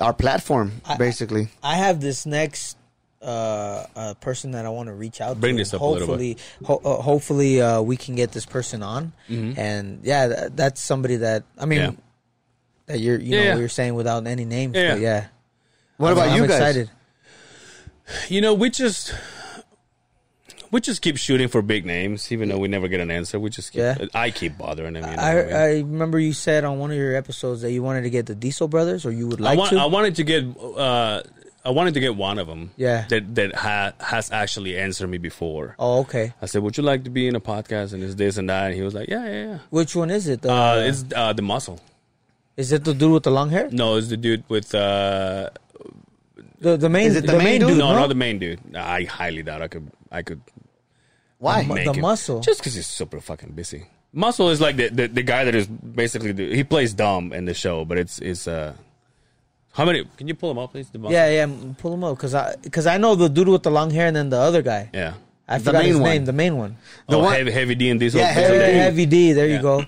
Speaker 5: our platform
Speaker 3: I-
Speaker 5: basically.
Speaker 3: I have this next uh, uh, person that I want to reach out
Speaker 4: Bring
Speaker 3: to.
Speaker 4: this up a little
Speaker 3: hopefully, ho- uh, hopefully uh, we can get this person on. And yeah, tha that's somebody that I mean
Speaker 4: Mm-hmm. Yeah.
Speaker 3: that you're you
Speaker 4: Yeah,
Speaker 3: know
Speaker 4: yeah.
Speaker 3: we were saying without any names.
Speaker 4: Yeah,
Speaker 3: but
Speaker 4: yeah.
Speaker 3: yeah.
Speaker 5: What
Speaker 3: I'm-
Speaker 5: about
Speaker 3: I'm
Speaker 5: you guys?
Speaker 3: Excited.
Speaker 4: you know, we just We just keep shooting for big names, even though we never get an answer. We just keep,
Speaker 3: Yeah.
Speaker 4: I keep bothering him. You know
Speaker 3: I,
Speaker 4: what I mean?
Speaker 3: I remember you said on one of your episodes that you wanted to get the Diesel Brothers, or you would like
Speaker 4: I, want,
Speaker 3: to.
Speaker 4: I wanted to get uh, I wanted to get one of them.
Speaker 3: Yeah.
Speaker 4: that that ha- has actually answered me before.
Speaker 3: oh, okay.
Speaker 4: I said, "Would you like to be in a podcast?" And it's this and that. And he was like, "Yeah, yeah, yeah."
Speaker 3: Which one is it? The,
Speaker 4: Uh, it's uh, the muscle.
Speaker 3: is it the dude with the long hair?
Speaker 4: No, it's the dude with. Uh,
Speaker 3: The, the main
Speaker 5: Is it
Speaker 3: the, main, dude?
Speaker 4: no,
Speaker 3: no?
Speaker 4: not the main dude. I highly doubt I could. I could
Speaker 5: Why?
Speaker 3: mu-
Speaker 4: make
Speaker 3: the
Speaker 4: it.
Speaker 3: muscle.
Speaker 4: Just because he's super fucking busy. Muscle is like the, the, the guy that is basically the, he plays dumb in the show, but it's it's uh. How many? Can you pull him up, please? The muscle.
Speaker 3: Yeah, yeah. m- Pull him up because I because I know the dude with the long hair and then the other guy.
Speaker 4: yeah.
Speaker 3: I
Speaker 5: The
Speaker 3: forgot
Speaker 5: main
Speaker 3: his
Speaker 5: one.
Speaker 3: name. The main one.
Speaker 4: The
Speaker 5: The
Speaker 4: oh,
Speaker 5: one-
Speaker 4: heavy, heavy D and Diesel.
Speaker 5: Yeah,
Speaker 4: Diesel
Speaker 5: Heavy
Speaker 3: Heavy,
Speaker 4: D.
Speaker 3: heavy D. There you go.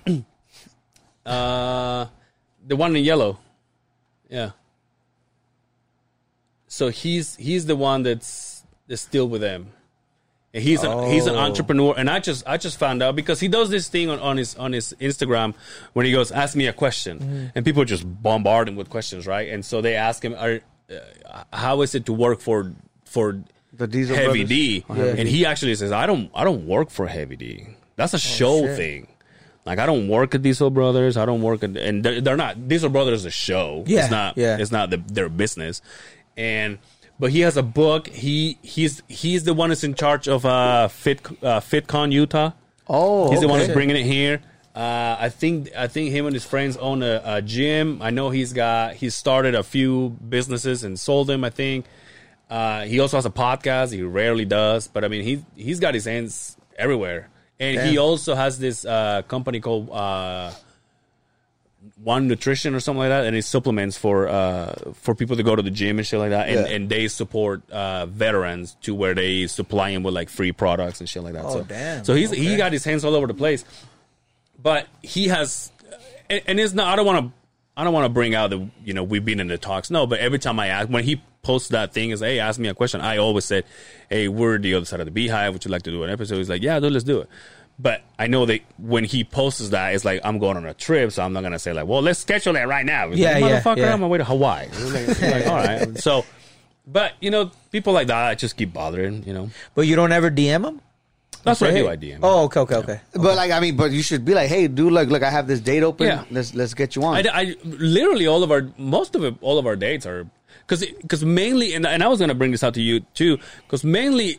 Speaker 4: Uh, the one in yellow. Yeah. So he's he's the one that's that's still with them. And he's a, he's an
Speaker 3: Oh.
Speaker 4: entrepreneur, and I just I just found out because he does this thing on, on his on his Instagram when he goes ask me a question, and people just bombard him with questions, right? And so they ask him, "Are uh, how is it to work for for
Speaker 5: The Diesel
Speaker 4: Heavy
Speaker 5: Brothers?
Speaker 4: D?"
Speaker 3: Heavy
Speaker 4: And he actually says, "I don't I don't work for Heavy D. That's a
Speaker 3: Oh,
Speaker 4: show
Speaker 3: shit.
Speaker 4: thing. Like I don't work at Diesel Brothers. I don't work at and they're, they're not Diesel Brothers is a show.
Speaker 3: Yeah,
Speaker 4: it's not.
Speaker 3: yeah.
Speaker 4: it's not the, their business. And but he has a book. He he's he's the one that's in charge of uh Fit uh, FitCon Utah.
Speaker 5: Oh,
Speaker 4: he's the one
Speaker 5: okay.
Speaker 4: that's bringing it here. Uh, I think I think him and his friends own a, a gym. I know he's got he started a few businesses and sold them. I think. Uh, he also has a podcast. He rarely does, but I mean, he he's got his hands everywhere, and he also has this uh, company called uh, One Nutrition or something like that, and it's supplements for uh, for people to go to the gym and shit like that, and,
Speaker 5: Yeah.
Speaker 4: and they support uh, veterans to where they supply them with like free products and shit like that.
Speaker 3: Oh,
Speaker 4: so,
Speaker 3: damn.
Speaker 4: So he's he
Speaker 3: Okay.
Speaker 4: got his hands all over the place, but he has, and, and it's not. I don't want to. I don't want to bring out the you know we've been in the talks. No, but every time I ask when he posts that thing is hey ask me a question. I always said hey we're the other side of the beehive. Would you like to do an episode? He's like yeah dude let's do it. But I know that when he posts that it's like I'm going on a trip, so I'm not gonna say like well let's schedule it right now. He's
Speaker 3: Yeah,
Speaker 4: like,
Speaker 3: yeah,
Speaker 4: motherfucker,
Speaker 3: yeah.
Speaker 4: I'm on my way to Hawaii. Like, like, all right, so. But you know, people like that I just keep bothering. You know,
Speaker 3: But you don't ever DM him.
Speaker 4: that's what I
Speaker 3: Hey.
Speaker 4: do. I DM.
Speaker 3: Oh, okay, okay, okay.
Speaker 5: But like, I mean, but you should be like, hey, dude, look, look, I have this date open.
Speaker 4: Yeah.
Speaker 5: Let's let's get you on.
Speaker 4: I, I- literally all of our most of it, all of our dates are because because mainly and and I was gonna bring this out to you too because mainly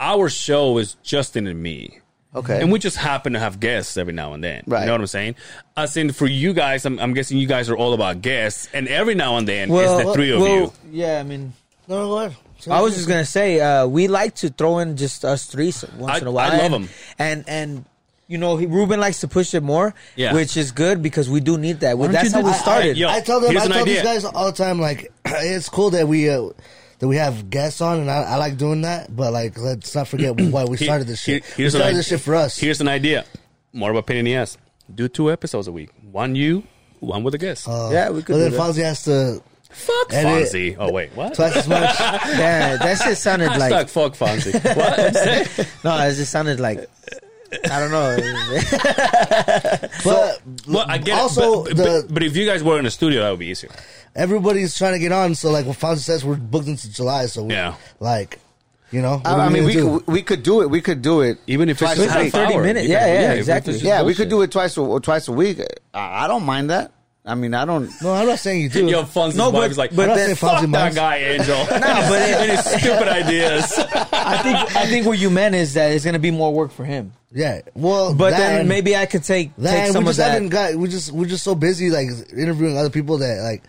Speaker 4: our show is Justin and me.
Speaker 5: okay.
Speaker 4: And we just happen to have guests every now and then. You
Speaker 5: Right.
Speaker 4: know what I'm saying? As in, for you guys, I'm, I'm guessing you guys are all about guests. And every now and then, it's the three of
Speaker 3: well,
Speaker 4: you.
Speaker 3: Yeah, I mean,
Speaker 2: No, no, go ahead.
Speaker 3: I was just gonna say uh, we like to throw in just us three so- once
Speaker 4: I-
Speaker 3: in a while.
Speaker 4: I love
Speaker 3: and,
Speaker 4: 'em.
Speaker 3: and and you know he, Ruben likes to push it more,
Speaker 4: Yeah.
Speaker 3: which is good because we do need that. Well,
Speaker 4: don't you
Speaker 3: that's how
Speaker 4: do
Speaker 3: we
Speaker 4: that?
Speaker 3: started.
Speaker 4: I- yo.
Speaker 2: I tell them,
Speaker 4: here's
Speaker 2: I
Speaker 4: an
Speaker 2: tell these
Speaker 4: idea.
Speaker 2: guys all the time, like it's cool that we uh, that we have guests on, and I, I like doing that. But like, let's not forget why we
Speaker 4: Here-
Speaker 2: started this
Speaker 4: here-
Speaker 2: shit. we
Speaker 4: here's an
Speaker 2: started
Speaker 4: idea.
Speaker 2: this shit for us.
Speaker 4: Here's an idea. More of a pain in the ass. Do two episodes a week. One you, one with a guest.
Speaker 2: Uh,
Speaker 3: Yeah, we could
Speaker 2: But
Speaker 3: do
Speaker 2: then
Speaker 3: that.
Speaker 2: Fonzie has to
Speaker 4: Fuck
Speaker 2: edit-
Speaker 4: Fonzie. Oh, wait. What?
Speaker 2: twice as much.
Speaker 3: yeah, that shit sounded
Speaker 4: Hashtag
Speaker 3: like
Speaker 4: fuck Fonzie. what? Say-
Speaker 3: no, it just sounded like I don't know.
Speaker 2: But
Speaker 4: Well, I get
Speaker 2: also
Speaker 4: it. But,
Speaker 2: the
Speaker 4: but, but if you guys were in a studio, that would be easier.
Speaker 2: everybody's trying to get on. So like, what Fonzie says, we're booked into July. So we,
Speaker 4: Yeah.
Speaker 2: like, you know, what
Speaker 5: I, I
Speaker 2: are
Speaker 5: mean, we
Speaker 2: gonna do?
Speaker 5: could, we could do it. We could do it.
Speaker 4: Even if it's
Speaker 5: Twice a
Speaker 4: half
Speaker 5: week.
Speaker 3: 30
Speaker 4: hour,
Speaker 3: minutes.
Speaker 4: you
Speaker 3: Yeah,
Speaker 4: can-
Speaker 3: yeah,
Speaker 4: if
Speaker 3: exactly.
Speaker 4: it's just
Speaker 5: Yeah, we
Speaker 4: bullshit.
Speaker 5: could do it twice or twice a week. I, I don't mind that. I mean, I don't.
Speaker 2: No, I'm not saying you do.
Speaker 4: Yo, Fonzie's
Speaker 3: No,
Speaker 4: no,
Speaker 3: but-
Speaker 4: wife is like,
Speaker 3: but
Speaker 4: but
Speaker 2: then-
Speaker 4: fuck
Speaker 2: Fonzie
Speaker 4: that
Speaker 2: Mike's-
Speaker 4: guy, Angel. no,
Speaker 3: but it-
Speaker 4: and his stupid ideas.
Speaker 3: I think I think what you meant is that it's gonna be more work for him.
Speaker 2: yeah. Well,
Speaker 3: But
Speaker 2: that
Speaker 3: then
Speaker 2: and-
Speaker 3: maybe I could take
Speaker 2: that
Speaker 3: take
Speaker 2: and
Speaker 3: some
Speaker 2: we
Speaker 3: of
Speaker 2: just
Speaker 3: that.
Speaker 2: haven't got. We just we're just so busy like interviewing other people that like.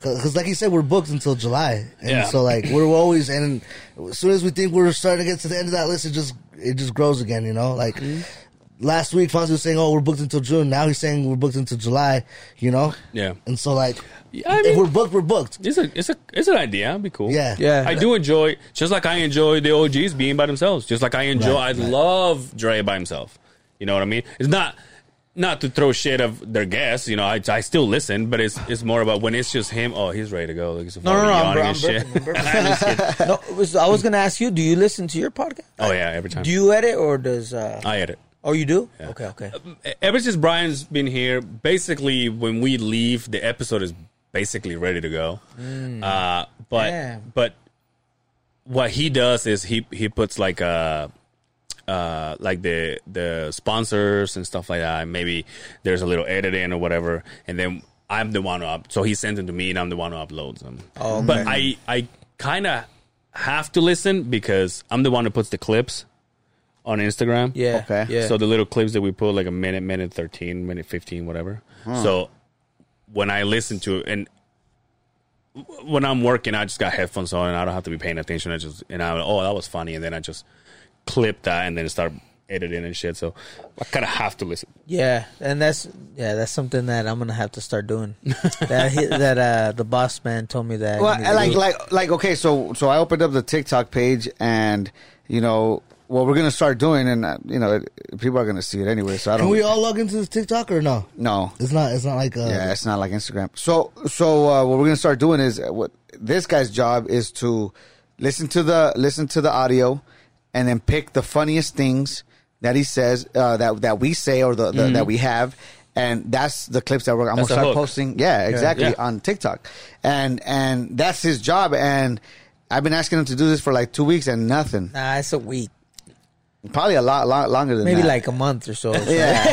Speaker 2: Because, like you said, we're booked until July, and
Speaker 4: Yeah.
Speaker 2: so like we're always and as soon as we think we're starting to get to the end of that list, it just it just grows again, you know. Like
Speaker 3: Mm-hmm.
Speaker 2: last week, Fonzie was saying, "Oh, we're booked until June." Now he's saying we're booked until July, you know.
Speaker 4: Yeah.
Speaker 2: And so like,
Speaker 4: Yeah, I
Speaker 2: if
Speaker 4: mean-
Speaker 2: we're booked, we're booked.
Speaker 4: It's a, it's a, it's an idea. It'd be cool.
Speaker 2: Yeah.
Speaker 3: Yeah.
Speaker 4: I do enjoy, just like I enjoy the OGs being by themselves. Just like I enjoy,
Speaker 2: Right,
Speaker 4: I
Speaker 2: right.
Speaker 4: love Dre by himself. You know what I mean? It's not, not to throw shit of their guests. You know, I, I still listen, but it's, it's more about when it's just him. Oh, he's ready to go. Like, he's
Speaker 3: No, no, no, I'm bur-
Speaker 4: yawning
Speaker 3: I'm
Speaker 4: and shit. I'm just kidding.
Speaker 3: no, it was- I was gonna ask you, do you listen to your podcast?
Speaker 4: Oh yeah, every time.
Speaker 3: Do you edit or does? Uh,
Speaker 4: I edit.
Speaker 3: oh, you do? Okay, okay.
Speaker 4: Um, ever since Brian's been here, basically when we leave, the episode is basically ready to go. Uh, but
Speaker 3: Yeah.
Speaker 4: but what he does is he he puts like a uh, like the the sponsors and stuff like that. Maybe there's a little editing or whatever, and then I'm the one who up. So he sends them to me, and I'm the one who uploads them. Oh, but I I kind of have to listen because I'm the one who puts the clips on Instagram.
Speaker 3: Yeah.
Speaker 5: Okay.
Speaker 3: Yeah.
Speaker 4: So the little clips that we put, like a minute, minute thirteen, minute fifteen, whatever. So when I listen to it, and when I'm working, I just got headphones on and I don't have to be paying attention. I just and I oh that was funny, and then I just clip that and then start editing and shit. So I kind of have to listen.
Speaker 3: Yeah, and that's yeah, that's something that I'm gonna have to start doing. that he, that uh, the boss man told me that. I
Speaker 5: Well,
Speaker 3: need to
Speaker 5: I like
Speaker 3: do.
Speaker 5: like like okay, so so I opened up the TikTok page, and you know what we're gonna start doing, and uh, you know it, people are gonna see it anyway. So I don't.
Speaker 2: Can we all log into this TikTok or no?
Speaker 5: no.
Speaker 2: It's not. It's not like uh,
Speaker 5: Yeah, it's not like Instagram. So so uh, what we're gonna start doing is uh, what this guy's job is to listen to the listen to the audio, and then pick the funniest things that he says uh, that that we say or the, the that we have. And that's the clips that we're. I'm
Speaker 4: That's the
Speaker 5: gonna start
Speaker 4: hook.
Speaker 5: posting. Yeah, exactly
Speaker 4: Yeah.
Speaker 5: on TikTok, and and that's his job. And I've been asking him to do this for like two weeks and nothing.
Speaker 3: nah, it's a week,
Speaker 5: Probably a lot, lot longer than
Speaker 3: maybe
Speaker 5: that.
Speaker 3: like a month or so.
Speaker 5: yeah.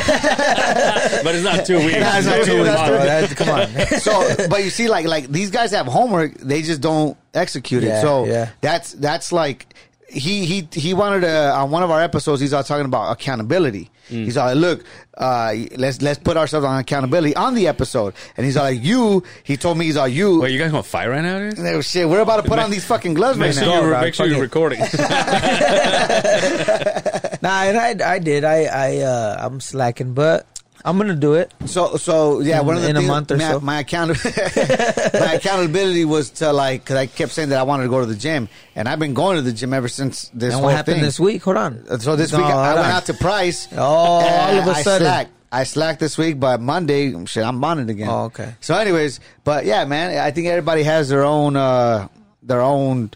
Speaker 4: But it's not two weeks.
Speaker 5: Nah, it's not
Speaker 4: It's
Speaker 5: two
Speaker 4: only
Speaker 5: weeks,
Speaker 4: one.
Speaker 5: bro.
Speaker 3: That's- come on.
Speaker 5: so but you see like like these guys have homework they just don't execute it
Speaker 3: Yeah,
Speaker 5: so
Speaker 3: yeah.
Speaker 5: that's that's like he he he wanted to uh, on one of our episodes he's all talking about accountability he's all like look uh let's let's put ourselves on accountability on the episode and he's all like you he told me he's all you
Speaker 4: Wait, you guys want to fight right now? Dude?
Speaker 5: And they were, shit we're about to put on these fucking gloves
Speaker 4: Make
Speaker 5: right
Speaker 4: sure,
Speaker 5: now
Speaker 4: you're,
Speaker 5: bro.
Speaker 4: make sure
Speaker 5: Fuck
Speaker 4: you're
Speaker 5: it.
Speaker 4: recording.
Speaker 3: nah, and I I did. I I uh, I'm slacking, but I'm gonna do it.
Speaker 5: So so yeah,
Speaker 3: In-
Speaker 5: one of the
Speaker 3: in a
Speaker 5: things-
Speaker 3: month or
Speaker 5: my,
Speaker 3: so.
Speaker 5: My account my accountability was to like because I kept saying that I wanted to go to the gym, and I've been going to the gym ever since this.
Speaker 3: And
Speaker 5: whole
Speaker 3: what happened
Speaker 5: thing.
Speaker 3: this week? Hold on.
Speaker 5: Uh, So this
Speaker 3: No,
Speaker 5: week I,
Speaker 3: hold
Speaker 5: went
Speaker 3: on.
Speaker 5: out to Price.
Speaker 3: Oh, all of a
Speaker 5: I
Speaker 3: sudden.
Speaker 5: slacked. I slacked this week, but Monday, shit, I'm on it again.
Speaker 3: Oh, okay.
Speaker 5: So, anyways, but yeah, man, I think everybody has their own, uh their own.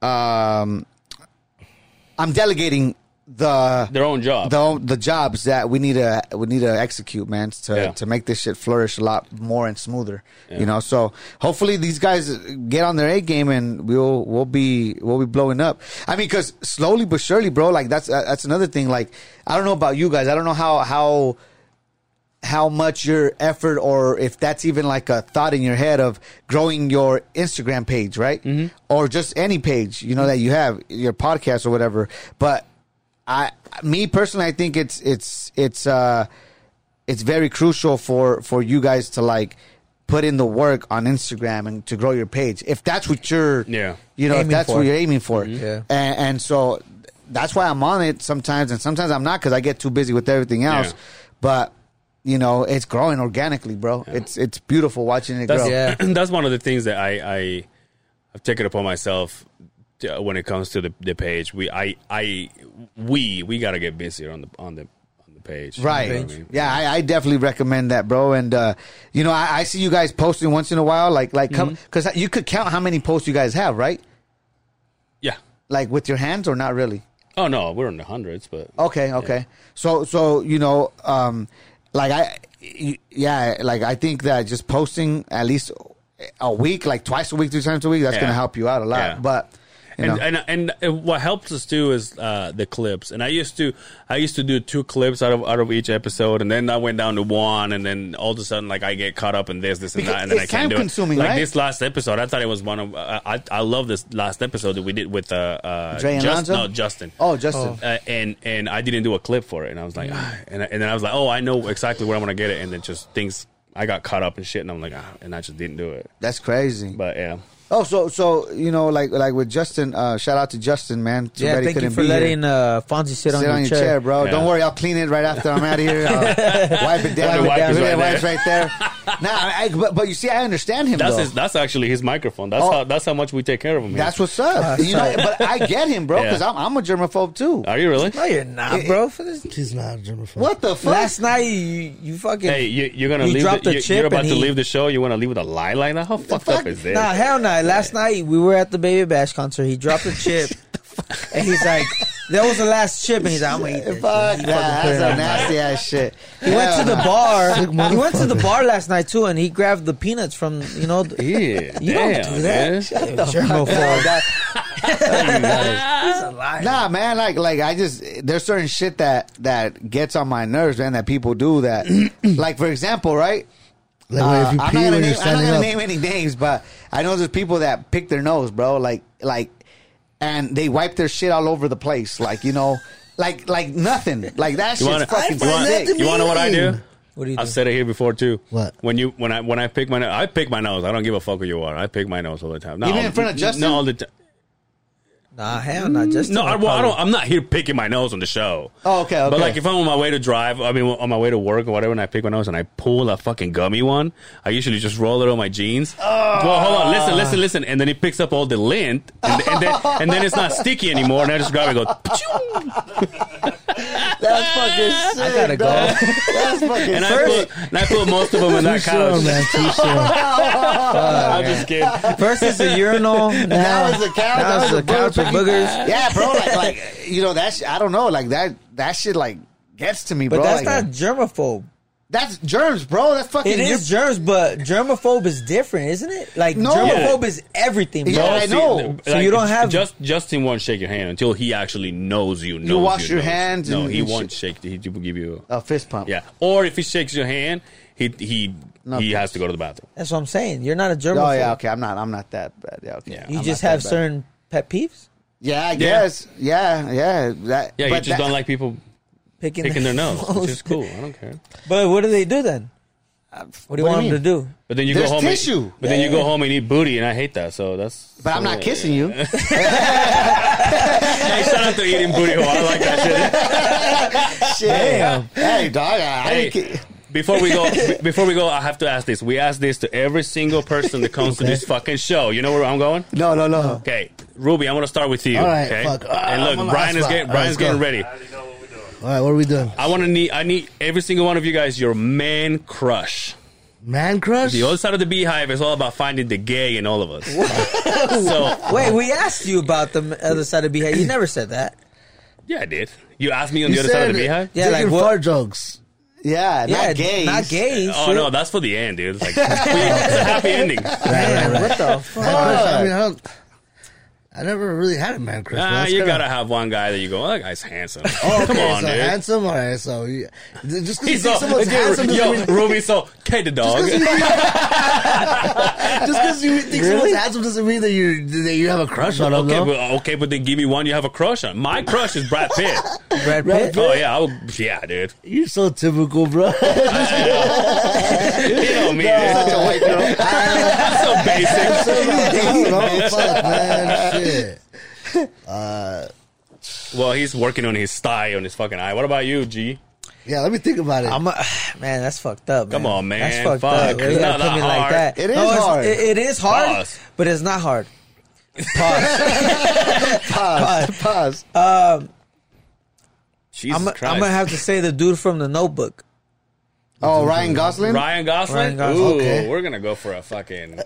Speaker 5: um I'm delegating the
Speaker 4: Their own job.
Speaker 5: the the jobs that we need to we need to execute, man, to
Speaker 4: Yeah.
Speaker 5: to make this shit flourish a lot more and smoother. You know, so hopefully these guys get on their A game and we'll we'll be we'll be blowing up. I mean, because slowly but surely, bro. Like that's uh, that's another thing. Like I don't know about you guys. I don't know how how how much your effort or if that's even like a thought in your head of growing your Instagram page, right?
Speaker 4: Mm-hmm.
Speaker 5: Or just any page, you know, that you have your podcast or whatever. But I, me personally, I think it's, it's, it's, uh, it's very crucial for, for you guys to like put in the work on Instagram and to grow your page. If that's what you're,
Speaker 4: Yeah.
Speaker 5: you know, if
Speaker 3: Aiming
Speaker 5: that's
Speaker 3: for. Mm-hmm.
Speaker 5: what you're aiming for.
Speaker 3: Yeah.
Speaker 5: And, and so that's why I'm on it sometimes. And sometimes I'm not because I get too busy with everything else.
Speaker 4: Yeah.
Speaker 5: But you know, it's growing organically, bro. It's it's beautiful watching it grow.
Speaker 4: that's,
Speaker 3: Yeah.
Speaker 4: that's one of the things that I, I I've taken upon myself uh, when it comes to the, the page. We I I we we gotta get busier on the on the on the page.
Speaker 5: Right.
Speaker 4: You know what I mean?
Speaker 5: Yeah, I, I definitely recommend that, bro. And uh, you know, I, I see you guys posting once in a while, like like
Speaker 4: Mm-hmm.
Speaker 5: because you could count how many posts you guys have, right?
Speaker 4: Yeah.
Speaker 5: Like with your hands or not really.
Speaker 4: Oh no, we're in the hundreds, but
Speaker 5: Okay, okay. So so you know, um, like I, y- yeah, like I think that just posting at least a week, like twice a week, three times a week, that's
Speaker 4: Yeah.
Speaker 5: gonna help you out a lot.
Speaker 4: Yeah.
Speaker 5: But you know,
Speaker 4: and, and and what helps us too is uh, the clips. And I used to I used to do two clips out of out of each episode, and then I went down to one, and then all of a sudden like I get caught up in this this and
Speaker 5: Because
Speaker 4: that, and then
Speaker 5: it's
Speaker 4: I can't do
Speaker 5: time-consuming,
Speaker 4: it. Like
Speaker 5: right?
Speaker 4: this last episode, I thought it was one of uh, I I love this last episode that we did with uh, uh
Speaker 5: Dre and
Speaker 4: Just-
Speaker 5: Lonzo?
Speaker 4: no Justin
Speaker 5: oh, Mm. Justin.
Speaker 4: uh, and and I didn't do a clip for it, and I was like, ah, and I- and then I was like, oh, I know exactly where I'm gonna get it, and then just things I got caught up in shit, and I'm like, ah, and I just didn't do it.
Speaker 5: That's crazy.
Speaker 4: But yeah,
Speaker 5: oh, so so you know, like like with Justin, uh, shout out to Justin, man. Too
Speaker 3: yeah,
Speaker 5: bad he
Speaker 3: thank you
Speaker 5: couldn't
Speaker 3: for
Speaker 5: be
Speaker 3: letting
Speaker 5: here.
Speaker 3: uh, Fonzie sit,
Speaker 5: Sit on your chair, bro.
Speaker 4: Yeah.
Speaker 5: Don't worry, I'll clean it right after I'm out of here. Uh, wipe it down.
Speaker 4: The wipe is
Speaker 5: Look at
Speaker 4: right
Speaker 5: that wipe's right there. nah, I, I- but, but you see, I understand him.
Speaker 4: that's
Speaker 5: though.
Speaker 4: his, that's actually his microphone. That's
Speaker 5: Oh.
Speaker 4: how that's how much we take care of him. here.
Speaker 5: That's what's up. you know, but I get him, bro,
Speaker 4: Yeah.
Speaker 5: because I'm, I'm a germaphobe too.
Speaker 4: Are you really?
Speaker 3: No, you're not, bro. For this-
Speaker 2: She's not a germaphobe.
Speaker 5: What the fuck?
Speaker 3: Last night you you fucking
Speaker 4: Hey, you, you're gonna
Speaker 3: He
Speaker 4: leave.
Speaker 3: dropped
Speaker 4: The,
Speaker 3: the
Speaker 4: you,
Speaker 3: chip
Speaker 4: you're about
Speaker 3: and
Speaker 4: to
Speaker 3: he-
Speaker 4: leave the show. You want to leave with a lie like that? How fucked
Speaker 5: fuck?
Speaker 4: up is this?
Speaker 3: Nah, hell no. Last night we were at the Baby Bash concert. He dropped a chip, and he's like, "That was the last chip." And he's like, "I'm gonna eat
Speaker 5: Fuck
Speaker 3: this."
Speaker 5: that.
Speaker 3: put
Speaker 5: That's
Speaker 3: it
Speaker 5: a
Speaker 3: in.
Speaker 5: nasty ass shit.
Speaker 3: He went to the
Speaker 5: Hell
Speaker 3: bar. He went to the bar last night too, and he grabbed the peanuts from you know. the-
Speaker 4: yeah,
Speaker 3: You
Speaker 4: damn,
Speaker 3: don't do that.
Speaker 4: man.
Speaker 3: Germaphobe.
Speaker 5: no. That- Nah, man, like like I just there's certain shit that that gets on my nerves, man. That people do that. like for example, right?
Speaker 2: Like
Speaker 5: Uh,
Speaker 2: if you
Speaker 5: I'm
Speaker 2: pee
Speaker 5: not gonna,
Speaker 2: when you're
Speaker 5: name, I'm not
Speaker 2: standing
Speaker 5: gonna
Speaker 2: up,
Speaker 5: name any names, but I know there's people that pick their nose, bro. Like like, and they wipe their shit all over the place, like you know, like like nothing, like that
Speaker 4: You
Speaker 5: shit's
Speaker 4: want
Speaker 5: fucking.
Speaker 4: you wanna-
Speaker 2: that
Speaker 4: you wanna what I do?
Speaker 3: What do you
Speaker 4: I've
Speaker 3: do?
Speaker 4: said it here before too.
Speaker 2: What?
Speaker 4: When you when I when I pick my nose, I pick my nose. I don't give a fuck who you are. I pick my nose all the time. Not
Speaker 5: Even
Speaker 4: all-
Speaker 5: in front of Justin?
Speaker 4: Not all the time.
Speaker 3: Nah, hell, not just
Speaker 4: No, I, well, I don't. I'm not here picking my nose on the show.
Speaker 5: Oh, okay, okay.
Speaker 4: But like, if I'm on my way to drive, I mean, on my way to work or whatever, and I pick my nose and I pull a fucking gummy one, I usually just roll it on my jeans.
Speaker 5: Oh.
Speaker 4: Well, hold on, listen, listen, listen, and then it picks up all the lint, and, and then and then it's not sticky anymore, and I just grab it, and go,
Speaker 5: That's fucking. Sick,
Speaker 3: I gotta go.
Speaker 5: dog. That's fucking.
Speaker 4: and I
Speaker 5: sick.
Speaker 4: put and I put most of them in that
Speaker 2: Sure,
Speaker 4: couch.
Speaker 2: man, too sure.
Speaker 4: I'm just kidding.
Speaker 3: First it's a urinal. Now,
Speaker 5: Now it's a couch,
Speaker 3: Now
Speaker 5: now
Speaker 3: it's
Speaker 5: it's
Speaker 3: a
Speaker 5: the
Speaker 3: couch with boogers.
Speaker 5: yeah, bro. Like like you know that. Sh- I don't know. Like that. That shit like gets to me,
Speaker 3: But
Speaker 5: bro.
Speaker 3: that's
Speaker 5: like,
Speaker 3: not germaphobe.
Speaker 5: That's germs, bro. That's fucking.
Speaker 3: It
Speaker 5: your-
Speaker 3: is germs, but germaphobe is different, isn't it? Like
Speaker 5: No.
Speaker 3: germaphobe is everything, bro.
Speaker 5: Yeah, I know.
Speaker 3: So you don't have-
Speaker 4: just Justin won't shake your hand until he actually knows you. Knows
Speaker 5: wash your
Speaker 4: knows.
Speaker 5: hands
Speaker 4: No,
Speaker 5: and
Speaker 4: he
Speaker 5: you
Speaker 4: won't
Speaker 5: sh-
Speaker 4: shake. He will give you.
Speaker 5: a Oh, fist pump.
Speaker 4: Yeah, or if he shakes your hand, he he he has to go to the bathroom.
Speaker 3: That's what I'm saying. You're not a germaphobe.
Speaker 5: Oh yeah. Okay. I'm not. I'm not that bad. Yeah. Okay.
Speaker 4: Yeah.
Speaker 3: You
Speaker 5: I'm
Speaker 3: just
Speaker 5: not that
Speaker 3: have
Speaker 5: bad.
Speaker 3: certain pet peeves.
Speaker 5: Yeah. I guess. Yeah. Yeah. That.
Speaker 4: Yeah,
Speaker 5: but
Speaker 4: you just
Speaker 5: that-
Speaker 4: don't like people
Speaker 3: Picking,
Speaker 4: picking their nose, which is cool. I don't care.
Speaker 3: But what do they do then? What do you
Speaker 5: uh, what do
Speaker 3: want
Speaker 5: you
Speaker 3: them to do?
Speaker 4: But then you
Speaker 5: There's
Speaker 4: go home.
Speaker 5: tissue.
Speaker 4: And, but then you go home and eat booty, and I hate that. So that's.
Speaker 5: But I'm not kissing you.
Speaker 4: Hey, shout out to eating booty. hole. I like that shit.
Speaker 5: Shit. Hey, dog. I, I
Speaker 4: Hey,
Speaker 5: didn't ki-
Speaker 4: before we go, be- before we go, I have to ask this. We ask this to every single person that comes to this fucking show. You know where I'm going?
Speaker 5: No. No. No.
Speaker 4: Okay, Ruby, I want to start with you.
Speaker 2: All right,
Speaker 4: okay?
Speaker 2: fuck. Ah, I'm
Speaker 4: and
Speaker 2: on
Speaker 4: look,
Speaker 2: the
Speaker 4: Brian
Speaker 2: hot
Speaker 4: is
Speaker 2: spot.
Speaker 4: getting
Speaker 2: All right,
Speaker 4: Brian's
Speaker 2: let's
Speaker 4: getting
Speaker 2: go.
Speaker 4: ready.
Speaker 6: I already know what we're doing.
Speaker 2: All right, what are we doing?
Speaker 4: I want to need I need every single one of you guys your man crush.
Speaker 2: Man crush?
Speaker 4: The other side of the beehive is all about finding the gay in all of us. so
Speaker 3: Wait, we asked you about the other side of behavior. You never said that.
Speaker 4: yeah, I did. You asked me on
Speaker 2: You
Speaker 4: the other side of
Speaker 2: said
Speaker 4: the beehive.
Speaker 3: Yeah,
Speaker 2: dick
Speaker 3: like
Speaker 2: and
Speaker 3: what-
Speaker 2: fart jokes.
Speaker 5: Yeah.
Speaker 3: Yeah,
Speaker 5: not gay.
Speaker 3: Not gay.
Speaker 4: Oh
Speaker 3: shit.
Speaker 4: no, that's for the end, dude. It's like it's a happy ending.
Speaker 3: Man, What the fuck?
Speaker 2: Man crush, I mean, I, don't, I never really had a man crush. man.
Speaker 4: Ah,
Speaker 2: That's
Speaker 4: you
Speaker 2: kinda-
Speaker 4: gotta have one guy that you go, oh, that guy's handsome.
Speaker 2: Oh, okay,
Speaker 4: Come on,
Speaker 2: so
Speaker 4: dude.
Speaker 2: handsome. All right, so you, just because you
Speaker 4: He's
Speaker 2: think
Speaker 4: so,
Speaker 2: someone's handsome,
Speaker 4: dude,
Speaker 2: doesn't mean-
Speaker 4: yo, Ruby, so take the dog.
Speaker 2: just because you think someone's handsome doesn't mean that you that you have a crush on them.
Speaker 4: Okay,
Speaker 2: no?
Speaker 4: but, uh, okay, but then give me one you have a crush on. My crush is Brad Pitt.
Speaker 3: Brad Pitt?
Speaker 4: oh yeah, I would, yeah, dude.
Speaker 2: You're so typical, bro.
Speaker 4: You know me. It's such a white girl. so basic.
Speaker 2: I don't know, fuck, man, shit.
Speaker 4: Well, he's working on his thigh, on his fucking eye. What about you, G?
Speaker 2: Yeah, let me think about it.
Speaker 3: I'm a, man, that's fucked up.
Speaker 4: Come on, man.
Speaker 3: That's fucked
Speaker 4: Fuck.
Speaker 3: up.
Speaker 4: It's
Speaker 3: You gotta
Speaker 4: not
Speaker 3: put
Speaker 4: that
Speaker 3: me like
Speaker 4: hard.
Speaker 3: that.
Speaker 5: It is
Speaker 3: it's-
Speaker 5: hard.
Speaker 3: It, it is hard,
Speaker 4: Pause.
Speaker 3: but it's not hard. Pause.
Speaker 5: Pause.
Speaker 3: Pause.
Speaker 5: Pause.
Speaker 4: Jesus
Speaker 3: I'm, I'm
Speaker 4: Christ.
Speaker 3: gonna have to say the dude from the Notebook.
Speaker 5: oh, Ryan Gosling.
Speaker 4: Ryan Gosling.
Speaker 3: Ryan Gosling.
Speaker 4: Ooh,
Speaker 2: Okay.
Speaker 4: we're gonna go for a fucking.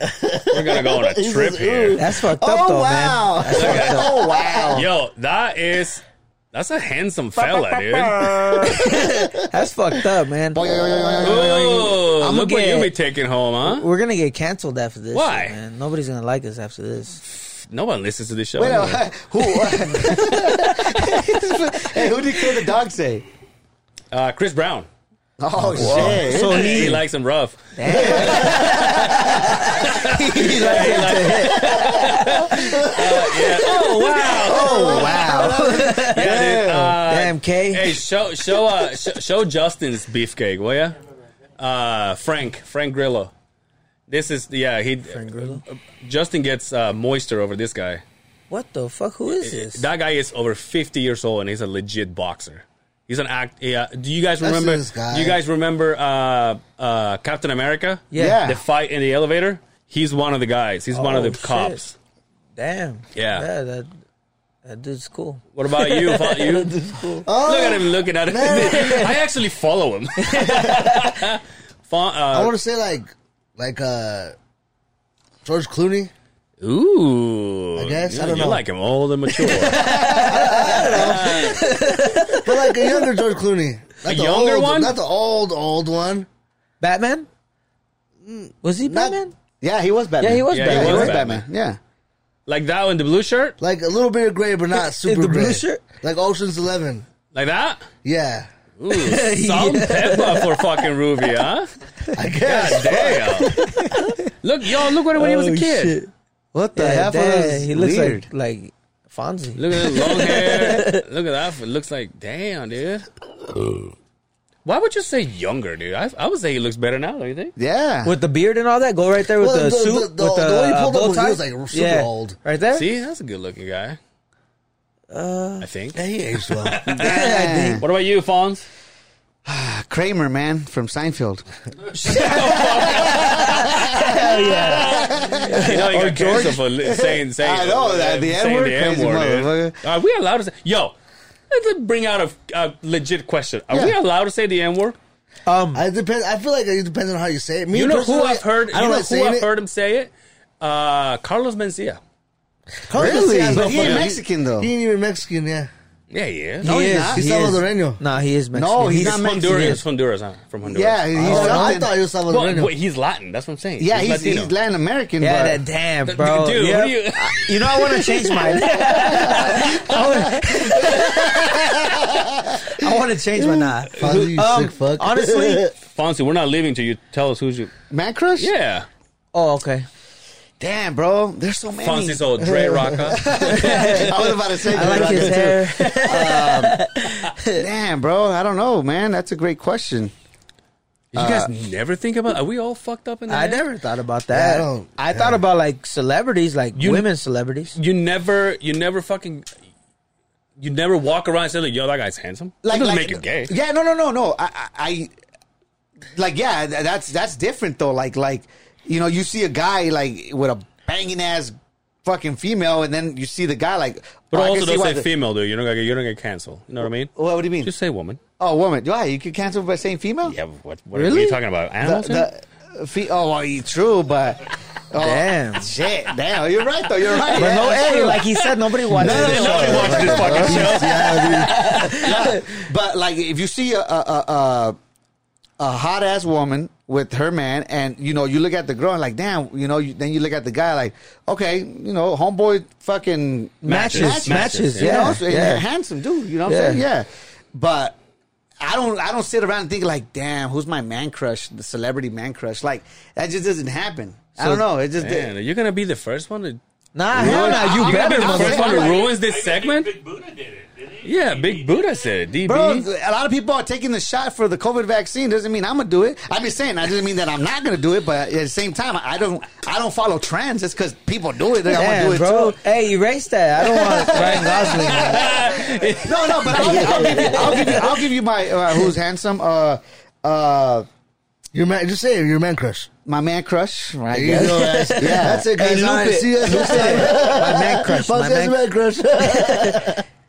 Speaker 4: We're gonna go on a trip here.
Speaker 3: That's fucked up,
Speaker 5: Oh
Speaker 3: though,
Speaker 5: wow.
Speaker 3: man. That's fucked up.
Speaker 5: oh wow.
Speaker 4: Yo, that is. That's a handsome fella, dude.
Speaker 3: That's fucked up, man.
Speaker 4: Ooh,
Speaker 3: I'ma
Speaker 4: look what
Speaker 3: get-
Speaker 4: you be taking home, huh?
Speaker 3: We're gonna get canceled after this.
Speaker 4: Why?
Speaker 3: shit, man. Nobody's gonna like us after this.
Speaker 4: No one listens to this show.
Speaker 5: Wait, no,
Speaker 4: anyway.
Speaker 5: who? hey, who did kill the dog? Say.
Speaker 4: Uh, Chris Brown.
Speaker 5: Oh shit.
Speaker 3: So
Speaker 4: He
Speaker 3: he,
Speaker 4: likes him rough.
Speaker 5: He like-
Speaker 4: Uh, Oh wow.
Speaker 5: oh wow.
Speaker 4: Yeah, dude, uh,
Speaker 3: damn K.
Speaker 4: Hey, show show uh, sh- show Justin's beefcake, will ya? Uh, Frank Frank Grillo. This is yeah. He Frank
Speaker 3: Grillo?
Speaker 4: Justin gets uh, moisture over this guy.
Speaker 3: What the fuck? Who is this?
Speaker 4: That guy is over fifty years old and he's a legit boxer. He's an act. Yeah. Do you guys remember?
Speaker 2: this guy.
Speaker 4: Do you guys remember uh, uh, Captain America?
Speaker 3: Yeah.
Speaker 4: The fight in the elevator. He's one of the guys. He's one of
Speaker 3: Oh,
Speaker 4: the
Speaker 3: shit.
Speaker 4: cops.
Speaker 3: Damn.
Speaker 4: Yeah.
Speaker 3: that, that dude's cool. Uh,
Speaker 4: What about you? Fo- you?
Speaker 3: Oh,
Speaker 4: Look
Speaker 2: Um,
Speaker 4: at him looking at it. I actually follow him. Fo-
Speaker 2: I
Speaker 4: uh,
Speaker 2: want to say like like uh George Clooney.
Speaker 4: ooh,
Speaker 2: I guess, I
Speaker 4: you,
Speaker 2: don't
Speaker 4: you
Speaker 2: know.
Speaker 4: like him old and mature.
Speaker 2: But like a younger George Clooney. Not
Speaker 4: A younger
Speaker 2: old,
Speaker 4: one?
Speaker 2: Not the old, old one.
Speaker 3: Batman? Was he
Speaker 2: Not-
Speaker 3: Batman?
Speaker 5: Yeah, he was Batman.
Speaker 3: Yeah, he was
Speaker 4: Yeah, he
Speaker 3: Batman.
Speaker 5: He
Speaker 4: was
Speaker 5: was
Speaker 4: Batman.
Speaker 5: Batman. Yeah.
Speaker 4: Like that one, the blue shirt?
Speaker 2: Like a little bit of gray, but not super
Speaker 3: the blue
Speaker 2: gray.
Speaker 3: shirt?
Speaker 2: Like Ocean's Eleven.
Speaker 4: Like that?
Speaker 2: Yeah,
Speaker 4: Ooh, salt and pepper for fucking Ruby, huh?
Speaker 2: I guess.
Speaker 4: God damn. look, y'all, look what when he was a
Speaker 3: Oh,
Speaker 4: kid.
Speaker 3: shit.
Speaker 5: What the
Speaker 3: Yeah,
Speaker 5: hell?
Speaker 3: damn, he looks
Speaker 5: weird.
Speaker 3: like like Fonzie.
Speaker 4: Look at that long hair. Look at that. It looks like, damn, dude. Why would you say younger, dude? I, I would say he looks better now, don't you think?
Speaker 5: yeah.
Speaker 3: with the beard and all that, go right there with
Speaker 2: Well,
Speaker 3: the,
Speaker 2: the-
Speaker 3: suit.
Speaker 2: the- the-
Speaker 3: with the,
Speaker 2: the one he
Speaker 3: uh,
Speaker 2: pulled up
Speaker 3: bow
Speaker 2: was- he
Speaker 3: tie.
Speaker 2: was, like, super old.
Speaker 3: right there.
Speaker 4: See, that's a good looking guy.
Speaker 2: Uh,
Speaker 4: I think.
Speaker 2: Yeah, he aged well.
Speaker 5: Yeah.
Speaker 4: What about you, Fonz?
Speaker 5: Kramer, man, from Seinfeld.
Speaker 4: You know, you got canceled for li- saying, saying,
Speaker 5: I know, that the
Speaker 4: saying
Speaker 5: N-word, crazy
Speaker 4: dude.
Speaker 5: motherfucker.
Speaker 4: Are we allowed to say, yo, let's bring out a, a legit question. Are we
Speaker 5: Yeah.
Speaker 4: allowed to say the N word?
Speaker 3: Um,
Speaker 2: I depend. I feel like it depends on how you say it. Me
Speaker 4: You know who
Speaker 2: personally,
Speaker 4: I've heard,
Speaker 2: I
Speaker 4: you
Speaker 2: don't
Speaker 4: know
Speaker 2: like saying
Speaker 4: who I've
Speaker 2: it.
Speaker 4: heard him say it? Uh, Carlos Mencia.
Speaker 2: Carlos
Speaker 5: Really?
Speaker 2: Mencia is
Speaker 5: But
Speaker 2: not
Speaker 5: he ain't
Speaker 2: fucking-
Speaker 5: Mexican, though.
Speaker 2: He ain't even Mexican. Yeah,
Speaker 4: Yeah, he is.
Speaker 5: No,
Speaker 3: he
Speaker 5: he's
Speaker 3: is.
Speaker 5: not.
Speaker 3: he
Speaker 2: He's
Speaker 3: is.
Speaker 2: Salvadoreño.
Speaker 3: Nah, he is Mexican.
Speaker 5: No, he's
Speaker 4: He's
Speaker 5: not Mexican.
Speaker 4: Honduras.
Speaker 5: He
Speaker 4: He's
Speaker 5: is.
Speaker 4: Honduras. huh? From Honduras.
Speaker 5: Yeah, he's
Speaker 2: Oh, no, I
Speaker 5: something.
Speaker 2: thought he was
Speaker 4: Well,
Speaker 2: Salvadoreño.
Speaker 4: wait, he's Latin. That's what I'm saying.
Speaker 5: yeah, he's,
Speaker 4: Latino.
Speaker 5: he's Latin American.
Speaker 3: Yeah,
Speaker 5: but
Speaker 3: that damn,
Speaker 4: Th-
Speaker 3: bro.
Speaker 4: dude,
Speaker 3: Yep.
Speaker 4: what do you? Ah,
Speaker 3: You know, I want to change mine. I want to change my nah.
Speaker 2: Fonzie, you
Speaker 3: Um,
Speaker 2: sick fuck.
Speaker 3: honestly-
Speaker 4: Fonzie, we're not leaving till you tell us who's you.
Speaker 5: Man Crush?
Speaker 4: Yeah,
Speaker 3: Oh, okay.
Speaker 5: Damn, bro. There's so many.
Speaker 4: Fonzie's old Dre Rocca.
Speaker 5: I was about to say
Speaker 3: I like
Speaker 5: that.
Speaker 3: his hair.
Speaker 5: Damn, bro. I don't know, man. That's a great question.
Speaker 4: you guys never think about? Are we all fucked up in the
Speaker 3: I
Speaker 4: head?
Speaker 3: never thought about
Speaker 2: Yeah, I
Speaker 3: that.
Speaker 2: don't-
Speaker 3: I, thought about like celebrities, like
Speaker 4: You-
Speaker 3: women celebrities.
Speaker 4: You never. You never fucking. You never walk around and say, like, "Yo, that guy's handsome." Like, that doesn't make you gay.
Speaker 5: Yeah, no, no, no, no. I, I, I like, yeah, th- that's that's different though. Like, like you know, you see a guy like with a banging ass fucking female, and then you see the guy like.
Speaker 4: But
Speaker 5: oh, I can
Speaker 4: also,
Speaker 5: see
Speaker 4: don't
Speaker 5: why
Speaker 4: say
Speaker 5: the-
Speaker 4: female, dude. You don't get. You don't get canceled. You know what I mean?
Speaker 5: What, what do you mean?
Speaker 4: Just say woman.
Speaker 5: oh, woman. Why you could cancel by saying female?
Speaker 4: Yeah. What? What, what are
Speaker 5: Really?
Speaker 4: you talking about?
Speaker 5: The,
Speaker 4: Animals? here?
Speaker 5: the, fe- oh, well, you- true, but oh,
Speaker 3: Damn.
Speaker 5: shit, damn. You're right though. You're right.
Speaker 3: But
Speaker 5: Yeah,
Speaker 3: no,
Speaker 5: that's
Speaker 3: hey,
Speaker 5: true.
Speaker 3: like he said, nobody watches.
Speaker 4: no,
Speaker 3: this
Speaker 4: no,
Speaker 3: show.
Speaker 4: nobody watches this fucking show.
Speaker 5: Yeah, but like if you see a a, a, a, a hot ass woman with her man, and you know you look at the girl and like, damn, you know, you, then you look at the guy like, okay, you know, homeboy fucking
Speaker 3: Matches, matches,
Speaker 4: matches,
Speaker 5: you know,
Speaker 3: yeah,
Speaker 5: so- and
Speaker 3: yeah.
Speaker 5: handsome dude, you know what
Speaker 3: Yeah.
Speaker 5: I'm saying? Yeah, but. I don't. I don't sit around and think like, damn, who's my man crush? The celebrity man crush. Like that just doesn't happen. I
Speaker 3: So-
Speaker 5: don't know. It just.
Speaker 4: Man, you're gonna be the first one to
Speaker 3: Nah, hell nah, you
Speaker 5: I- I-
Speaker 4: You're gonna
Speaker 3: better,
Speaker 4: be the first one
Speaker 5: motherfucker.
Speaker 4: who ruins
Speaker 6: I
Speaker 4: this
Speaker 6: think
Speaker 4: segment?
Speaker 6: Big Buddha did it, didn't he?
Speaker 4: Yeah,
Speaker 6: He-
Speaker 4: Big
Speaker 6: he-
Speaker 4: Buddha said it. DB.
Speaker 5: Bro, a lot of people are taking the shot for the COVID vaccine. Doesn't mean I'm gonna do it. I'm just saying. I doesn't mean that I'm not gonna do it. But at the same time, I don't. I don't follow trends. It's because people do it. Then I'm gonna do
Speaker 3: Damn,
Speaker 5: it
Speaker 3: bro.
Speaker 5: too.
Speaker 3: Hey, erase that. I don't want Ryan Gosling. man.
Speaker 5: No, no. But I'll, I'll, give, you, I'll give you. I'll give you my uh, who's handsome. Uh, uh,
Speaker 2: your man, just say it, your man crush.
Speaker 5: my man crush. Right.
Speaker 2: There you go, guys. yeah, that's it, guys.
Speaker 5: Hey,
Speaker 2: All right,
Speaker 5: Lupe.
Speaker 2: See you guys next
Speaker 3: My man crush. My man
Speaker 2: man crush.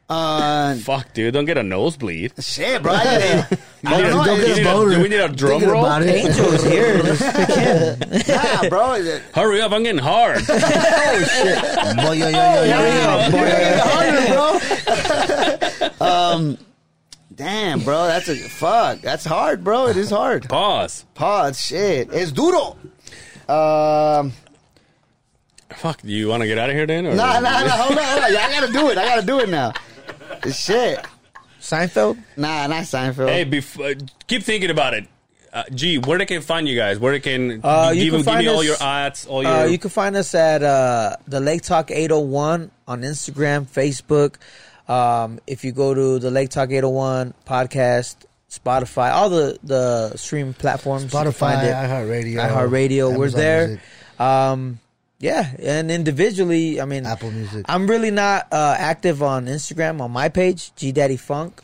Speaker 5: Uh,
Speaker 4: Fuck, dude, don't get a nosebleed.
Speaker 5: shit, bro. I, I don't know.
Speaker 2: Don't
Speaker 5: I-
Speaker 2: get a
Speaker 4: do we need a-
Speaker 2: boner.
Speaker 4: do we need a drum
Speaker 2: Thinking
Speaker 4: roll?
Speaker 2: about it.
Speaker 3: Angel's here.
Speaker 5: Nah, bro. it-
Speaker 4: Hurry up, I'm getting hard.
Speaker 2: Boy, yo, yo, yo, yo, yo, boy.
Speaker 5: Um, Damn, bro. That's a fuck. That's hard, bro. It is hard.
Speaker 4: Pause.
Speaker 5: Pause. Shit. It's duro. Um.
Speaker 4: Fuck, do you want to get out of here, then? Or
Speaker 5: Nah, nah, nah. Hold on, hold on. I gotta do it. I gotta do it now. Shit.
Speaker 3: Seinfeld.
Speaker 5: Nah, not Seinfeld.
Speaker 4: Hey, bef- uh, keep thinking about it. Uh, gee, where they can find you guys? Where they can
Speaker 3: Uh,
Speaker 4: give,
Speaker 3: you can
Speaker 4: give me
Speaker 3: find
Speaker 4: all
Speaker 3: us-
Speaker 4: your ads, all your
Speaker 3: Uh, you can find us at uh, the Lake Talk 801 on Instagram, Facebook. Um, if you go to the Lake Talk 801 podcast, Spotify, all the, the stream platforms, you can
Speaker 2: Spotify,
Speaker 3: find it.
Speaker 2: iHeartRadio,
Speaker 3: iHeartRadio, we're
Speaker 2: Amazon
Speaker 3: there.
Speaker 2: Music.
Speaker 3: Um, yeah, and individually, I mean,
Speaker 2: Apple Music.
Speaker 3: I'm really not uh, active on Instagram on my page, G Daddy Funk.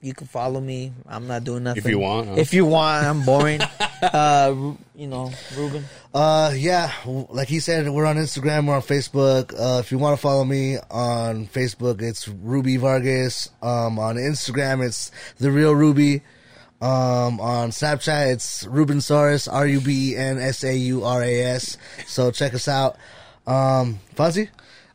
Speaker 3: You can follow me. I'm not doing nothing.
Speaker 4: you want, huh?
Speaker 3: if you want, I'm boring. uh, Ru- you know, Ruben.
Speaker 2: Uh, yeah, w- like he said, we're on Instagram, we're on Facebook. Uh, if you want to follow me on Facebook, it's Ruby Vargas. Um, on Instagram, it's the real Ruby. Um, on Snapchat, it's Ruben Saurus, R U B E N S A U R A S. So check us out. Um, Fonzie,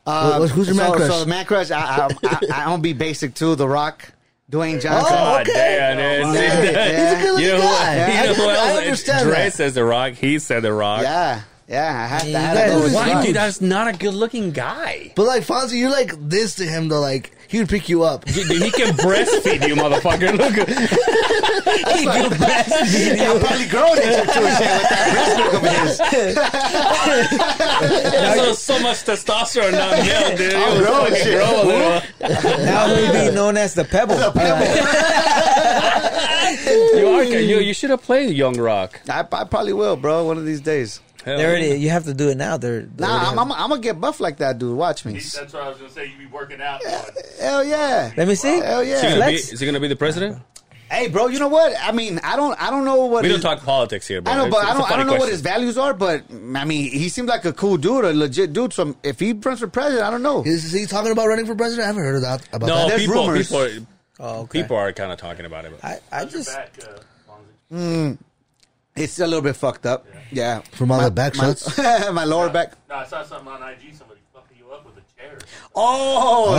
Speaker 2: Wh- wh- who's your
Speaker 5: so,
Speaker 2: man crush?
Speaker 5: Um, So the man crush. I, I, I, I don't be basic too. The Rock, Dwayne Johnson.
Speaker 2: Oh,
Speaker 4: God damn it.
Speaker 5: Yeah,
Speaker 2: He's a good looking
Speaker 4: You know, who-
Speaker 2: guy.
Speaker 4: you
Speaker 2: I
Speaker 4: know
Speaker 2: can-
Speaker 4: who
Speaker 2: I
Speaker 4: else?
Speaker 2: understand
Speaker 4: Dre
Speaker 2: that.
Speaker 4: says The Rock. He said The Rock.
Speaker 5: yeah. Yeah, I had to. I had
Speaker 3: guys
Speaker 5: to go with
Speaker 3: are
Speaker 5: Fonz.
Speaker 4: Why,
Speaker 3: Fonz.
Speaker 4: dude? That's not a good looking guy.
Speaker 2: But like Fonzie, you're like this to him though. Like he would pick you up.
Speaker 4: Dude, he can breastfeed you, motherfucker. Look,
Speaker 3: He can breastfeed you.
Speaker 5: I'm probably grown into it too, shit, with that breast milk of his.
Speaker 4: that's not so much testosterone not milk, dude.
Speaker 5: I'm
Speaker 4: It was
Speaker 5: grown,
Speaker 4: fucking
Speaker 5: shit.
Speaker 4: grown, little.
Speaker 3: Now he'll be known as the Pebble.
Speaker 4: You are you. You should have played Young Rock.
Speaker 5: I, I probably will, bro. One of these days.
Speaker 3: They already, you have to do it now. They're, they already
Speaker 5: Nah, I'm,
Speaker 3: have-
Speaker 5: I'm, I'm gonna get buff like that, dude. Watch me.
Speaker 6: That's what I was gonna say. You be working out. Going,
Speaker 5: Hell yeah.
Speaker 3: Let me see.
Speaker 5: Hell
Speaker 4: Is he,
Speaker 5: yeah.
Speaker 4: gonna be,
Speaker 3: Flex.
Speaker 4: is he gonna be the president?
Speaker 5: Hey, bro. You know what? I mean, I don't. I don't know what.
Speaker 4: We don't
Speaker 5: his-
Speaker 4: talk politics here, bro.
Speaker 5: I know,
Speaker 4: It's-
Speaker 5: but
Speaker 4: it's
Speaker 5: I
Speaker 4: a
Speaker 5: don't. I
Speaker 4: funny
Speaker 5: don't know what
Speaker 4: question.
Speaker 5: his values are. But I mean, he seemed like a cool dude, a legit dude. So if he runs for president, I don't know.
Speaker 2: Is, is he talking about running for president? I haven't heard of that about
Speaker 4: No,
Speaker 2: that.
Speaker 5: there's
Speaker 4: people,
Speaker 5: rumors.
Speaker 4: people, are,
Speaker 3: Oh, okay.
Speaker 4: people are kind of talking about it. But.
Speaker 3: I, I
Speaker 6: "Put your
Speaker 3: just,
Speaker 6: back, uh, Fonzie."
Speaker 5: It's a little bit fucked up. Yeah.
Speaker 2: From all
Speaker 5: my,
Speaker 2: the back
Speaker 5: my,
Speaker 2: shots?
Speaker 5: my lower back.
Speaker 6: No, I saw something on IG. Somebody fucking you up with a chair.
Speaker 5: Oh.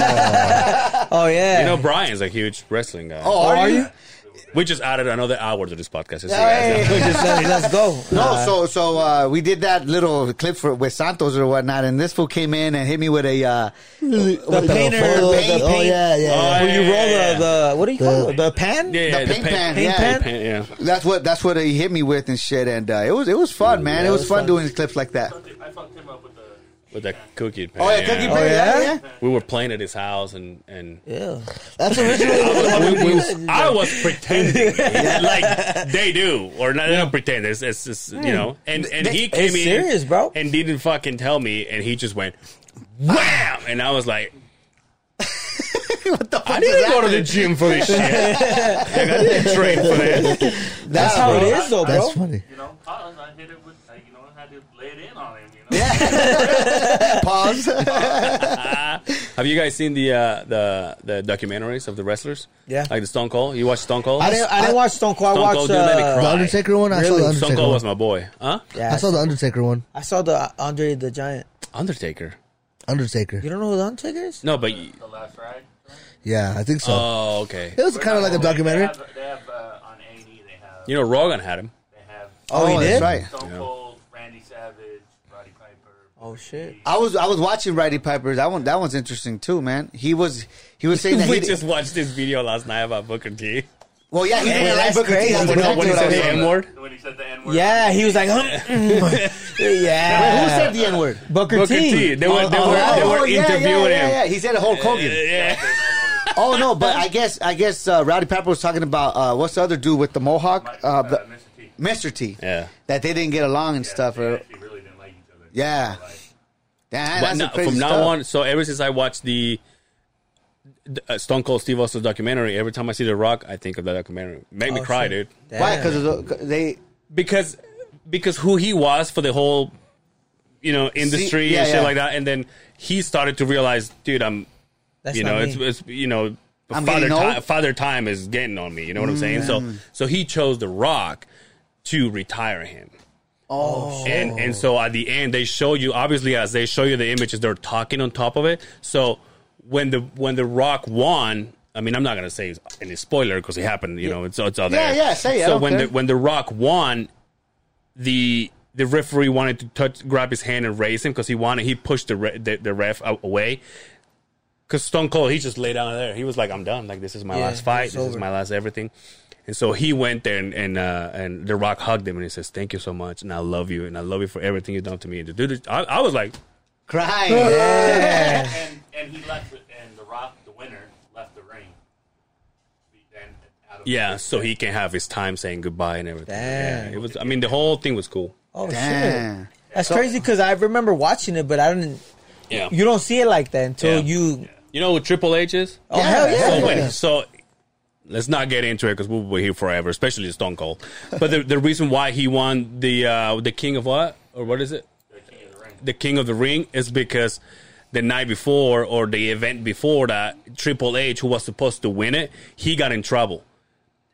Speaker 5: nah.
Speaker 3: oh yeah.
Speaker 4: You know, Brian's a huge wrestling guy.
Speaker 5: Oh, are,
Speaker 3: are
Speaker 5: you?
Speaker 3: you?
Speaker 4: We just added another hour to this podcast. Just so you
Speaker 5: Hey.
Speaker 4: guys know.
Speaker 3: Just let, let's go.
Speaker 5: No,
Speaker 3: Uh,
Speaker 5: so so uh, we did that little clip for with Santos or whatnot, and this fool came in and hit me with a uh,
Speaker 3: the,
Speaker 5: with
Speaker 3: painter,
Speaker 5: foil
Speaker 3: the-
Speaker 5: paint,
Speaker 2: Oh yeah, yeah.
Speaker 4: Oh,
Speaker 2: yeah.
Speaker 3: Where you roll uh,
Speaker 4: yeah.
Speaker 3: the, the what do you call it? The pan?
Speaker 4: Yeah, yeah,
Speaker 5: the paint pan,
Speaker 4: paint
Speaker 5: yeah.
Speaker 4: pan, yeah.
Speaker 5: That's what that's what he hit me with and shit, and uh, it was it was fun, man. it was, fun, doing clips like that.
Speaker 6: Fucked him- I fucked him up with the.
Speaker 4: with that cookie pan.
Speaker 5: Oh yeah, cookie
Speaker 3: Oh,
Speaker 5: pan, yeah,
Speaker 3: yeah?
Speaker 5: yeah.
Speaker 4: We were playing at his house, and and
Speaker 3: Yeah.
Speaker 2: That's original.
Speaker 4: we- we- I was pretending like they do, or not, they don't pretend. It's, it's just you know, and and he came
Speaker 3: It's
Speaker 4: in
Speaker 3: serious, bro.
Speaker 4: and didn't fucking tell me, and he just went wham, and I was like. I didn't go to the gym for this shit. Like, I didn't train for that.
Speaker 3: That's how it is though, bro.
Speaker 2: That's funny.
Speaker 6: You know, pause. I hit it with. Like, you know, I had to lay it in on him. You know.
Speaker 5: Pause.
Speaker 4: Have you guys seen the uh, the the documentaries of the wrestlers?
Speaker 3: Yeah.
Speaker 4: like the Stone Cold. You watch Stone Cold?
Speaker 3: I didn't I didn't watch Stone Cold. I
Speaker 4: Stone Cold
Speaker 3: watched
Speaker 4: didn't let me
Speaker 2: The
Speaker 4: cry.
Speaker 3: uh,
Speaker 2: Undertaker one. I saw
Speaker 3: Really?
Speaker 2: the
Speaker 4: Stone
Speaker 2: Undertaker
Speaker 4: Cold
Speaker 2: one.
Speaker 4: was my boy, huh?
Speaker 3: yeah,
Speaker 2: I saw the Undertaker one.
Speaker 3: I saw the uh, Andre the Giant.
Speaker 4: Undertaker.
Speaker 2: Undertaker.
Speaker 3: You don't know who the Undertaker is?
Speaker 4: No, but y-
Speaker 6: The last ride.
Speaker 2: Yeah, I think so.
Speaker 4: oh, okay.
Speaker 2: it was kind of like a documentary.
Speaker 6: They have, they have uh, on A and E. They have.
Speaker 4: You know, Rogan had him.
Speaker 6: They have.
Speaker 3: Oh, he did?
Speaker 5: That's right.
Speaker 6: Stone Cold, Randy Savage, Roddy Piper.
Speaker 3: Oh shit.
Speaker 5: I was I was watching Roddy Piper. That one that one's interesting too, man. He was he was saying that
Speaker 4: we
Speaker 5: he
Speaker 4: just watched this video last night about Booker T.
Speaker 5: well yeah he didn't like
Speaker 3: that's
Speaker 5: Booker T.
Speaker 3: crazy.
Speaker 5: That's
Speaker 4: When,
Speaker 5: exactly
Speaker 4: when he
Speaker 5: what I
Speaker 4: said
Speaker 5: was
Speaker 4: the
Speaker 5: talking
Speaker 4: N
Speaker 5: about.
Speaker 4: word.
Speaker 6: When he said the N word.
Speaker 3: Yeah, he was like, mm, mm.
Speaker 5: Wait, Who
Speaker 3: yeah.
Speaker 5: said the N word?
Speaker 3: Booker,
Speaker 4: Booker
Speaker 3: T.
Speaker 4: T. They were, they
Speaker 5: Oh,
Speaker 4: were, they
Speaker 5: oh,
Speaker 4: were
Speaker 5: yeah, yeah,
Speaker 4: interviewing
Speaker 5: yeah, yeah.
Speaker 4: him.
Speaker 5: He said Hulk Hogan.
Speaker 4: Yeah.
Speaker 5: Oh no, but I guess I guess uh, Rowdy Piper was talking about uh, what's the other dude with the mohawk, uh,
Speaker 6: Uh,
Speaker 5: the-
Speaker 6: Mr. T.
Speaker 5: Mr. T.
Speaker 4: Yeah.
Speaker 5: That they didn't get along and
Speaker 6: Yeah,
Speaker 5: stuff.
Speaker 6: They
Speaker 5: Or,
Speaker 6: actually really didn't like each other.
Speaker 5: yeah.
Speaker 6: Like,
Speaker 5: Damn,
Speaker 4: But
Speaker 5: that's
Speaker 4: no,
Speaker 5: some crazy
Speaker 4: from now
Speaker 5: stuff.
Speaker 4: on, so ever since I watched the the, uh, Stone Cold Steve Austin documentary, every time I see The Rock, I think of that documentary. Make me
Speaker 3: Oh,
Speaker 4: cry,
Speaker 3: shit.
Speaker 4: dude.
Speaker 3: Damn.
Speaker 5: Why? Because they.
Speaker 4: because because who he was for the whole you know industry
Speaker 5: yeah,
Speaker 4: and shit
Speaker 5: yeah.
Speaker 4: like that and then he started to realize dude i'm
Speaker 3: That's
Speaker 4: you
Speaker 3: not
Speaker 4: know it's,
Speaker 3: me.
Speaker 4: it's you know
Speaker 5: I'm
Speaker 4: father
Speaker 5: getting
Speaker 4: time,
Speaker 5: old. Mm.
Speaker 4: father time is getting on me you know what i'm saying so so he chose the rock to retire him
Speaker 5: Oh.
Speaker 4: and and so at the end they show you obviously as they show you the images they're talking on top of it so when the when the rock won i mean i'm not gonna say any spoiler because it happened you know it's, it's out
Speaker 5: Yeah,
Speaker 4: there
Speaker 5: yeah, say it, I
Speaker 4: so
Speaker 5: don't
Speaker 4: when
Speaker 5: care.
Speaker 4: the when the rock won the the referee wanted to touch grab his hand and raise him because he wanted he pushed the re, the, the ref out- away because Stone Cold, he just lay down there. He was like, "I'm done. Like this is my
Speaker 3: Yeah,
Speaker 4: last fight.
Speaker 3: it's
Speaker 4: This is
Speaker 3: over.
Speaker 4: my last everything." And so he went there, and and, uh, and The Rock hugged him, and he says, "Thank you so much, and I love you, and I love you for everything you've done to me." And the dude, I, I was like,
Speaker 5: Crying.
Speaker 2: Oh,
Speaker 5: Yeah.
Speaker 6: and and he left, with- and the Rock, the winner, left the ring. And out of
Speaker 4: "Yeah." So he can have his time saying goodbye and everything.
Speaker 3: Damn.
Speaker 4: Yeah, it was. I mean, the whole thing was cool.
Speaker 3: Oh shit.
Speaker 5: Damn.
Speaker 3: That's crazy because I remember watching it, but I didn't.
Speaker 4: Yeah.
Speaker 3: You don't see it like that until
Speaker 4: Yeah.
Speaker 3: you.
Speaker 4: You know what Triple H is?
Speaker 3: Oh hell yeah!
Speaker 4: So, wait, so let's not get into it because we'll be here forever, especially Stone Cold. But the, the reason why he won the uh, the King of what or what is it? The King of the Ring is because the night before or the event before that, Triple H, who was supposed to win it, he got in trouble,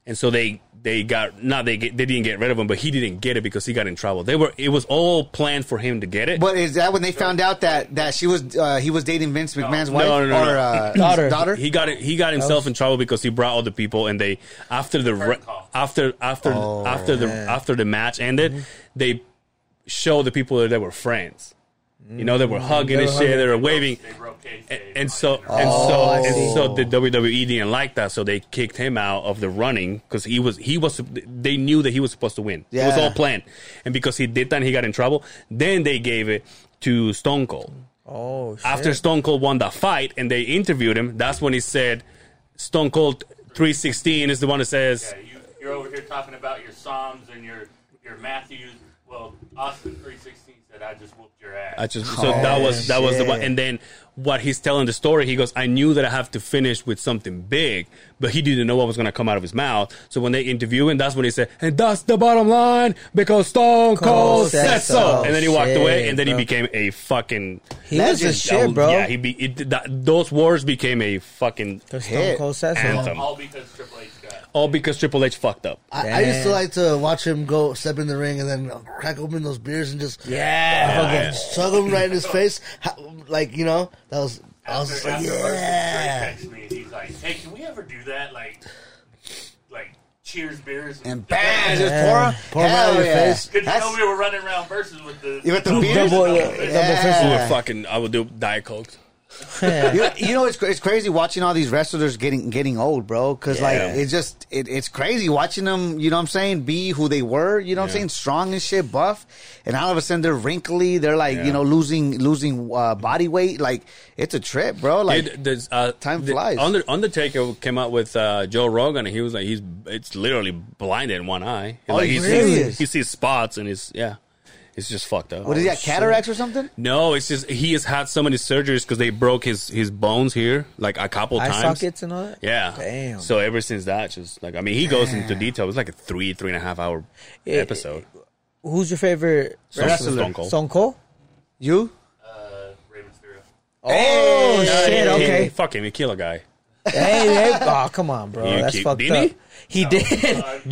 Speaker 4: and so they they got not they get, they didn't get rid of him, but he didn't get it because he got in trouble. They were it was all planned for him to get it.
Speaker 5: But is that when they found out that that she was uh, he was dating Vince McMahon's wife
Speaker 4: no, no,
Speaker 5: or
Speaker 4: no.
Speaker 5: uh, his
Speaker 3: Daughter.
Speaker 5: daughter?
Speaker 4: He got it, he got himself in trouble because he brought all the people, and they after the re-
Speaker 6: call.
Speaker 4: after after after the after the match ended, they show the people that were friends. You know, they were hugging and shit. They were waving.
Speaker 6: They broke Cage
Speaker 4: And,
Speaker 6: Cage
Speaker 4: and
Speaker 6: on
Speaker 4: so
Speaker 6: Internet.
Speaker 4: and so
Speaker 3: I
Speaker 4: and
Speaker 3: see.
Speaker 4: so the WWE didn't like that, so they kicked him out of the running because he was he was they knew that he was supposed to win. It was
Speaker 5: Yeah.
Speaker 4: all planned, and because he did that, and he got in trouble. Then they gave it to Stone Cold.
Speaker 3: Oh, shit.
Speaker 4: After Stone Cold won that fight, and they interviewed him, that's when he said, "Stone Cold 316 is the one that says."
Speaker 6: Yeah, you, you're over here talking about your Psalms and your your Matthews. Well, Austin three sixteen said, "I just whooped your ass."
Speaker 4: I just so that was that was the one, and then what he's telling the story, he goes, "I knew that I have to finish with something big, but he didn't know what was going to come out of his mouth." So when they interview him, that's when he said, "And that's the bottom line because Stone Cold said so." And then he walked
Speaker 3: Shit,
Speaker 4: away, and then he
Speaker 3: bro.
Speaker 4: became a fucking
Speaker 3: he was a
Speaker 5: Legend,
Speaker 3: shit, bro.
Speaker 4: Oh, Yeah, he be it, that, those words became a fucking
Speaker 3: Cause Stone Cold says so.
Speaker 4: anthem,
Speaker 6: all because Triple H got. it.
Speaker 4: all because Triple H fucked up.
Speaker 2: I, I used to
Speaker 3: Damn.
Speaker 2: like to watch him go step in the ring and then crack open those beers and just
Speaker 4: Yeah.
Speaker 2: fucking chug them right in his face. How, like you know, that was I was just
Speaker 6: After,
Speaker 2: like,
Speaker 6: after
Speaker 2: yeah.
Speaker 6: Marcus Gray texts me, and he's like, "Hey, can we ever do that? Like, like cheers beers
Speaker 5: and bam, just
Speaker 3: Yeah.
Speaker 5: pour 'em.
Speaker 2: Pour 'em out of
Speaker 5: Hell
Speaker 2: your
Speaker 5: yeah.
Speaker 2: face.
Speaker 6: Good to know
Speaker 5: That's-
Speaker 6: we were running around verses with the
Speaker 5: You with the beers?
Speaker 3: Double,
Speaker 6: Yeah.
Speaker 3: double
Speaker 4: I
Speaker 5: Yeah.
Speaker 4: would fucking I would do diet coke.
Speaker 5: you, know- you know, it's cra- it's crazy watching all these wrestlers getting getting old, bro. Because like it's just it, it's crazy watching them. You know what I'm saying? Be who they were. You know what I'm
Speaker 4: Yeah.
Speaker 5: saying? Strong and shit, buff, and all of a sudden they're wrinkly. They're like
Speaker 4: Yeah.
Speaker 5: you know losing losing uh, body weight. Like it's a trip, bro. Like
Speaker 4: Dude, there's, uh,
Speaker 5: time
Speaker 4: the-
Speaker 5: flies.
Speaker 4: Under, Undertaker came out with uh, Joe Rogan, and he was like, he's it's literally blinded in one eye.
Speaker 5: Oh,
Speaker 4: like,
Speaker 5: he
Speaker 4: he's-
Speaker 5: really
Speaker 4: he's-
Speaker 5: is?
Speaker 4: He sees spots, and he's yeah, it's just fucked up.
Speaker 5: what
Speaker 3: Oh,
Speaker 5: is that? Cataracts or something?
Speaker 4: No, it's just he has had so many surgeries because they broke his his bones here like a couple
Speaker 3: Eye
Speaker 4: times.
Speaker 3: sockets and all that.
Speaker 4: Yeah.
Speaker 3: Damn.
Speaker 4: So ever since that, just like I mean, he goes into detail. It's like a three three and a half hour
Speaker 3: It-
Speaker 4: episode.
Speaker 3: who's your favorite
Speaker 4: Stone-
Speaker 3: wrestler?
Speaker 4: Stone Cold.
Speaker 3: Stone Cold.
Speaker 5: You?
Speaker 6: Uh, Raven Mysterio.
Speaker 3: Oh shit!
Speaker 4: He-
Speaker 3: Okay.
Speaker 4: fuck him, he kill a guy.
Speaker 3: hey, hey, oh come on, bro.
Speaker 4: You
Speaker 3: That's
Speaker 4: keep-
Speaker 3: fucked
Speaker 4: didn't
Speaker 3: up. He did.
Speaker 4: Do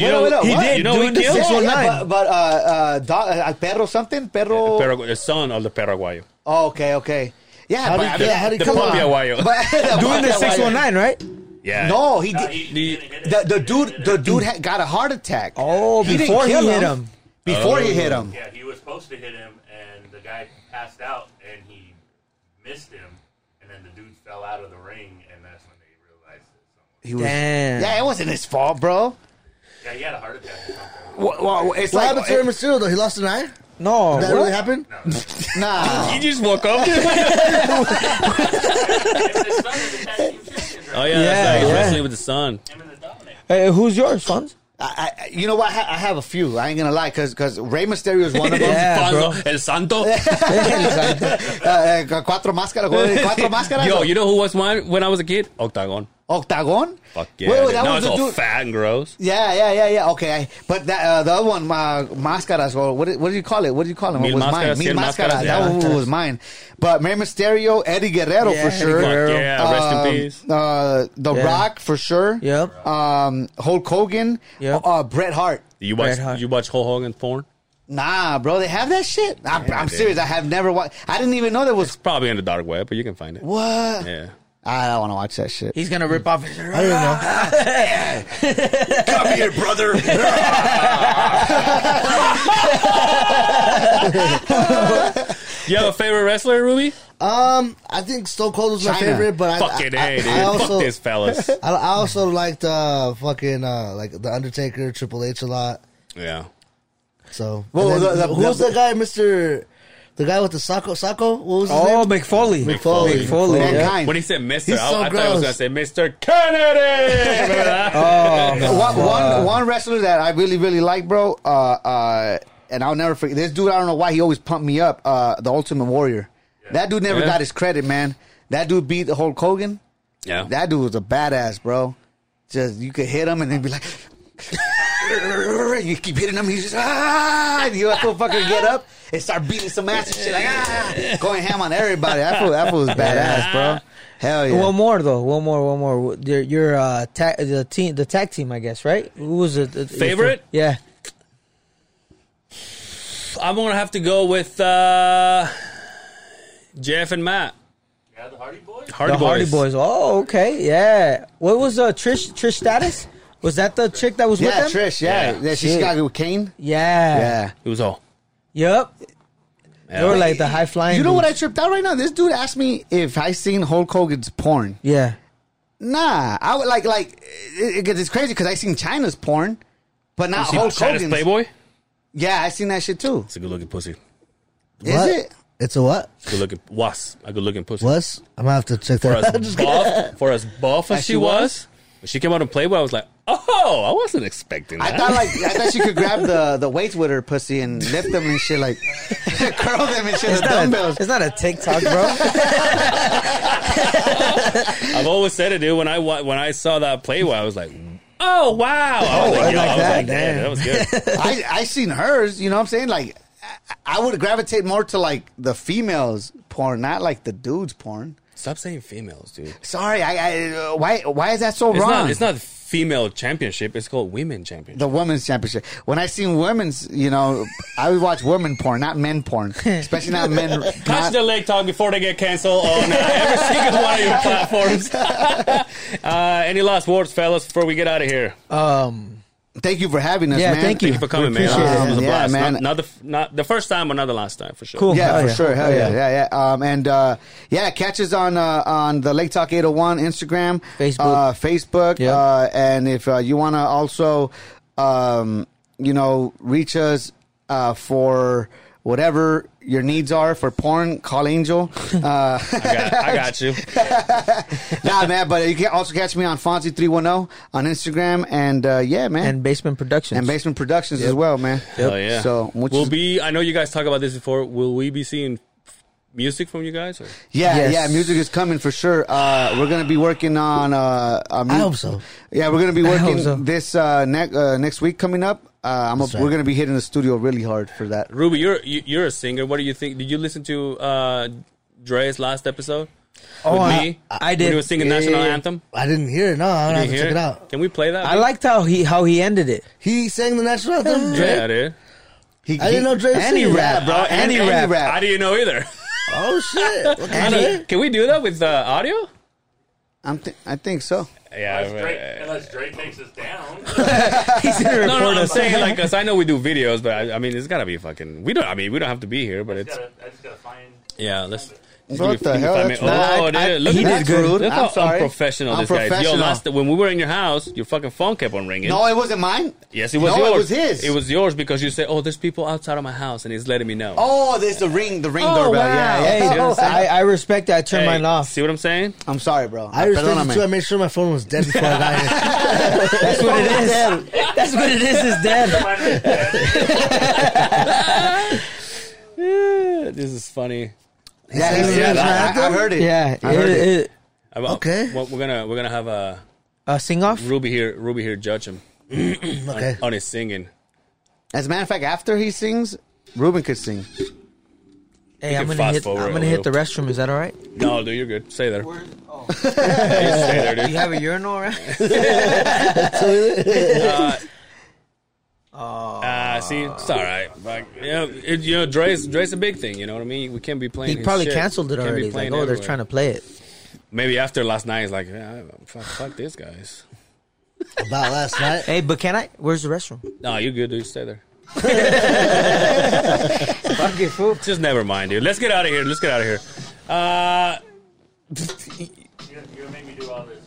Speaker 4: you know,
Speaker 5: wait up,
Speaker 4: he
Speaker 5: what?
Speaker 4: did.
Speaker 3: You
Speaker 4: know
Speaker 3: know
Speaker 4: he
Speaker 3: he did?
Speaker 4: killed?
Speaker 5: Yeah, yeah,
Speaker 3: 619.
Speaker 5: but but uh, uh, do, uh, perro something perro.
Speaker 4: Paragu- the son of the Paraguayo.
Speaker 5: Oh, okay, okay. Yeah,
Speaker 2: How do
Speaker 5: but,
Speaker 2: you-
Speaker 5: I mean,
Speaker 2: yeah, how do you
Speaker 4: The
Speaker 2: come
Speaker 4: Pompeo
Speaker 2: on?
Speaker 4: Guayo.
Speaker 3: Doing the six one nine, right?
Speaker 4: Yeah.
Speaker 5: No, he
Speaker 6: No,
Speaker 5: did.
Speaker 6: he- he didn't hit it.
Speaker 5: The, the dude,
Speaker 6: He didn't
Speaker 5: the
Speaker 6: hit it.
Speaker 5: dude ha- got a heart attack.
Speaker 3: Oh,
Speaker 5: didn't
Speaker 3: before he
Speaker 5: kill
Speaker 3: hit him.
Speaker 5: Before he hit him.
Speaker 6: Yeah, he was supposed to hit him, and the guy passed out, and he missed him, and then the dude fell out of the ring, and that's when they realized that someone.
Speaker 5: He was,
Speaker 3: Damn.
Speaker 5: yeah, it wasn't his fault, bro.
Speaker 6: Yeah, he had a heart attack. Or something.
Speaker 5: Well, well, it's
Speaker 2: What
Speaker 5: like
Speaker 2: happened to Rey Mysterio though? He lost an eye.
Speaker 3: No.
Speaker 2: That
Speaker 3: what?
Speaker 2: really happened.
Speaker 5: nah.
Speaker 4: He just woke up. oh
Speaker 6: Him and his son were the tag team champions, right?
Speaker 5: Oh,
Speaker 4: Oh, yeah, that's
Speaker 3: Yeah,
Speaker 4: right. He's
Speaker 3: yeah.
Speaker 4: wrestling with the sun.
Speaker 6: Him and the Dominic.
Speaker 3: Hey, who's yours, Fonz?
Speaker 5: I, I, you know what? I, ha- I have a few. I ain't gonna lie, cause cause Rey Mysterio is one of them.
Speaker 3: Yeah,
Speaker 4: Fango,
Speaker 3: bro.
Speaker 4: El Santo.
Speaker 5: uh, uh, cuatro máscaras, cuatro máscaras.
Speaker 4: Yo, you know who was mine when I was a kid? Octagon.
Speaker 5: Octagon.
Speaker 4: Fuck yeah.
Speaker 5: Wait,
Speaker 4: dude.
Speaker 5: wait, that
Speaker 4: now
Speaker 5: was
Speaker 4: it's
Speaker 5: the
Speaker 4: all
Speaker 5: dude.
Speaker 4: fat and gross.
Speaker 5: Yeah, yeah, yeah, yeah. Okay, I, but that uh, the other one, uh, mascaras, or what? What do you call it? What do you call them?
Speaker 4: Mil
Speaker 5: It was
Speaker 4: máscaras,
Speaker 5: mine. Mil
Speaker 4: cien
Speaker 5: mascaras.
Speaker 4: máscaras,
Speaker 5: That
Speaker 4: yeah.
Speaker 5: one was mine. But Rey Mysterio, Eddie Guerrero
Speaker 3: Yeah,
Speaker 5: for
Speaker 3: Eddie
Speaker 5: sure.
Speaker 4: Fuck yeah, rest
Speaker 5: Um,
Speaker 4: in peace.
Speaker 5: Uh, the
Speaker 3: Yeah.
Speaker 5: Rock for sure.
Speaker 3: Yep.
Speaker 5: Um, Hulk Hogan.
Speaker 3: Yep.
Speaker 5: Uh, Bret Hart.
Speaker 4: You
Speaker 3: Bret
Speaker 4: watch
Speaker 3: Hart.
Speaker 4: you watch Hulk Hogan porn?
Speaker 5: Nah, bro, they have that shit. I'm, I'm
Speaker 4: dude.
Speaker 5: serious. I have never watched. I didn't even know there was.
Speaker 4: Probably on the dark web, but you can find it.
Speaker 5: What?
Speaker 4: Yeah.
Speaker 5: I don't want to watch that shit.
Speaker 3: He's gonna rip off his.
Speaker 2: I don't know.
Speaker 4: Come here, brother. you have a favorite wrestler, Ruby?
Speaker 2: Um, I think Stone Cold was my
Speaker 5: China.
Speaker 2: favorite, but I-
Speaker 4: Fucking
Speaker 2: I, I,
Speaker 4: A, dude.
Speaker 2: I also,
Speaker 4: Fuck this fellas.
Speaker 2: I, I also liked uh fucking uh like the Undertaker, Triple H a lot.
Speaker 4: yeah.
Speaker 2: So
Speaker 5: Well,
Speaker 2: and then
Speaker 5: the- the-
Speaker 2: who's
Speaker 5: the-
Speaker 2: the, guy, Mister? The guy with the Socko Socko? What was his
Speaker 3: Oh,
Speaker 2: name?
Speaker 3: McFoley.
Speaker 4: McFoley.
Speaker 3: McFoley. Yeah.
Speaker 5: Mankind.
Speaker 4: When he said Mr.,
Speaker 2: He's
Speaker 4: I,
Speaker 2: so
Speaker 4: I thought I was
Speaker 2: gross.
Speaker 4: going to say Mr. Kennedy. Remember that?
Speaker 3: Oh,
Speaker 5: one, one, one wrestler that I really, really like, bro, uh, uh, and I'll never forget this dude. I don't know why he always pumped me up. Uh, the Ultimate Warrior. That dude never
Speaker 4: Yeah.
Speaker 5: got his credit, man. That dude beat the Hulk Hogan.
Speaker 4: yeah.
Speaker 5: That dude was a badass, bro. Just you could hit him and then be like, you keep hitting him. He's just ah, and you have to fucking get up and start beating some ass and shit like ah, going ham on everybody. That fool, that fool was badass, bro. Hell yeah.
Speaker 3: One more though. One more. One more. Your, your uh, ta- the team, the tag team, I guess, right? Who was it? The- the-
Speaker 4: Favorite?
Speaker 3: Yeah.
Speaker 4: I'm gonna have to go with uh, Jeff and Matt.
Speaker 6: Yeah, the Hardy Boys.
Speaker 4: Hardy
Speaker 3: the
Speaker 4: Boys.
Speaker 3: Hardy Boys. Oh, okay, yeah. What was uh, Trish Trish status? Was that the chick that was
Speaker 5: yeah,
Speaker 3: with them?
Speaker 5: Trish. Yeah,
Speaker 4: Yeah.
Speaker 5: yeah. she's
Speaker 3: Shit.
Speaker 5: got with Kane.
Speaker 3: Yeah.
Speaker 5: Yeah.
Speaker 4: It was all.
Speaker 3: Yep. They were like the high flying.
Speaker 5: You know what
Speaker 3: dudes.
Speaker 5: I tripped out right now? This dude asked me if I seen Hulk Hogan's porn.
Speaker 3: Yeah.
Speaker 5: Nah, I would like like it, it- 'cause it's crazy because I seen China's porn, but not
Speaker 4: See,
Speaker 5: Hulk
Speaker 4: China's
Speaker 5: Hogan's.
Speaker 4: Playboy.
Speaker 5: Yeah, I seen that shit too.
Speaker 4: It's a good looking pussy.
Speaker 5: Is
Speaker 2: What?
Speaker 5: it?
Speaker 2: It's a what?
Speaker 4: Good looking was. A good looking pussy.
Speaker 2: What? I'm gonna have to check
Speaker 4: For
Speaker 2: that. out.
Speaker 4: as
Speaker 2: Just kidding.
Speaker 4: buff, for as buff as, she,
Speaker 5: she
Speaker 4: was,
Speaker 5: was?
Speaker 4: when she came out and Playboy, I was like, oh, I wasn't expecting that.
Speaker 5: I thought like I thought she could grab the the weights with her pussy and lift them and shit like curl them and shit. The dumbbells.
Speaker 3: It's not a TikTok, bro.
Speaker 4: I've always said it, dude. When I wa- when I saw that Playboy, I was like, oh wow, I was
Speaker 5: Oh,
Speaker 4: like,
Speaker 5: I
Speaker 4: yo,
Speaker 5: like
Speaker 4: I was
Speaker 5: that.
Speaker 4: like, damn, that was good.
Speaker 5: I I seen hers. You know what I'm saying? Like I, I would gravitate more to like the females porn, not like the dudes porn.
Speaker 4: Stop saying females, dude. It's
Speaker 5: Sorry, I, I uh, why why is that so wrong?
Speaker 4: not. It's not female championship. It's called women championship.
Speaker 5: the women's championship. When I seen women's, you know, I would watch women porn, not men porn, especially not men.
Speaker 4: Catch
Speaker 5: not-
Speaker 4: the leg talk before they get canceled on uh, every single one of your platforms. uh, any last words, fellas, before we get out of here?
Speaker 3: Um,
Speaker 5: thank you for having us,
Speaker 3: Yeah,
Speaker 5: man.
Speaker 3: thank you.
Speaker 4: Thank you for coming,
Speaker 3: We
Speaker 4: man.
Speaker 3: appreciate
Speaker 4: Uh,
Speaker 5: it.
Speaker 4: It was a
Speaker 5: Yeah,
Speaker 4: blast.
Speaker 5: man.
Speaker 4: Not, not the f- not the first time, but not the last time for sure.
Speaker 3: cool.
Speaker 5: Yeah,
Speaker 3: Hell
Speaker 5: for sure. Hell
Speaker 3: Hell
Speaker 5: yeah. yeah, yeah. Um, and uh, yeah, catch us on uh, on the Lake Talk 801 Instagram,
Speaker 3: Facebook.
Speaker 5: uh, Facebook,
Speaker 3: Yeah.
Speaker 5: uh, and if uh, you want to also, um, you know, reach us uh, for whatever your needs are for porn, call Angel. Uh,
Speaker 4: I got, I got you.
Speaker 5: nah, man, but you can also catch me on Fonzie310 on Instagram, and uh, yeah, man,
Speaker 3: And
Speaker 5: and,
Speaker 3: Basement Productions.
Speaker 5: Basement Productions as well, man.
Speaker 4: Hell Oh, yeah.
Speaker 5: So which
Speaker 4: we'll
Speaker 5: is-
Speaker 4: be. I know you guys talked about this before. Will we be seeing music from you guys? Or?
Speaker 5: Yeah,
Speaker 3: Yes.
Speaker 5: yeah, music is coming for sure. Uh, we're gonna be working on. Uh, a mu-
Speaker 2: I hope so.
Speaker 5: Yeah, we're gonna be
Speaker 3: hope
Speaker 5: working
Speaker 3: so.
Speaker 5: this uh, next uh, next week coming up. Uh, I'm a,
Speaker 2: right.
Speaker 5: We're gonna be hitting the studio really hard for that.
Speaker 4: Ruby, you're you, you're a singer. What do you think? Did you listen to uh, Dre's last episode?
Speaker 3: Oh,
Speaker 4: With
Speaker 3: I-
Speaker 4: me?
Speaker 3: I
Speaker 4: When
Speaker 3: did.
Speaker 4: he was singing
Speaker 3: Yeah,
Speaker 4: national
Speaker 3: yeah, yeah.
Speaker 4: anthem.
Speaker 2: I didn't hear it. No, I'm gonna
Speaker 4: Did
Speaker 2: have
Speaker 4: you
Speaker 2: to
Speaker 4: hear
Speaker 2: check it out.
Speaker 4: Can we play that?
Speaker 3: I liked how he how he ended it.
Speaker 2: He sang the national anthem. Drake.
Speaker 4: Yeah, dude.
Speaker 5: He,
Speaker 2: I didn't know Drake
Speaker 5: And he
Speaker 2: sang
Speaker 5: rap,
Speaker 2: that.
Speaker 5: bro.
Speaker 4: Uh,
Speaker 5: and he
Speaker 4: and-
Speaker 5: rap.
Speaker 4: I didn't know either.
Speaker 2: Oh shit! What the
Speaker 4: I
Speaker 2: shit?
Speaker 4: don't- Can we do that with uh, audio?
Speaker 5: I'm th- I think so.
Speaker 4: Yeah.
Speaker 6: Unless Drake,
Speaker 4: right.
Speaker 6: unless Drake takes us down.
Speaker 3: He's gonna report
Speaker 4: No, no, I'm
Speaker 3: us.
Speaker 4: saying like, 'cause I know we do videos, but I, I mean, it's gotta be fucking. We don't. I mean, we don't have to be here, but
Speaker 6: I just
Speaker 4: it's
Speaker 6: gotta- I just gotta find.
Speaker 4: yeah. Let's. just
Speaker 5: What
Speaker 4: give me-
Speaker 5: the
Speaker 4: give me
Speaker 5: hell?
Speaker 4: five
Speaker 5: That's
Speaker 4: minutes.
Speaker 5: not-
Speaker 4: Oh,
Speaker 5: I-
Speaker 4: dude, look
Speaker 5: he
Speaker 4: at
Speaker 5: did
Speaker 4: this
Speaker 5: good.
Speaker 4: Look
Speaker 5: I'm
Speaker 4: how
Speaker 5: sorry.
Speaker 4: unprofessional
Speaker 5: I'm
Speaker 4: this guy is. Yo,
Speaker 5: professional.
Speaker 4: last when we were in your house, your fucking phone kept on ringing.
Speaker 5: No, it wasn't mine.
Speaker 4: Yes, it was
Speaker 5: No,
Speaker 4: yours.
Speaker 5: it was his.
Speaker 4: It was yours because you said, "Oh, there's people outside of my house," and he's letting me know.
Speaker 5: Oh, there's the ring. The ring
Speaker 4: Oh,
Speaker 5: doorbell.
Speaker 4: wow.
Speaker 5: Yeah,
Speaker 3: Hey,
Speaker 5: yeah.
Speaker 4: See what I'm saying?
Speaker 3: Oh, I, I respect that. I turned
Speaker 4: Hey,
Speaker 3: mine off.
Speaker 4: See what I'm saying?
Speaker 5: I'm sorry, bro.
Speaker 2: I respect
Speaker 5: Perdóname.
Speaker 2: you too. I made sure my phone was dead before I got here.
Speaker 3: That's what it is. That's what it is. Is dead.
Speaker 6: find it.
Speaker 4: Yeah, this is funny.
Speaker 5: Yeah, he-
Speaker 2: Yeah,
Speaker 5: yeah, I, I heard it.
Speaker 3: Yeah.
Speaker 5: I heard
Speaker 3: it-
Speaker 5: it.
Speaker 3: it-
Speaker 4: I- I-
Speaker 2: Okay.
Speaker 4: what- we're gonna we're gonna have uh,
Speaker 3: uh, sing off.
Speaker 4: Ruby here. Ruby here judge him
Speaker 2: Okay.
Speaker 4: on his singing.
Speaker 5: As a matter of fact, after he sings, Ruben could sing.
Speaker 3: Hey,
Speaker 4: can
Speaker 3: I'm gonna
Speaker 4: fast
Speaker 3: hit.
Speaker 4: forward
Speaker 3: I'm
Speaker 4: a
Speaker 3: gonna hit the
Speaker 4: little.
Speaker 3: restroom. Is that all right?
Speaker 4: No, dude, you're good. Stay there. Yeah, stay there, dude.
Speaker 3: You have a urinal, right?
Speaker 4: Uh, see, it's all right. Like, you know, it, you know, Dre's Dre's a big thing. You know what I mean? We can't be playing.
Speaker 3: He
Speaker 4: his
Speaker 3: probably
Speaker 4: shit.
Speaker 3: canceled it
Speaker 4: Can't be
Speaker 3: already. He's like,
Speaker 4: playing
Speaker 3: oh, they're
Speaker 4: everywhere.
Speaker 3: trying to play it.
Speaker 4: Maybe after last night, he's like, yeah, fuck, fuck these guys.
Speaker 2: About last night.
Speaker 3: Hey, but can I? Where's the restroom?
Speaker 4: No, you're good, dude. Stay there.
Speaker 3: Fuck it, fool.
Speaker 4: Just never mind, dude. Let's get out of here. Let's get out of here. Uh,
Speaker 6: You're, you're gonna make me do all this.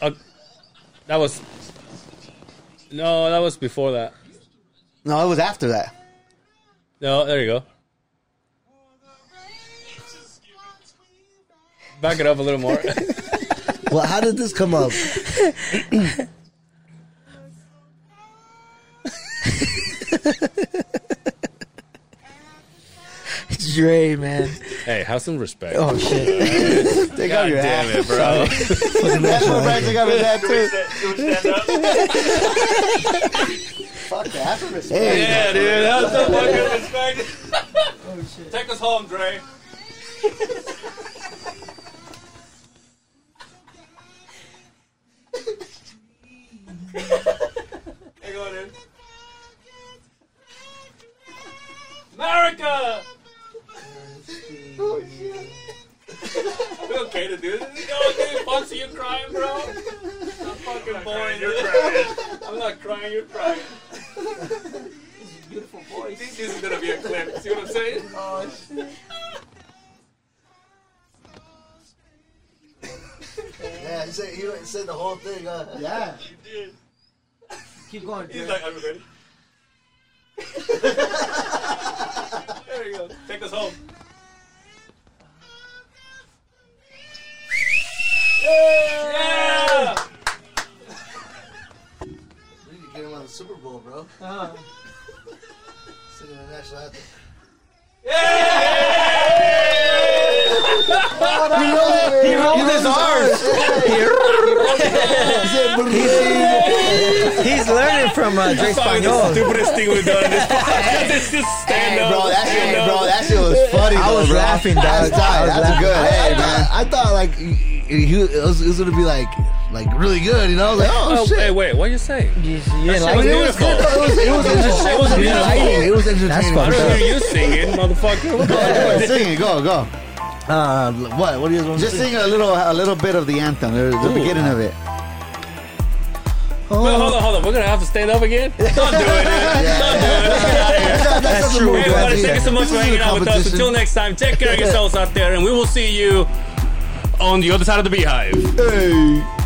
Speaker 4: uh, that was no, that was before that.
Speaker 5: No, it was after that.
Speaker 4: No, there you go. Back it up a little more.
Speaker 2: Well, how did this come up?
Speaker 3: Dre, man.
Speaker 4: hey, have some respect.
Speaker 3: Oh shit.
Speaker 5: Take
Speaker 4: God
Speaker 5: off your
Speaker 4: damn
Speaker 5: hat.
Speaker 4: it, bro.
Speaker 5: That's what Brian took off his hat
Speaker 6: Do we
Speaker 5: too.
Speaker 6: sta- do we stand up?
Speaker 5: Fuck the Oh, hat for
Speaker 4: yeah, dude. That's the fucking respect. Take us home, Dre. Hang on in. America! Are we okay to do this? No, dude, Foxy, you crying, bro? I'm fucking boring.
Speaker 6: You're crying.
Speaker 4: I'm not crying, you're crying. This is a beautiful boy.
Speaker 6: this is gonna be a clip. See what I'm saying? Oh shit.
Speaker 2: Yeah, he said, he said the whole thing. Huh?
Speaker 3: Yeah.
Speaker 6: You did.
Speaker 3: Keep going.
Speaker 6: He's like, are you ready? there you go. Take us home. Yeah!
Speaker 2: You need to get him on the Super Bowl, bro. Singing the national anthem.
Speaker 3: He rolled his R's. He's learning from uh, Drake
Speaker 4: Probably the
Speaker 3: Spaniel.
Speaker 4: stupidest thing we've done in this podcast. It's just stand
Speaker 5: Hey,
Speaker 4: up.
Speaker 5: bro, that shit,
Speaker 4: stand up.
Speaker 5: bro, that shit was funny.
Speaker 3: I
Speaker 5: though,
Speaker 3: was
Speaker 5: bro.
Speaker 3: laughing, dog.
Speaker 5: That's
Speaker 3: I
Speaker 5: tight.
Speaker 3: was laughing.
Speaker 5: That's good. Hey, man.
Speaker 2: I thought like he, he it was, it was gonna be like like really good, you know? I was like, oh,
Speaker 4: Oh,
Speaker 2: shit.
Speaker 4: wait, wait, what you say?
Speaker 3: You didn't
Speaker 4: shit
Speaker 3: like
Speaker 4: was
Speaker 3: it?
Speaker 2: It was good. though. It was it was entertaining.
Speaker 4: It was
Speaker 2: I
Speaker 4: beautiful.
Speaker 2: liked it. It was entertaining.
Speaker 4: I
Speaker 3: fucked
Speaker 4: don't
Speaker 3: up.
Speaker 4: hear you singing, motherfucker.
Speaker 5: Yeah, sing it. Go, go.
Speaker 2: Uh, what? What do you guys want to
Speaker 5: Just
Speaker 2: sing?
Speaker 5: sing a little, a little bit of the anthem, the, the
Speaker 4: Ooh.
Speaker 5: beginning of it.
Speaker 4: Wait, hold on, hold on. We're gonna have to stand up again. Don't do it. Dude. Don't do it.
Speaker 5: That's
Speaker 2: true.
Speaker 4: Hey, everybody, thank you so much
Speaker 2: This
Speaker 4: for
Speaker 2: is
Speaker 4: hanging
Speaker 2: a
Speaker 4: out with us.
Speaker 2: competition.
Speaker 4: Until next time, take care of yourselves out there, and we will see you on the other side of the beehive.
Speaker 5: Hey.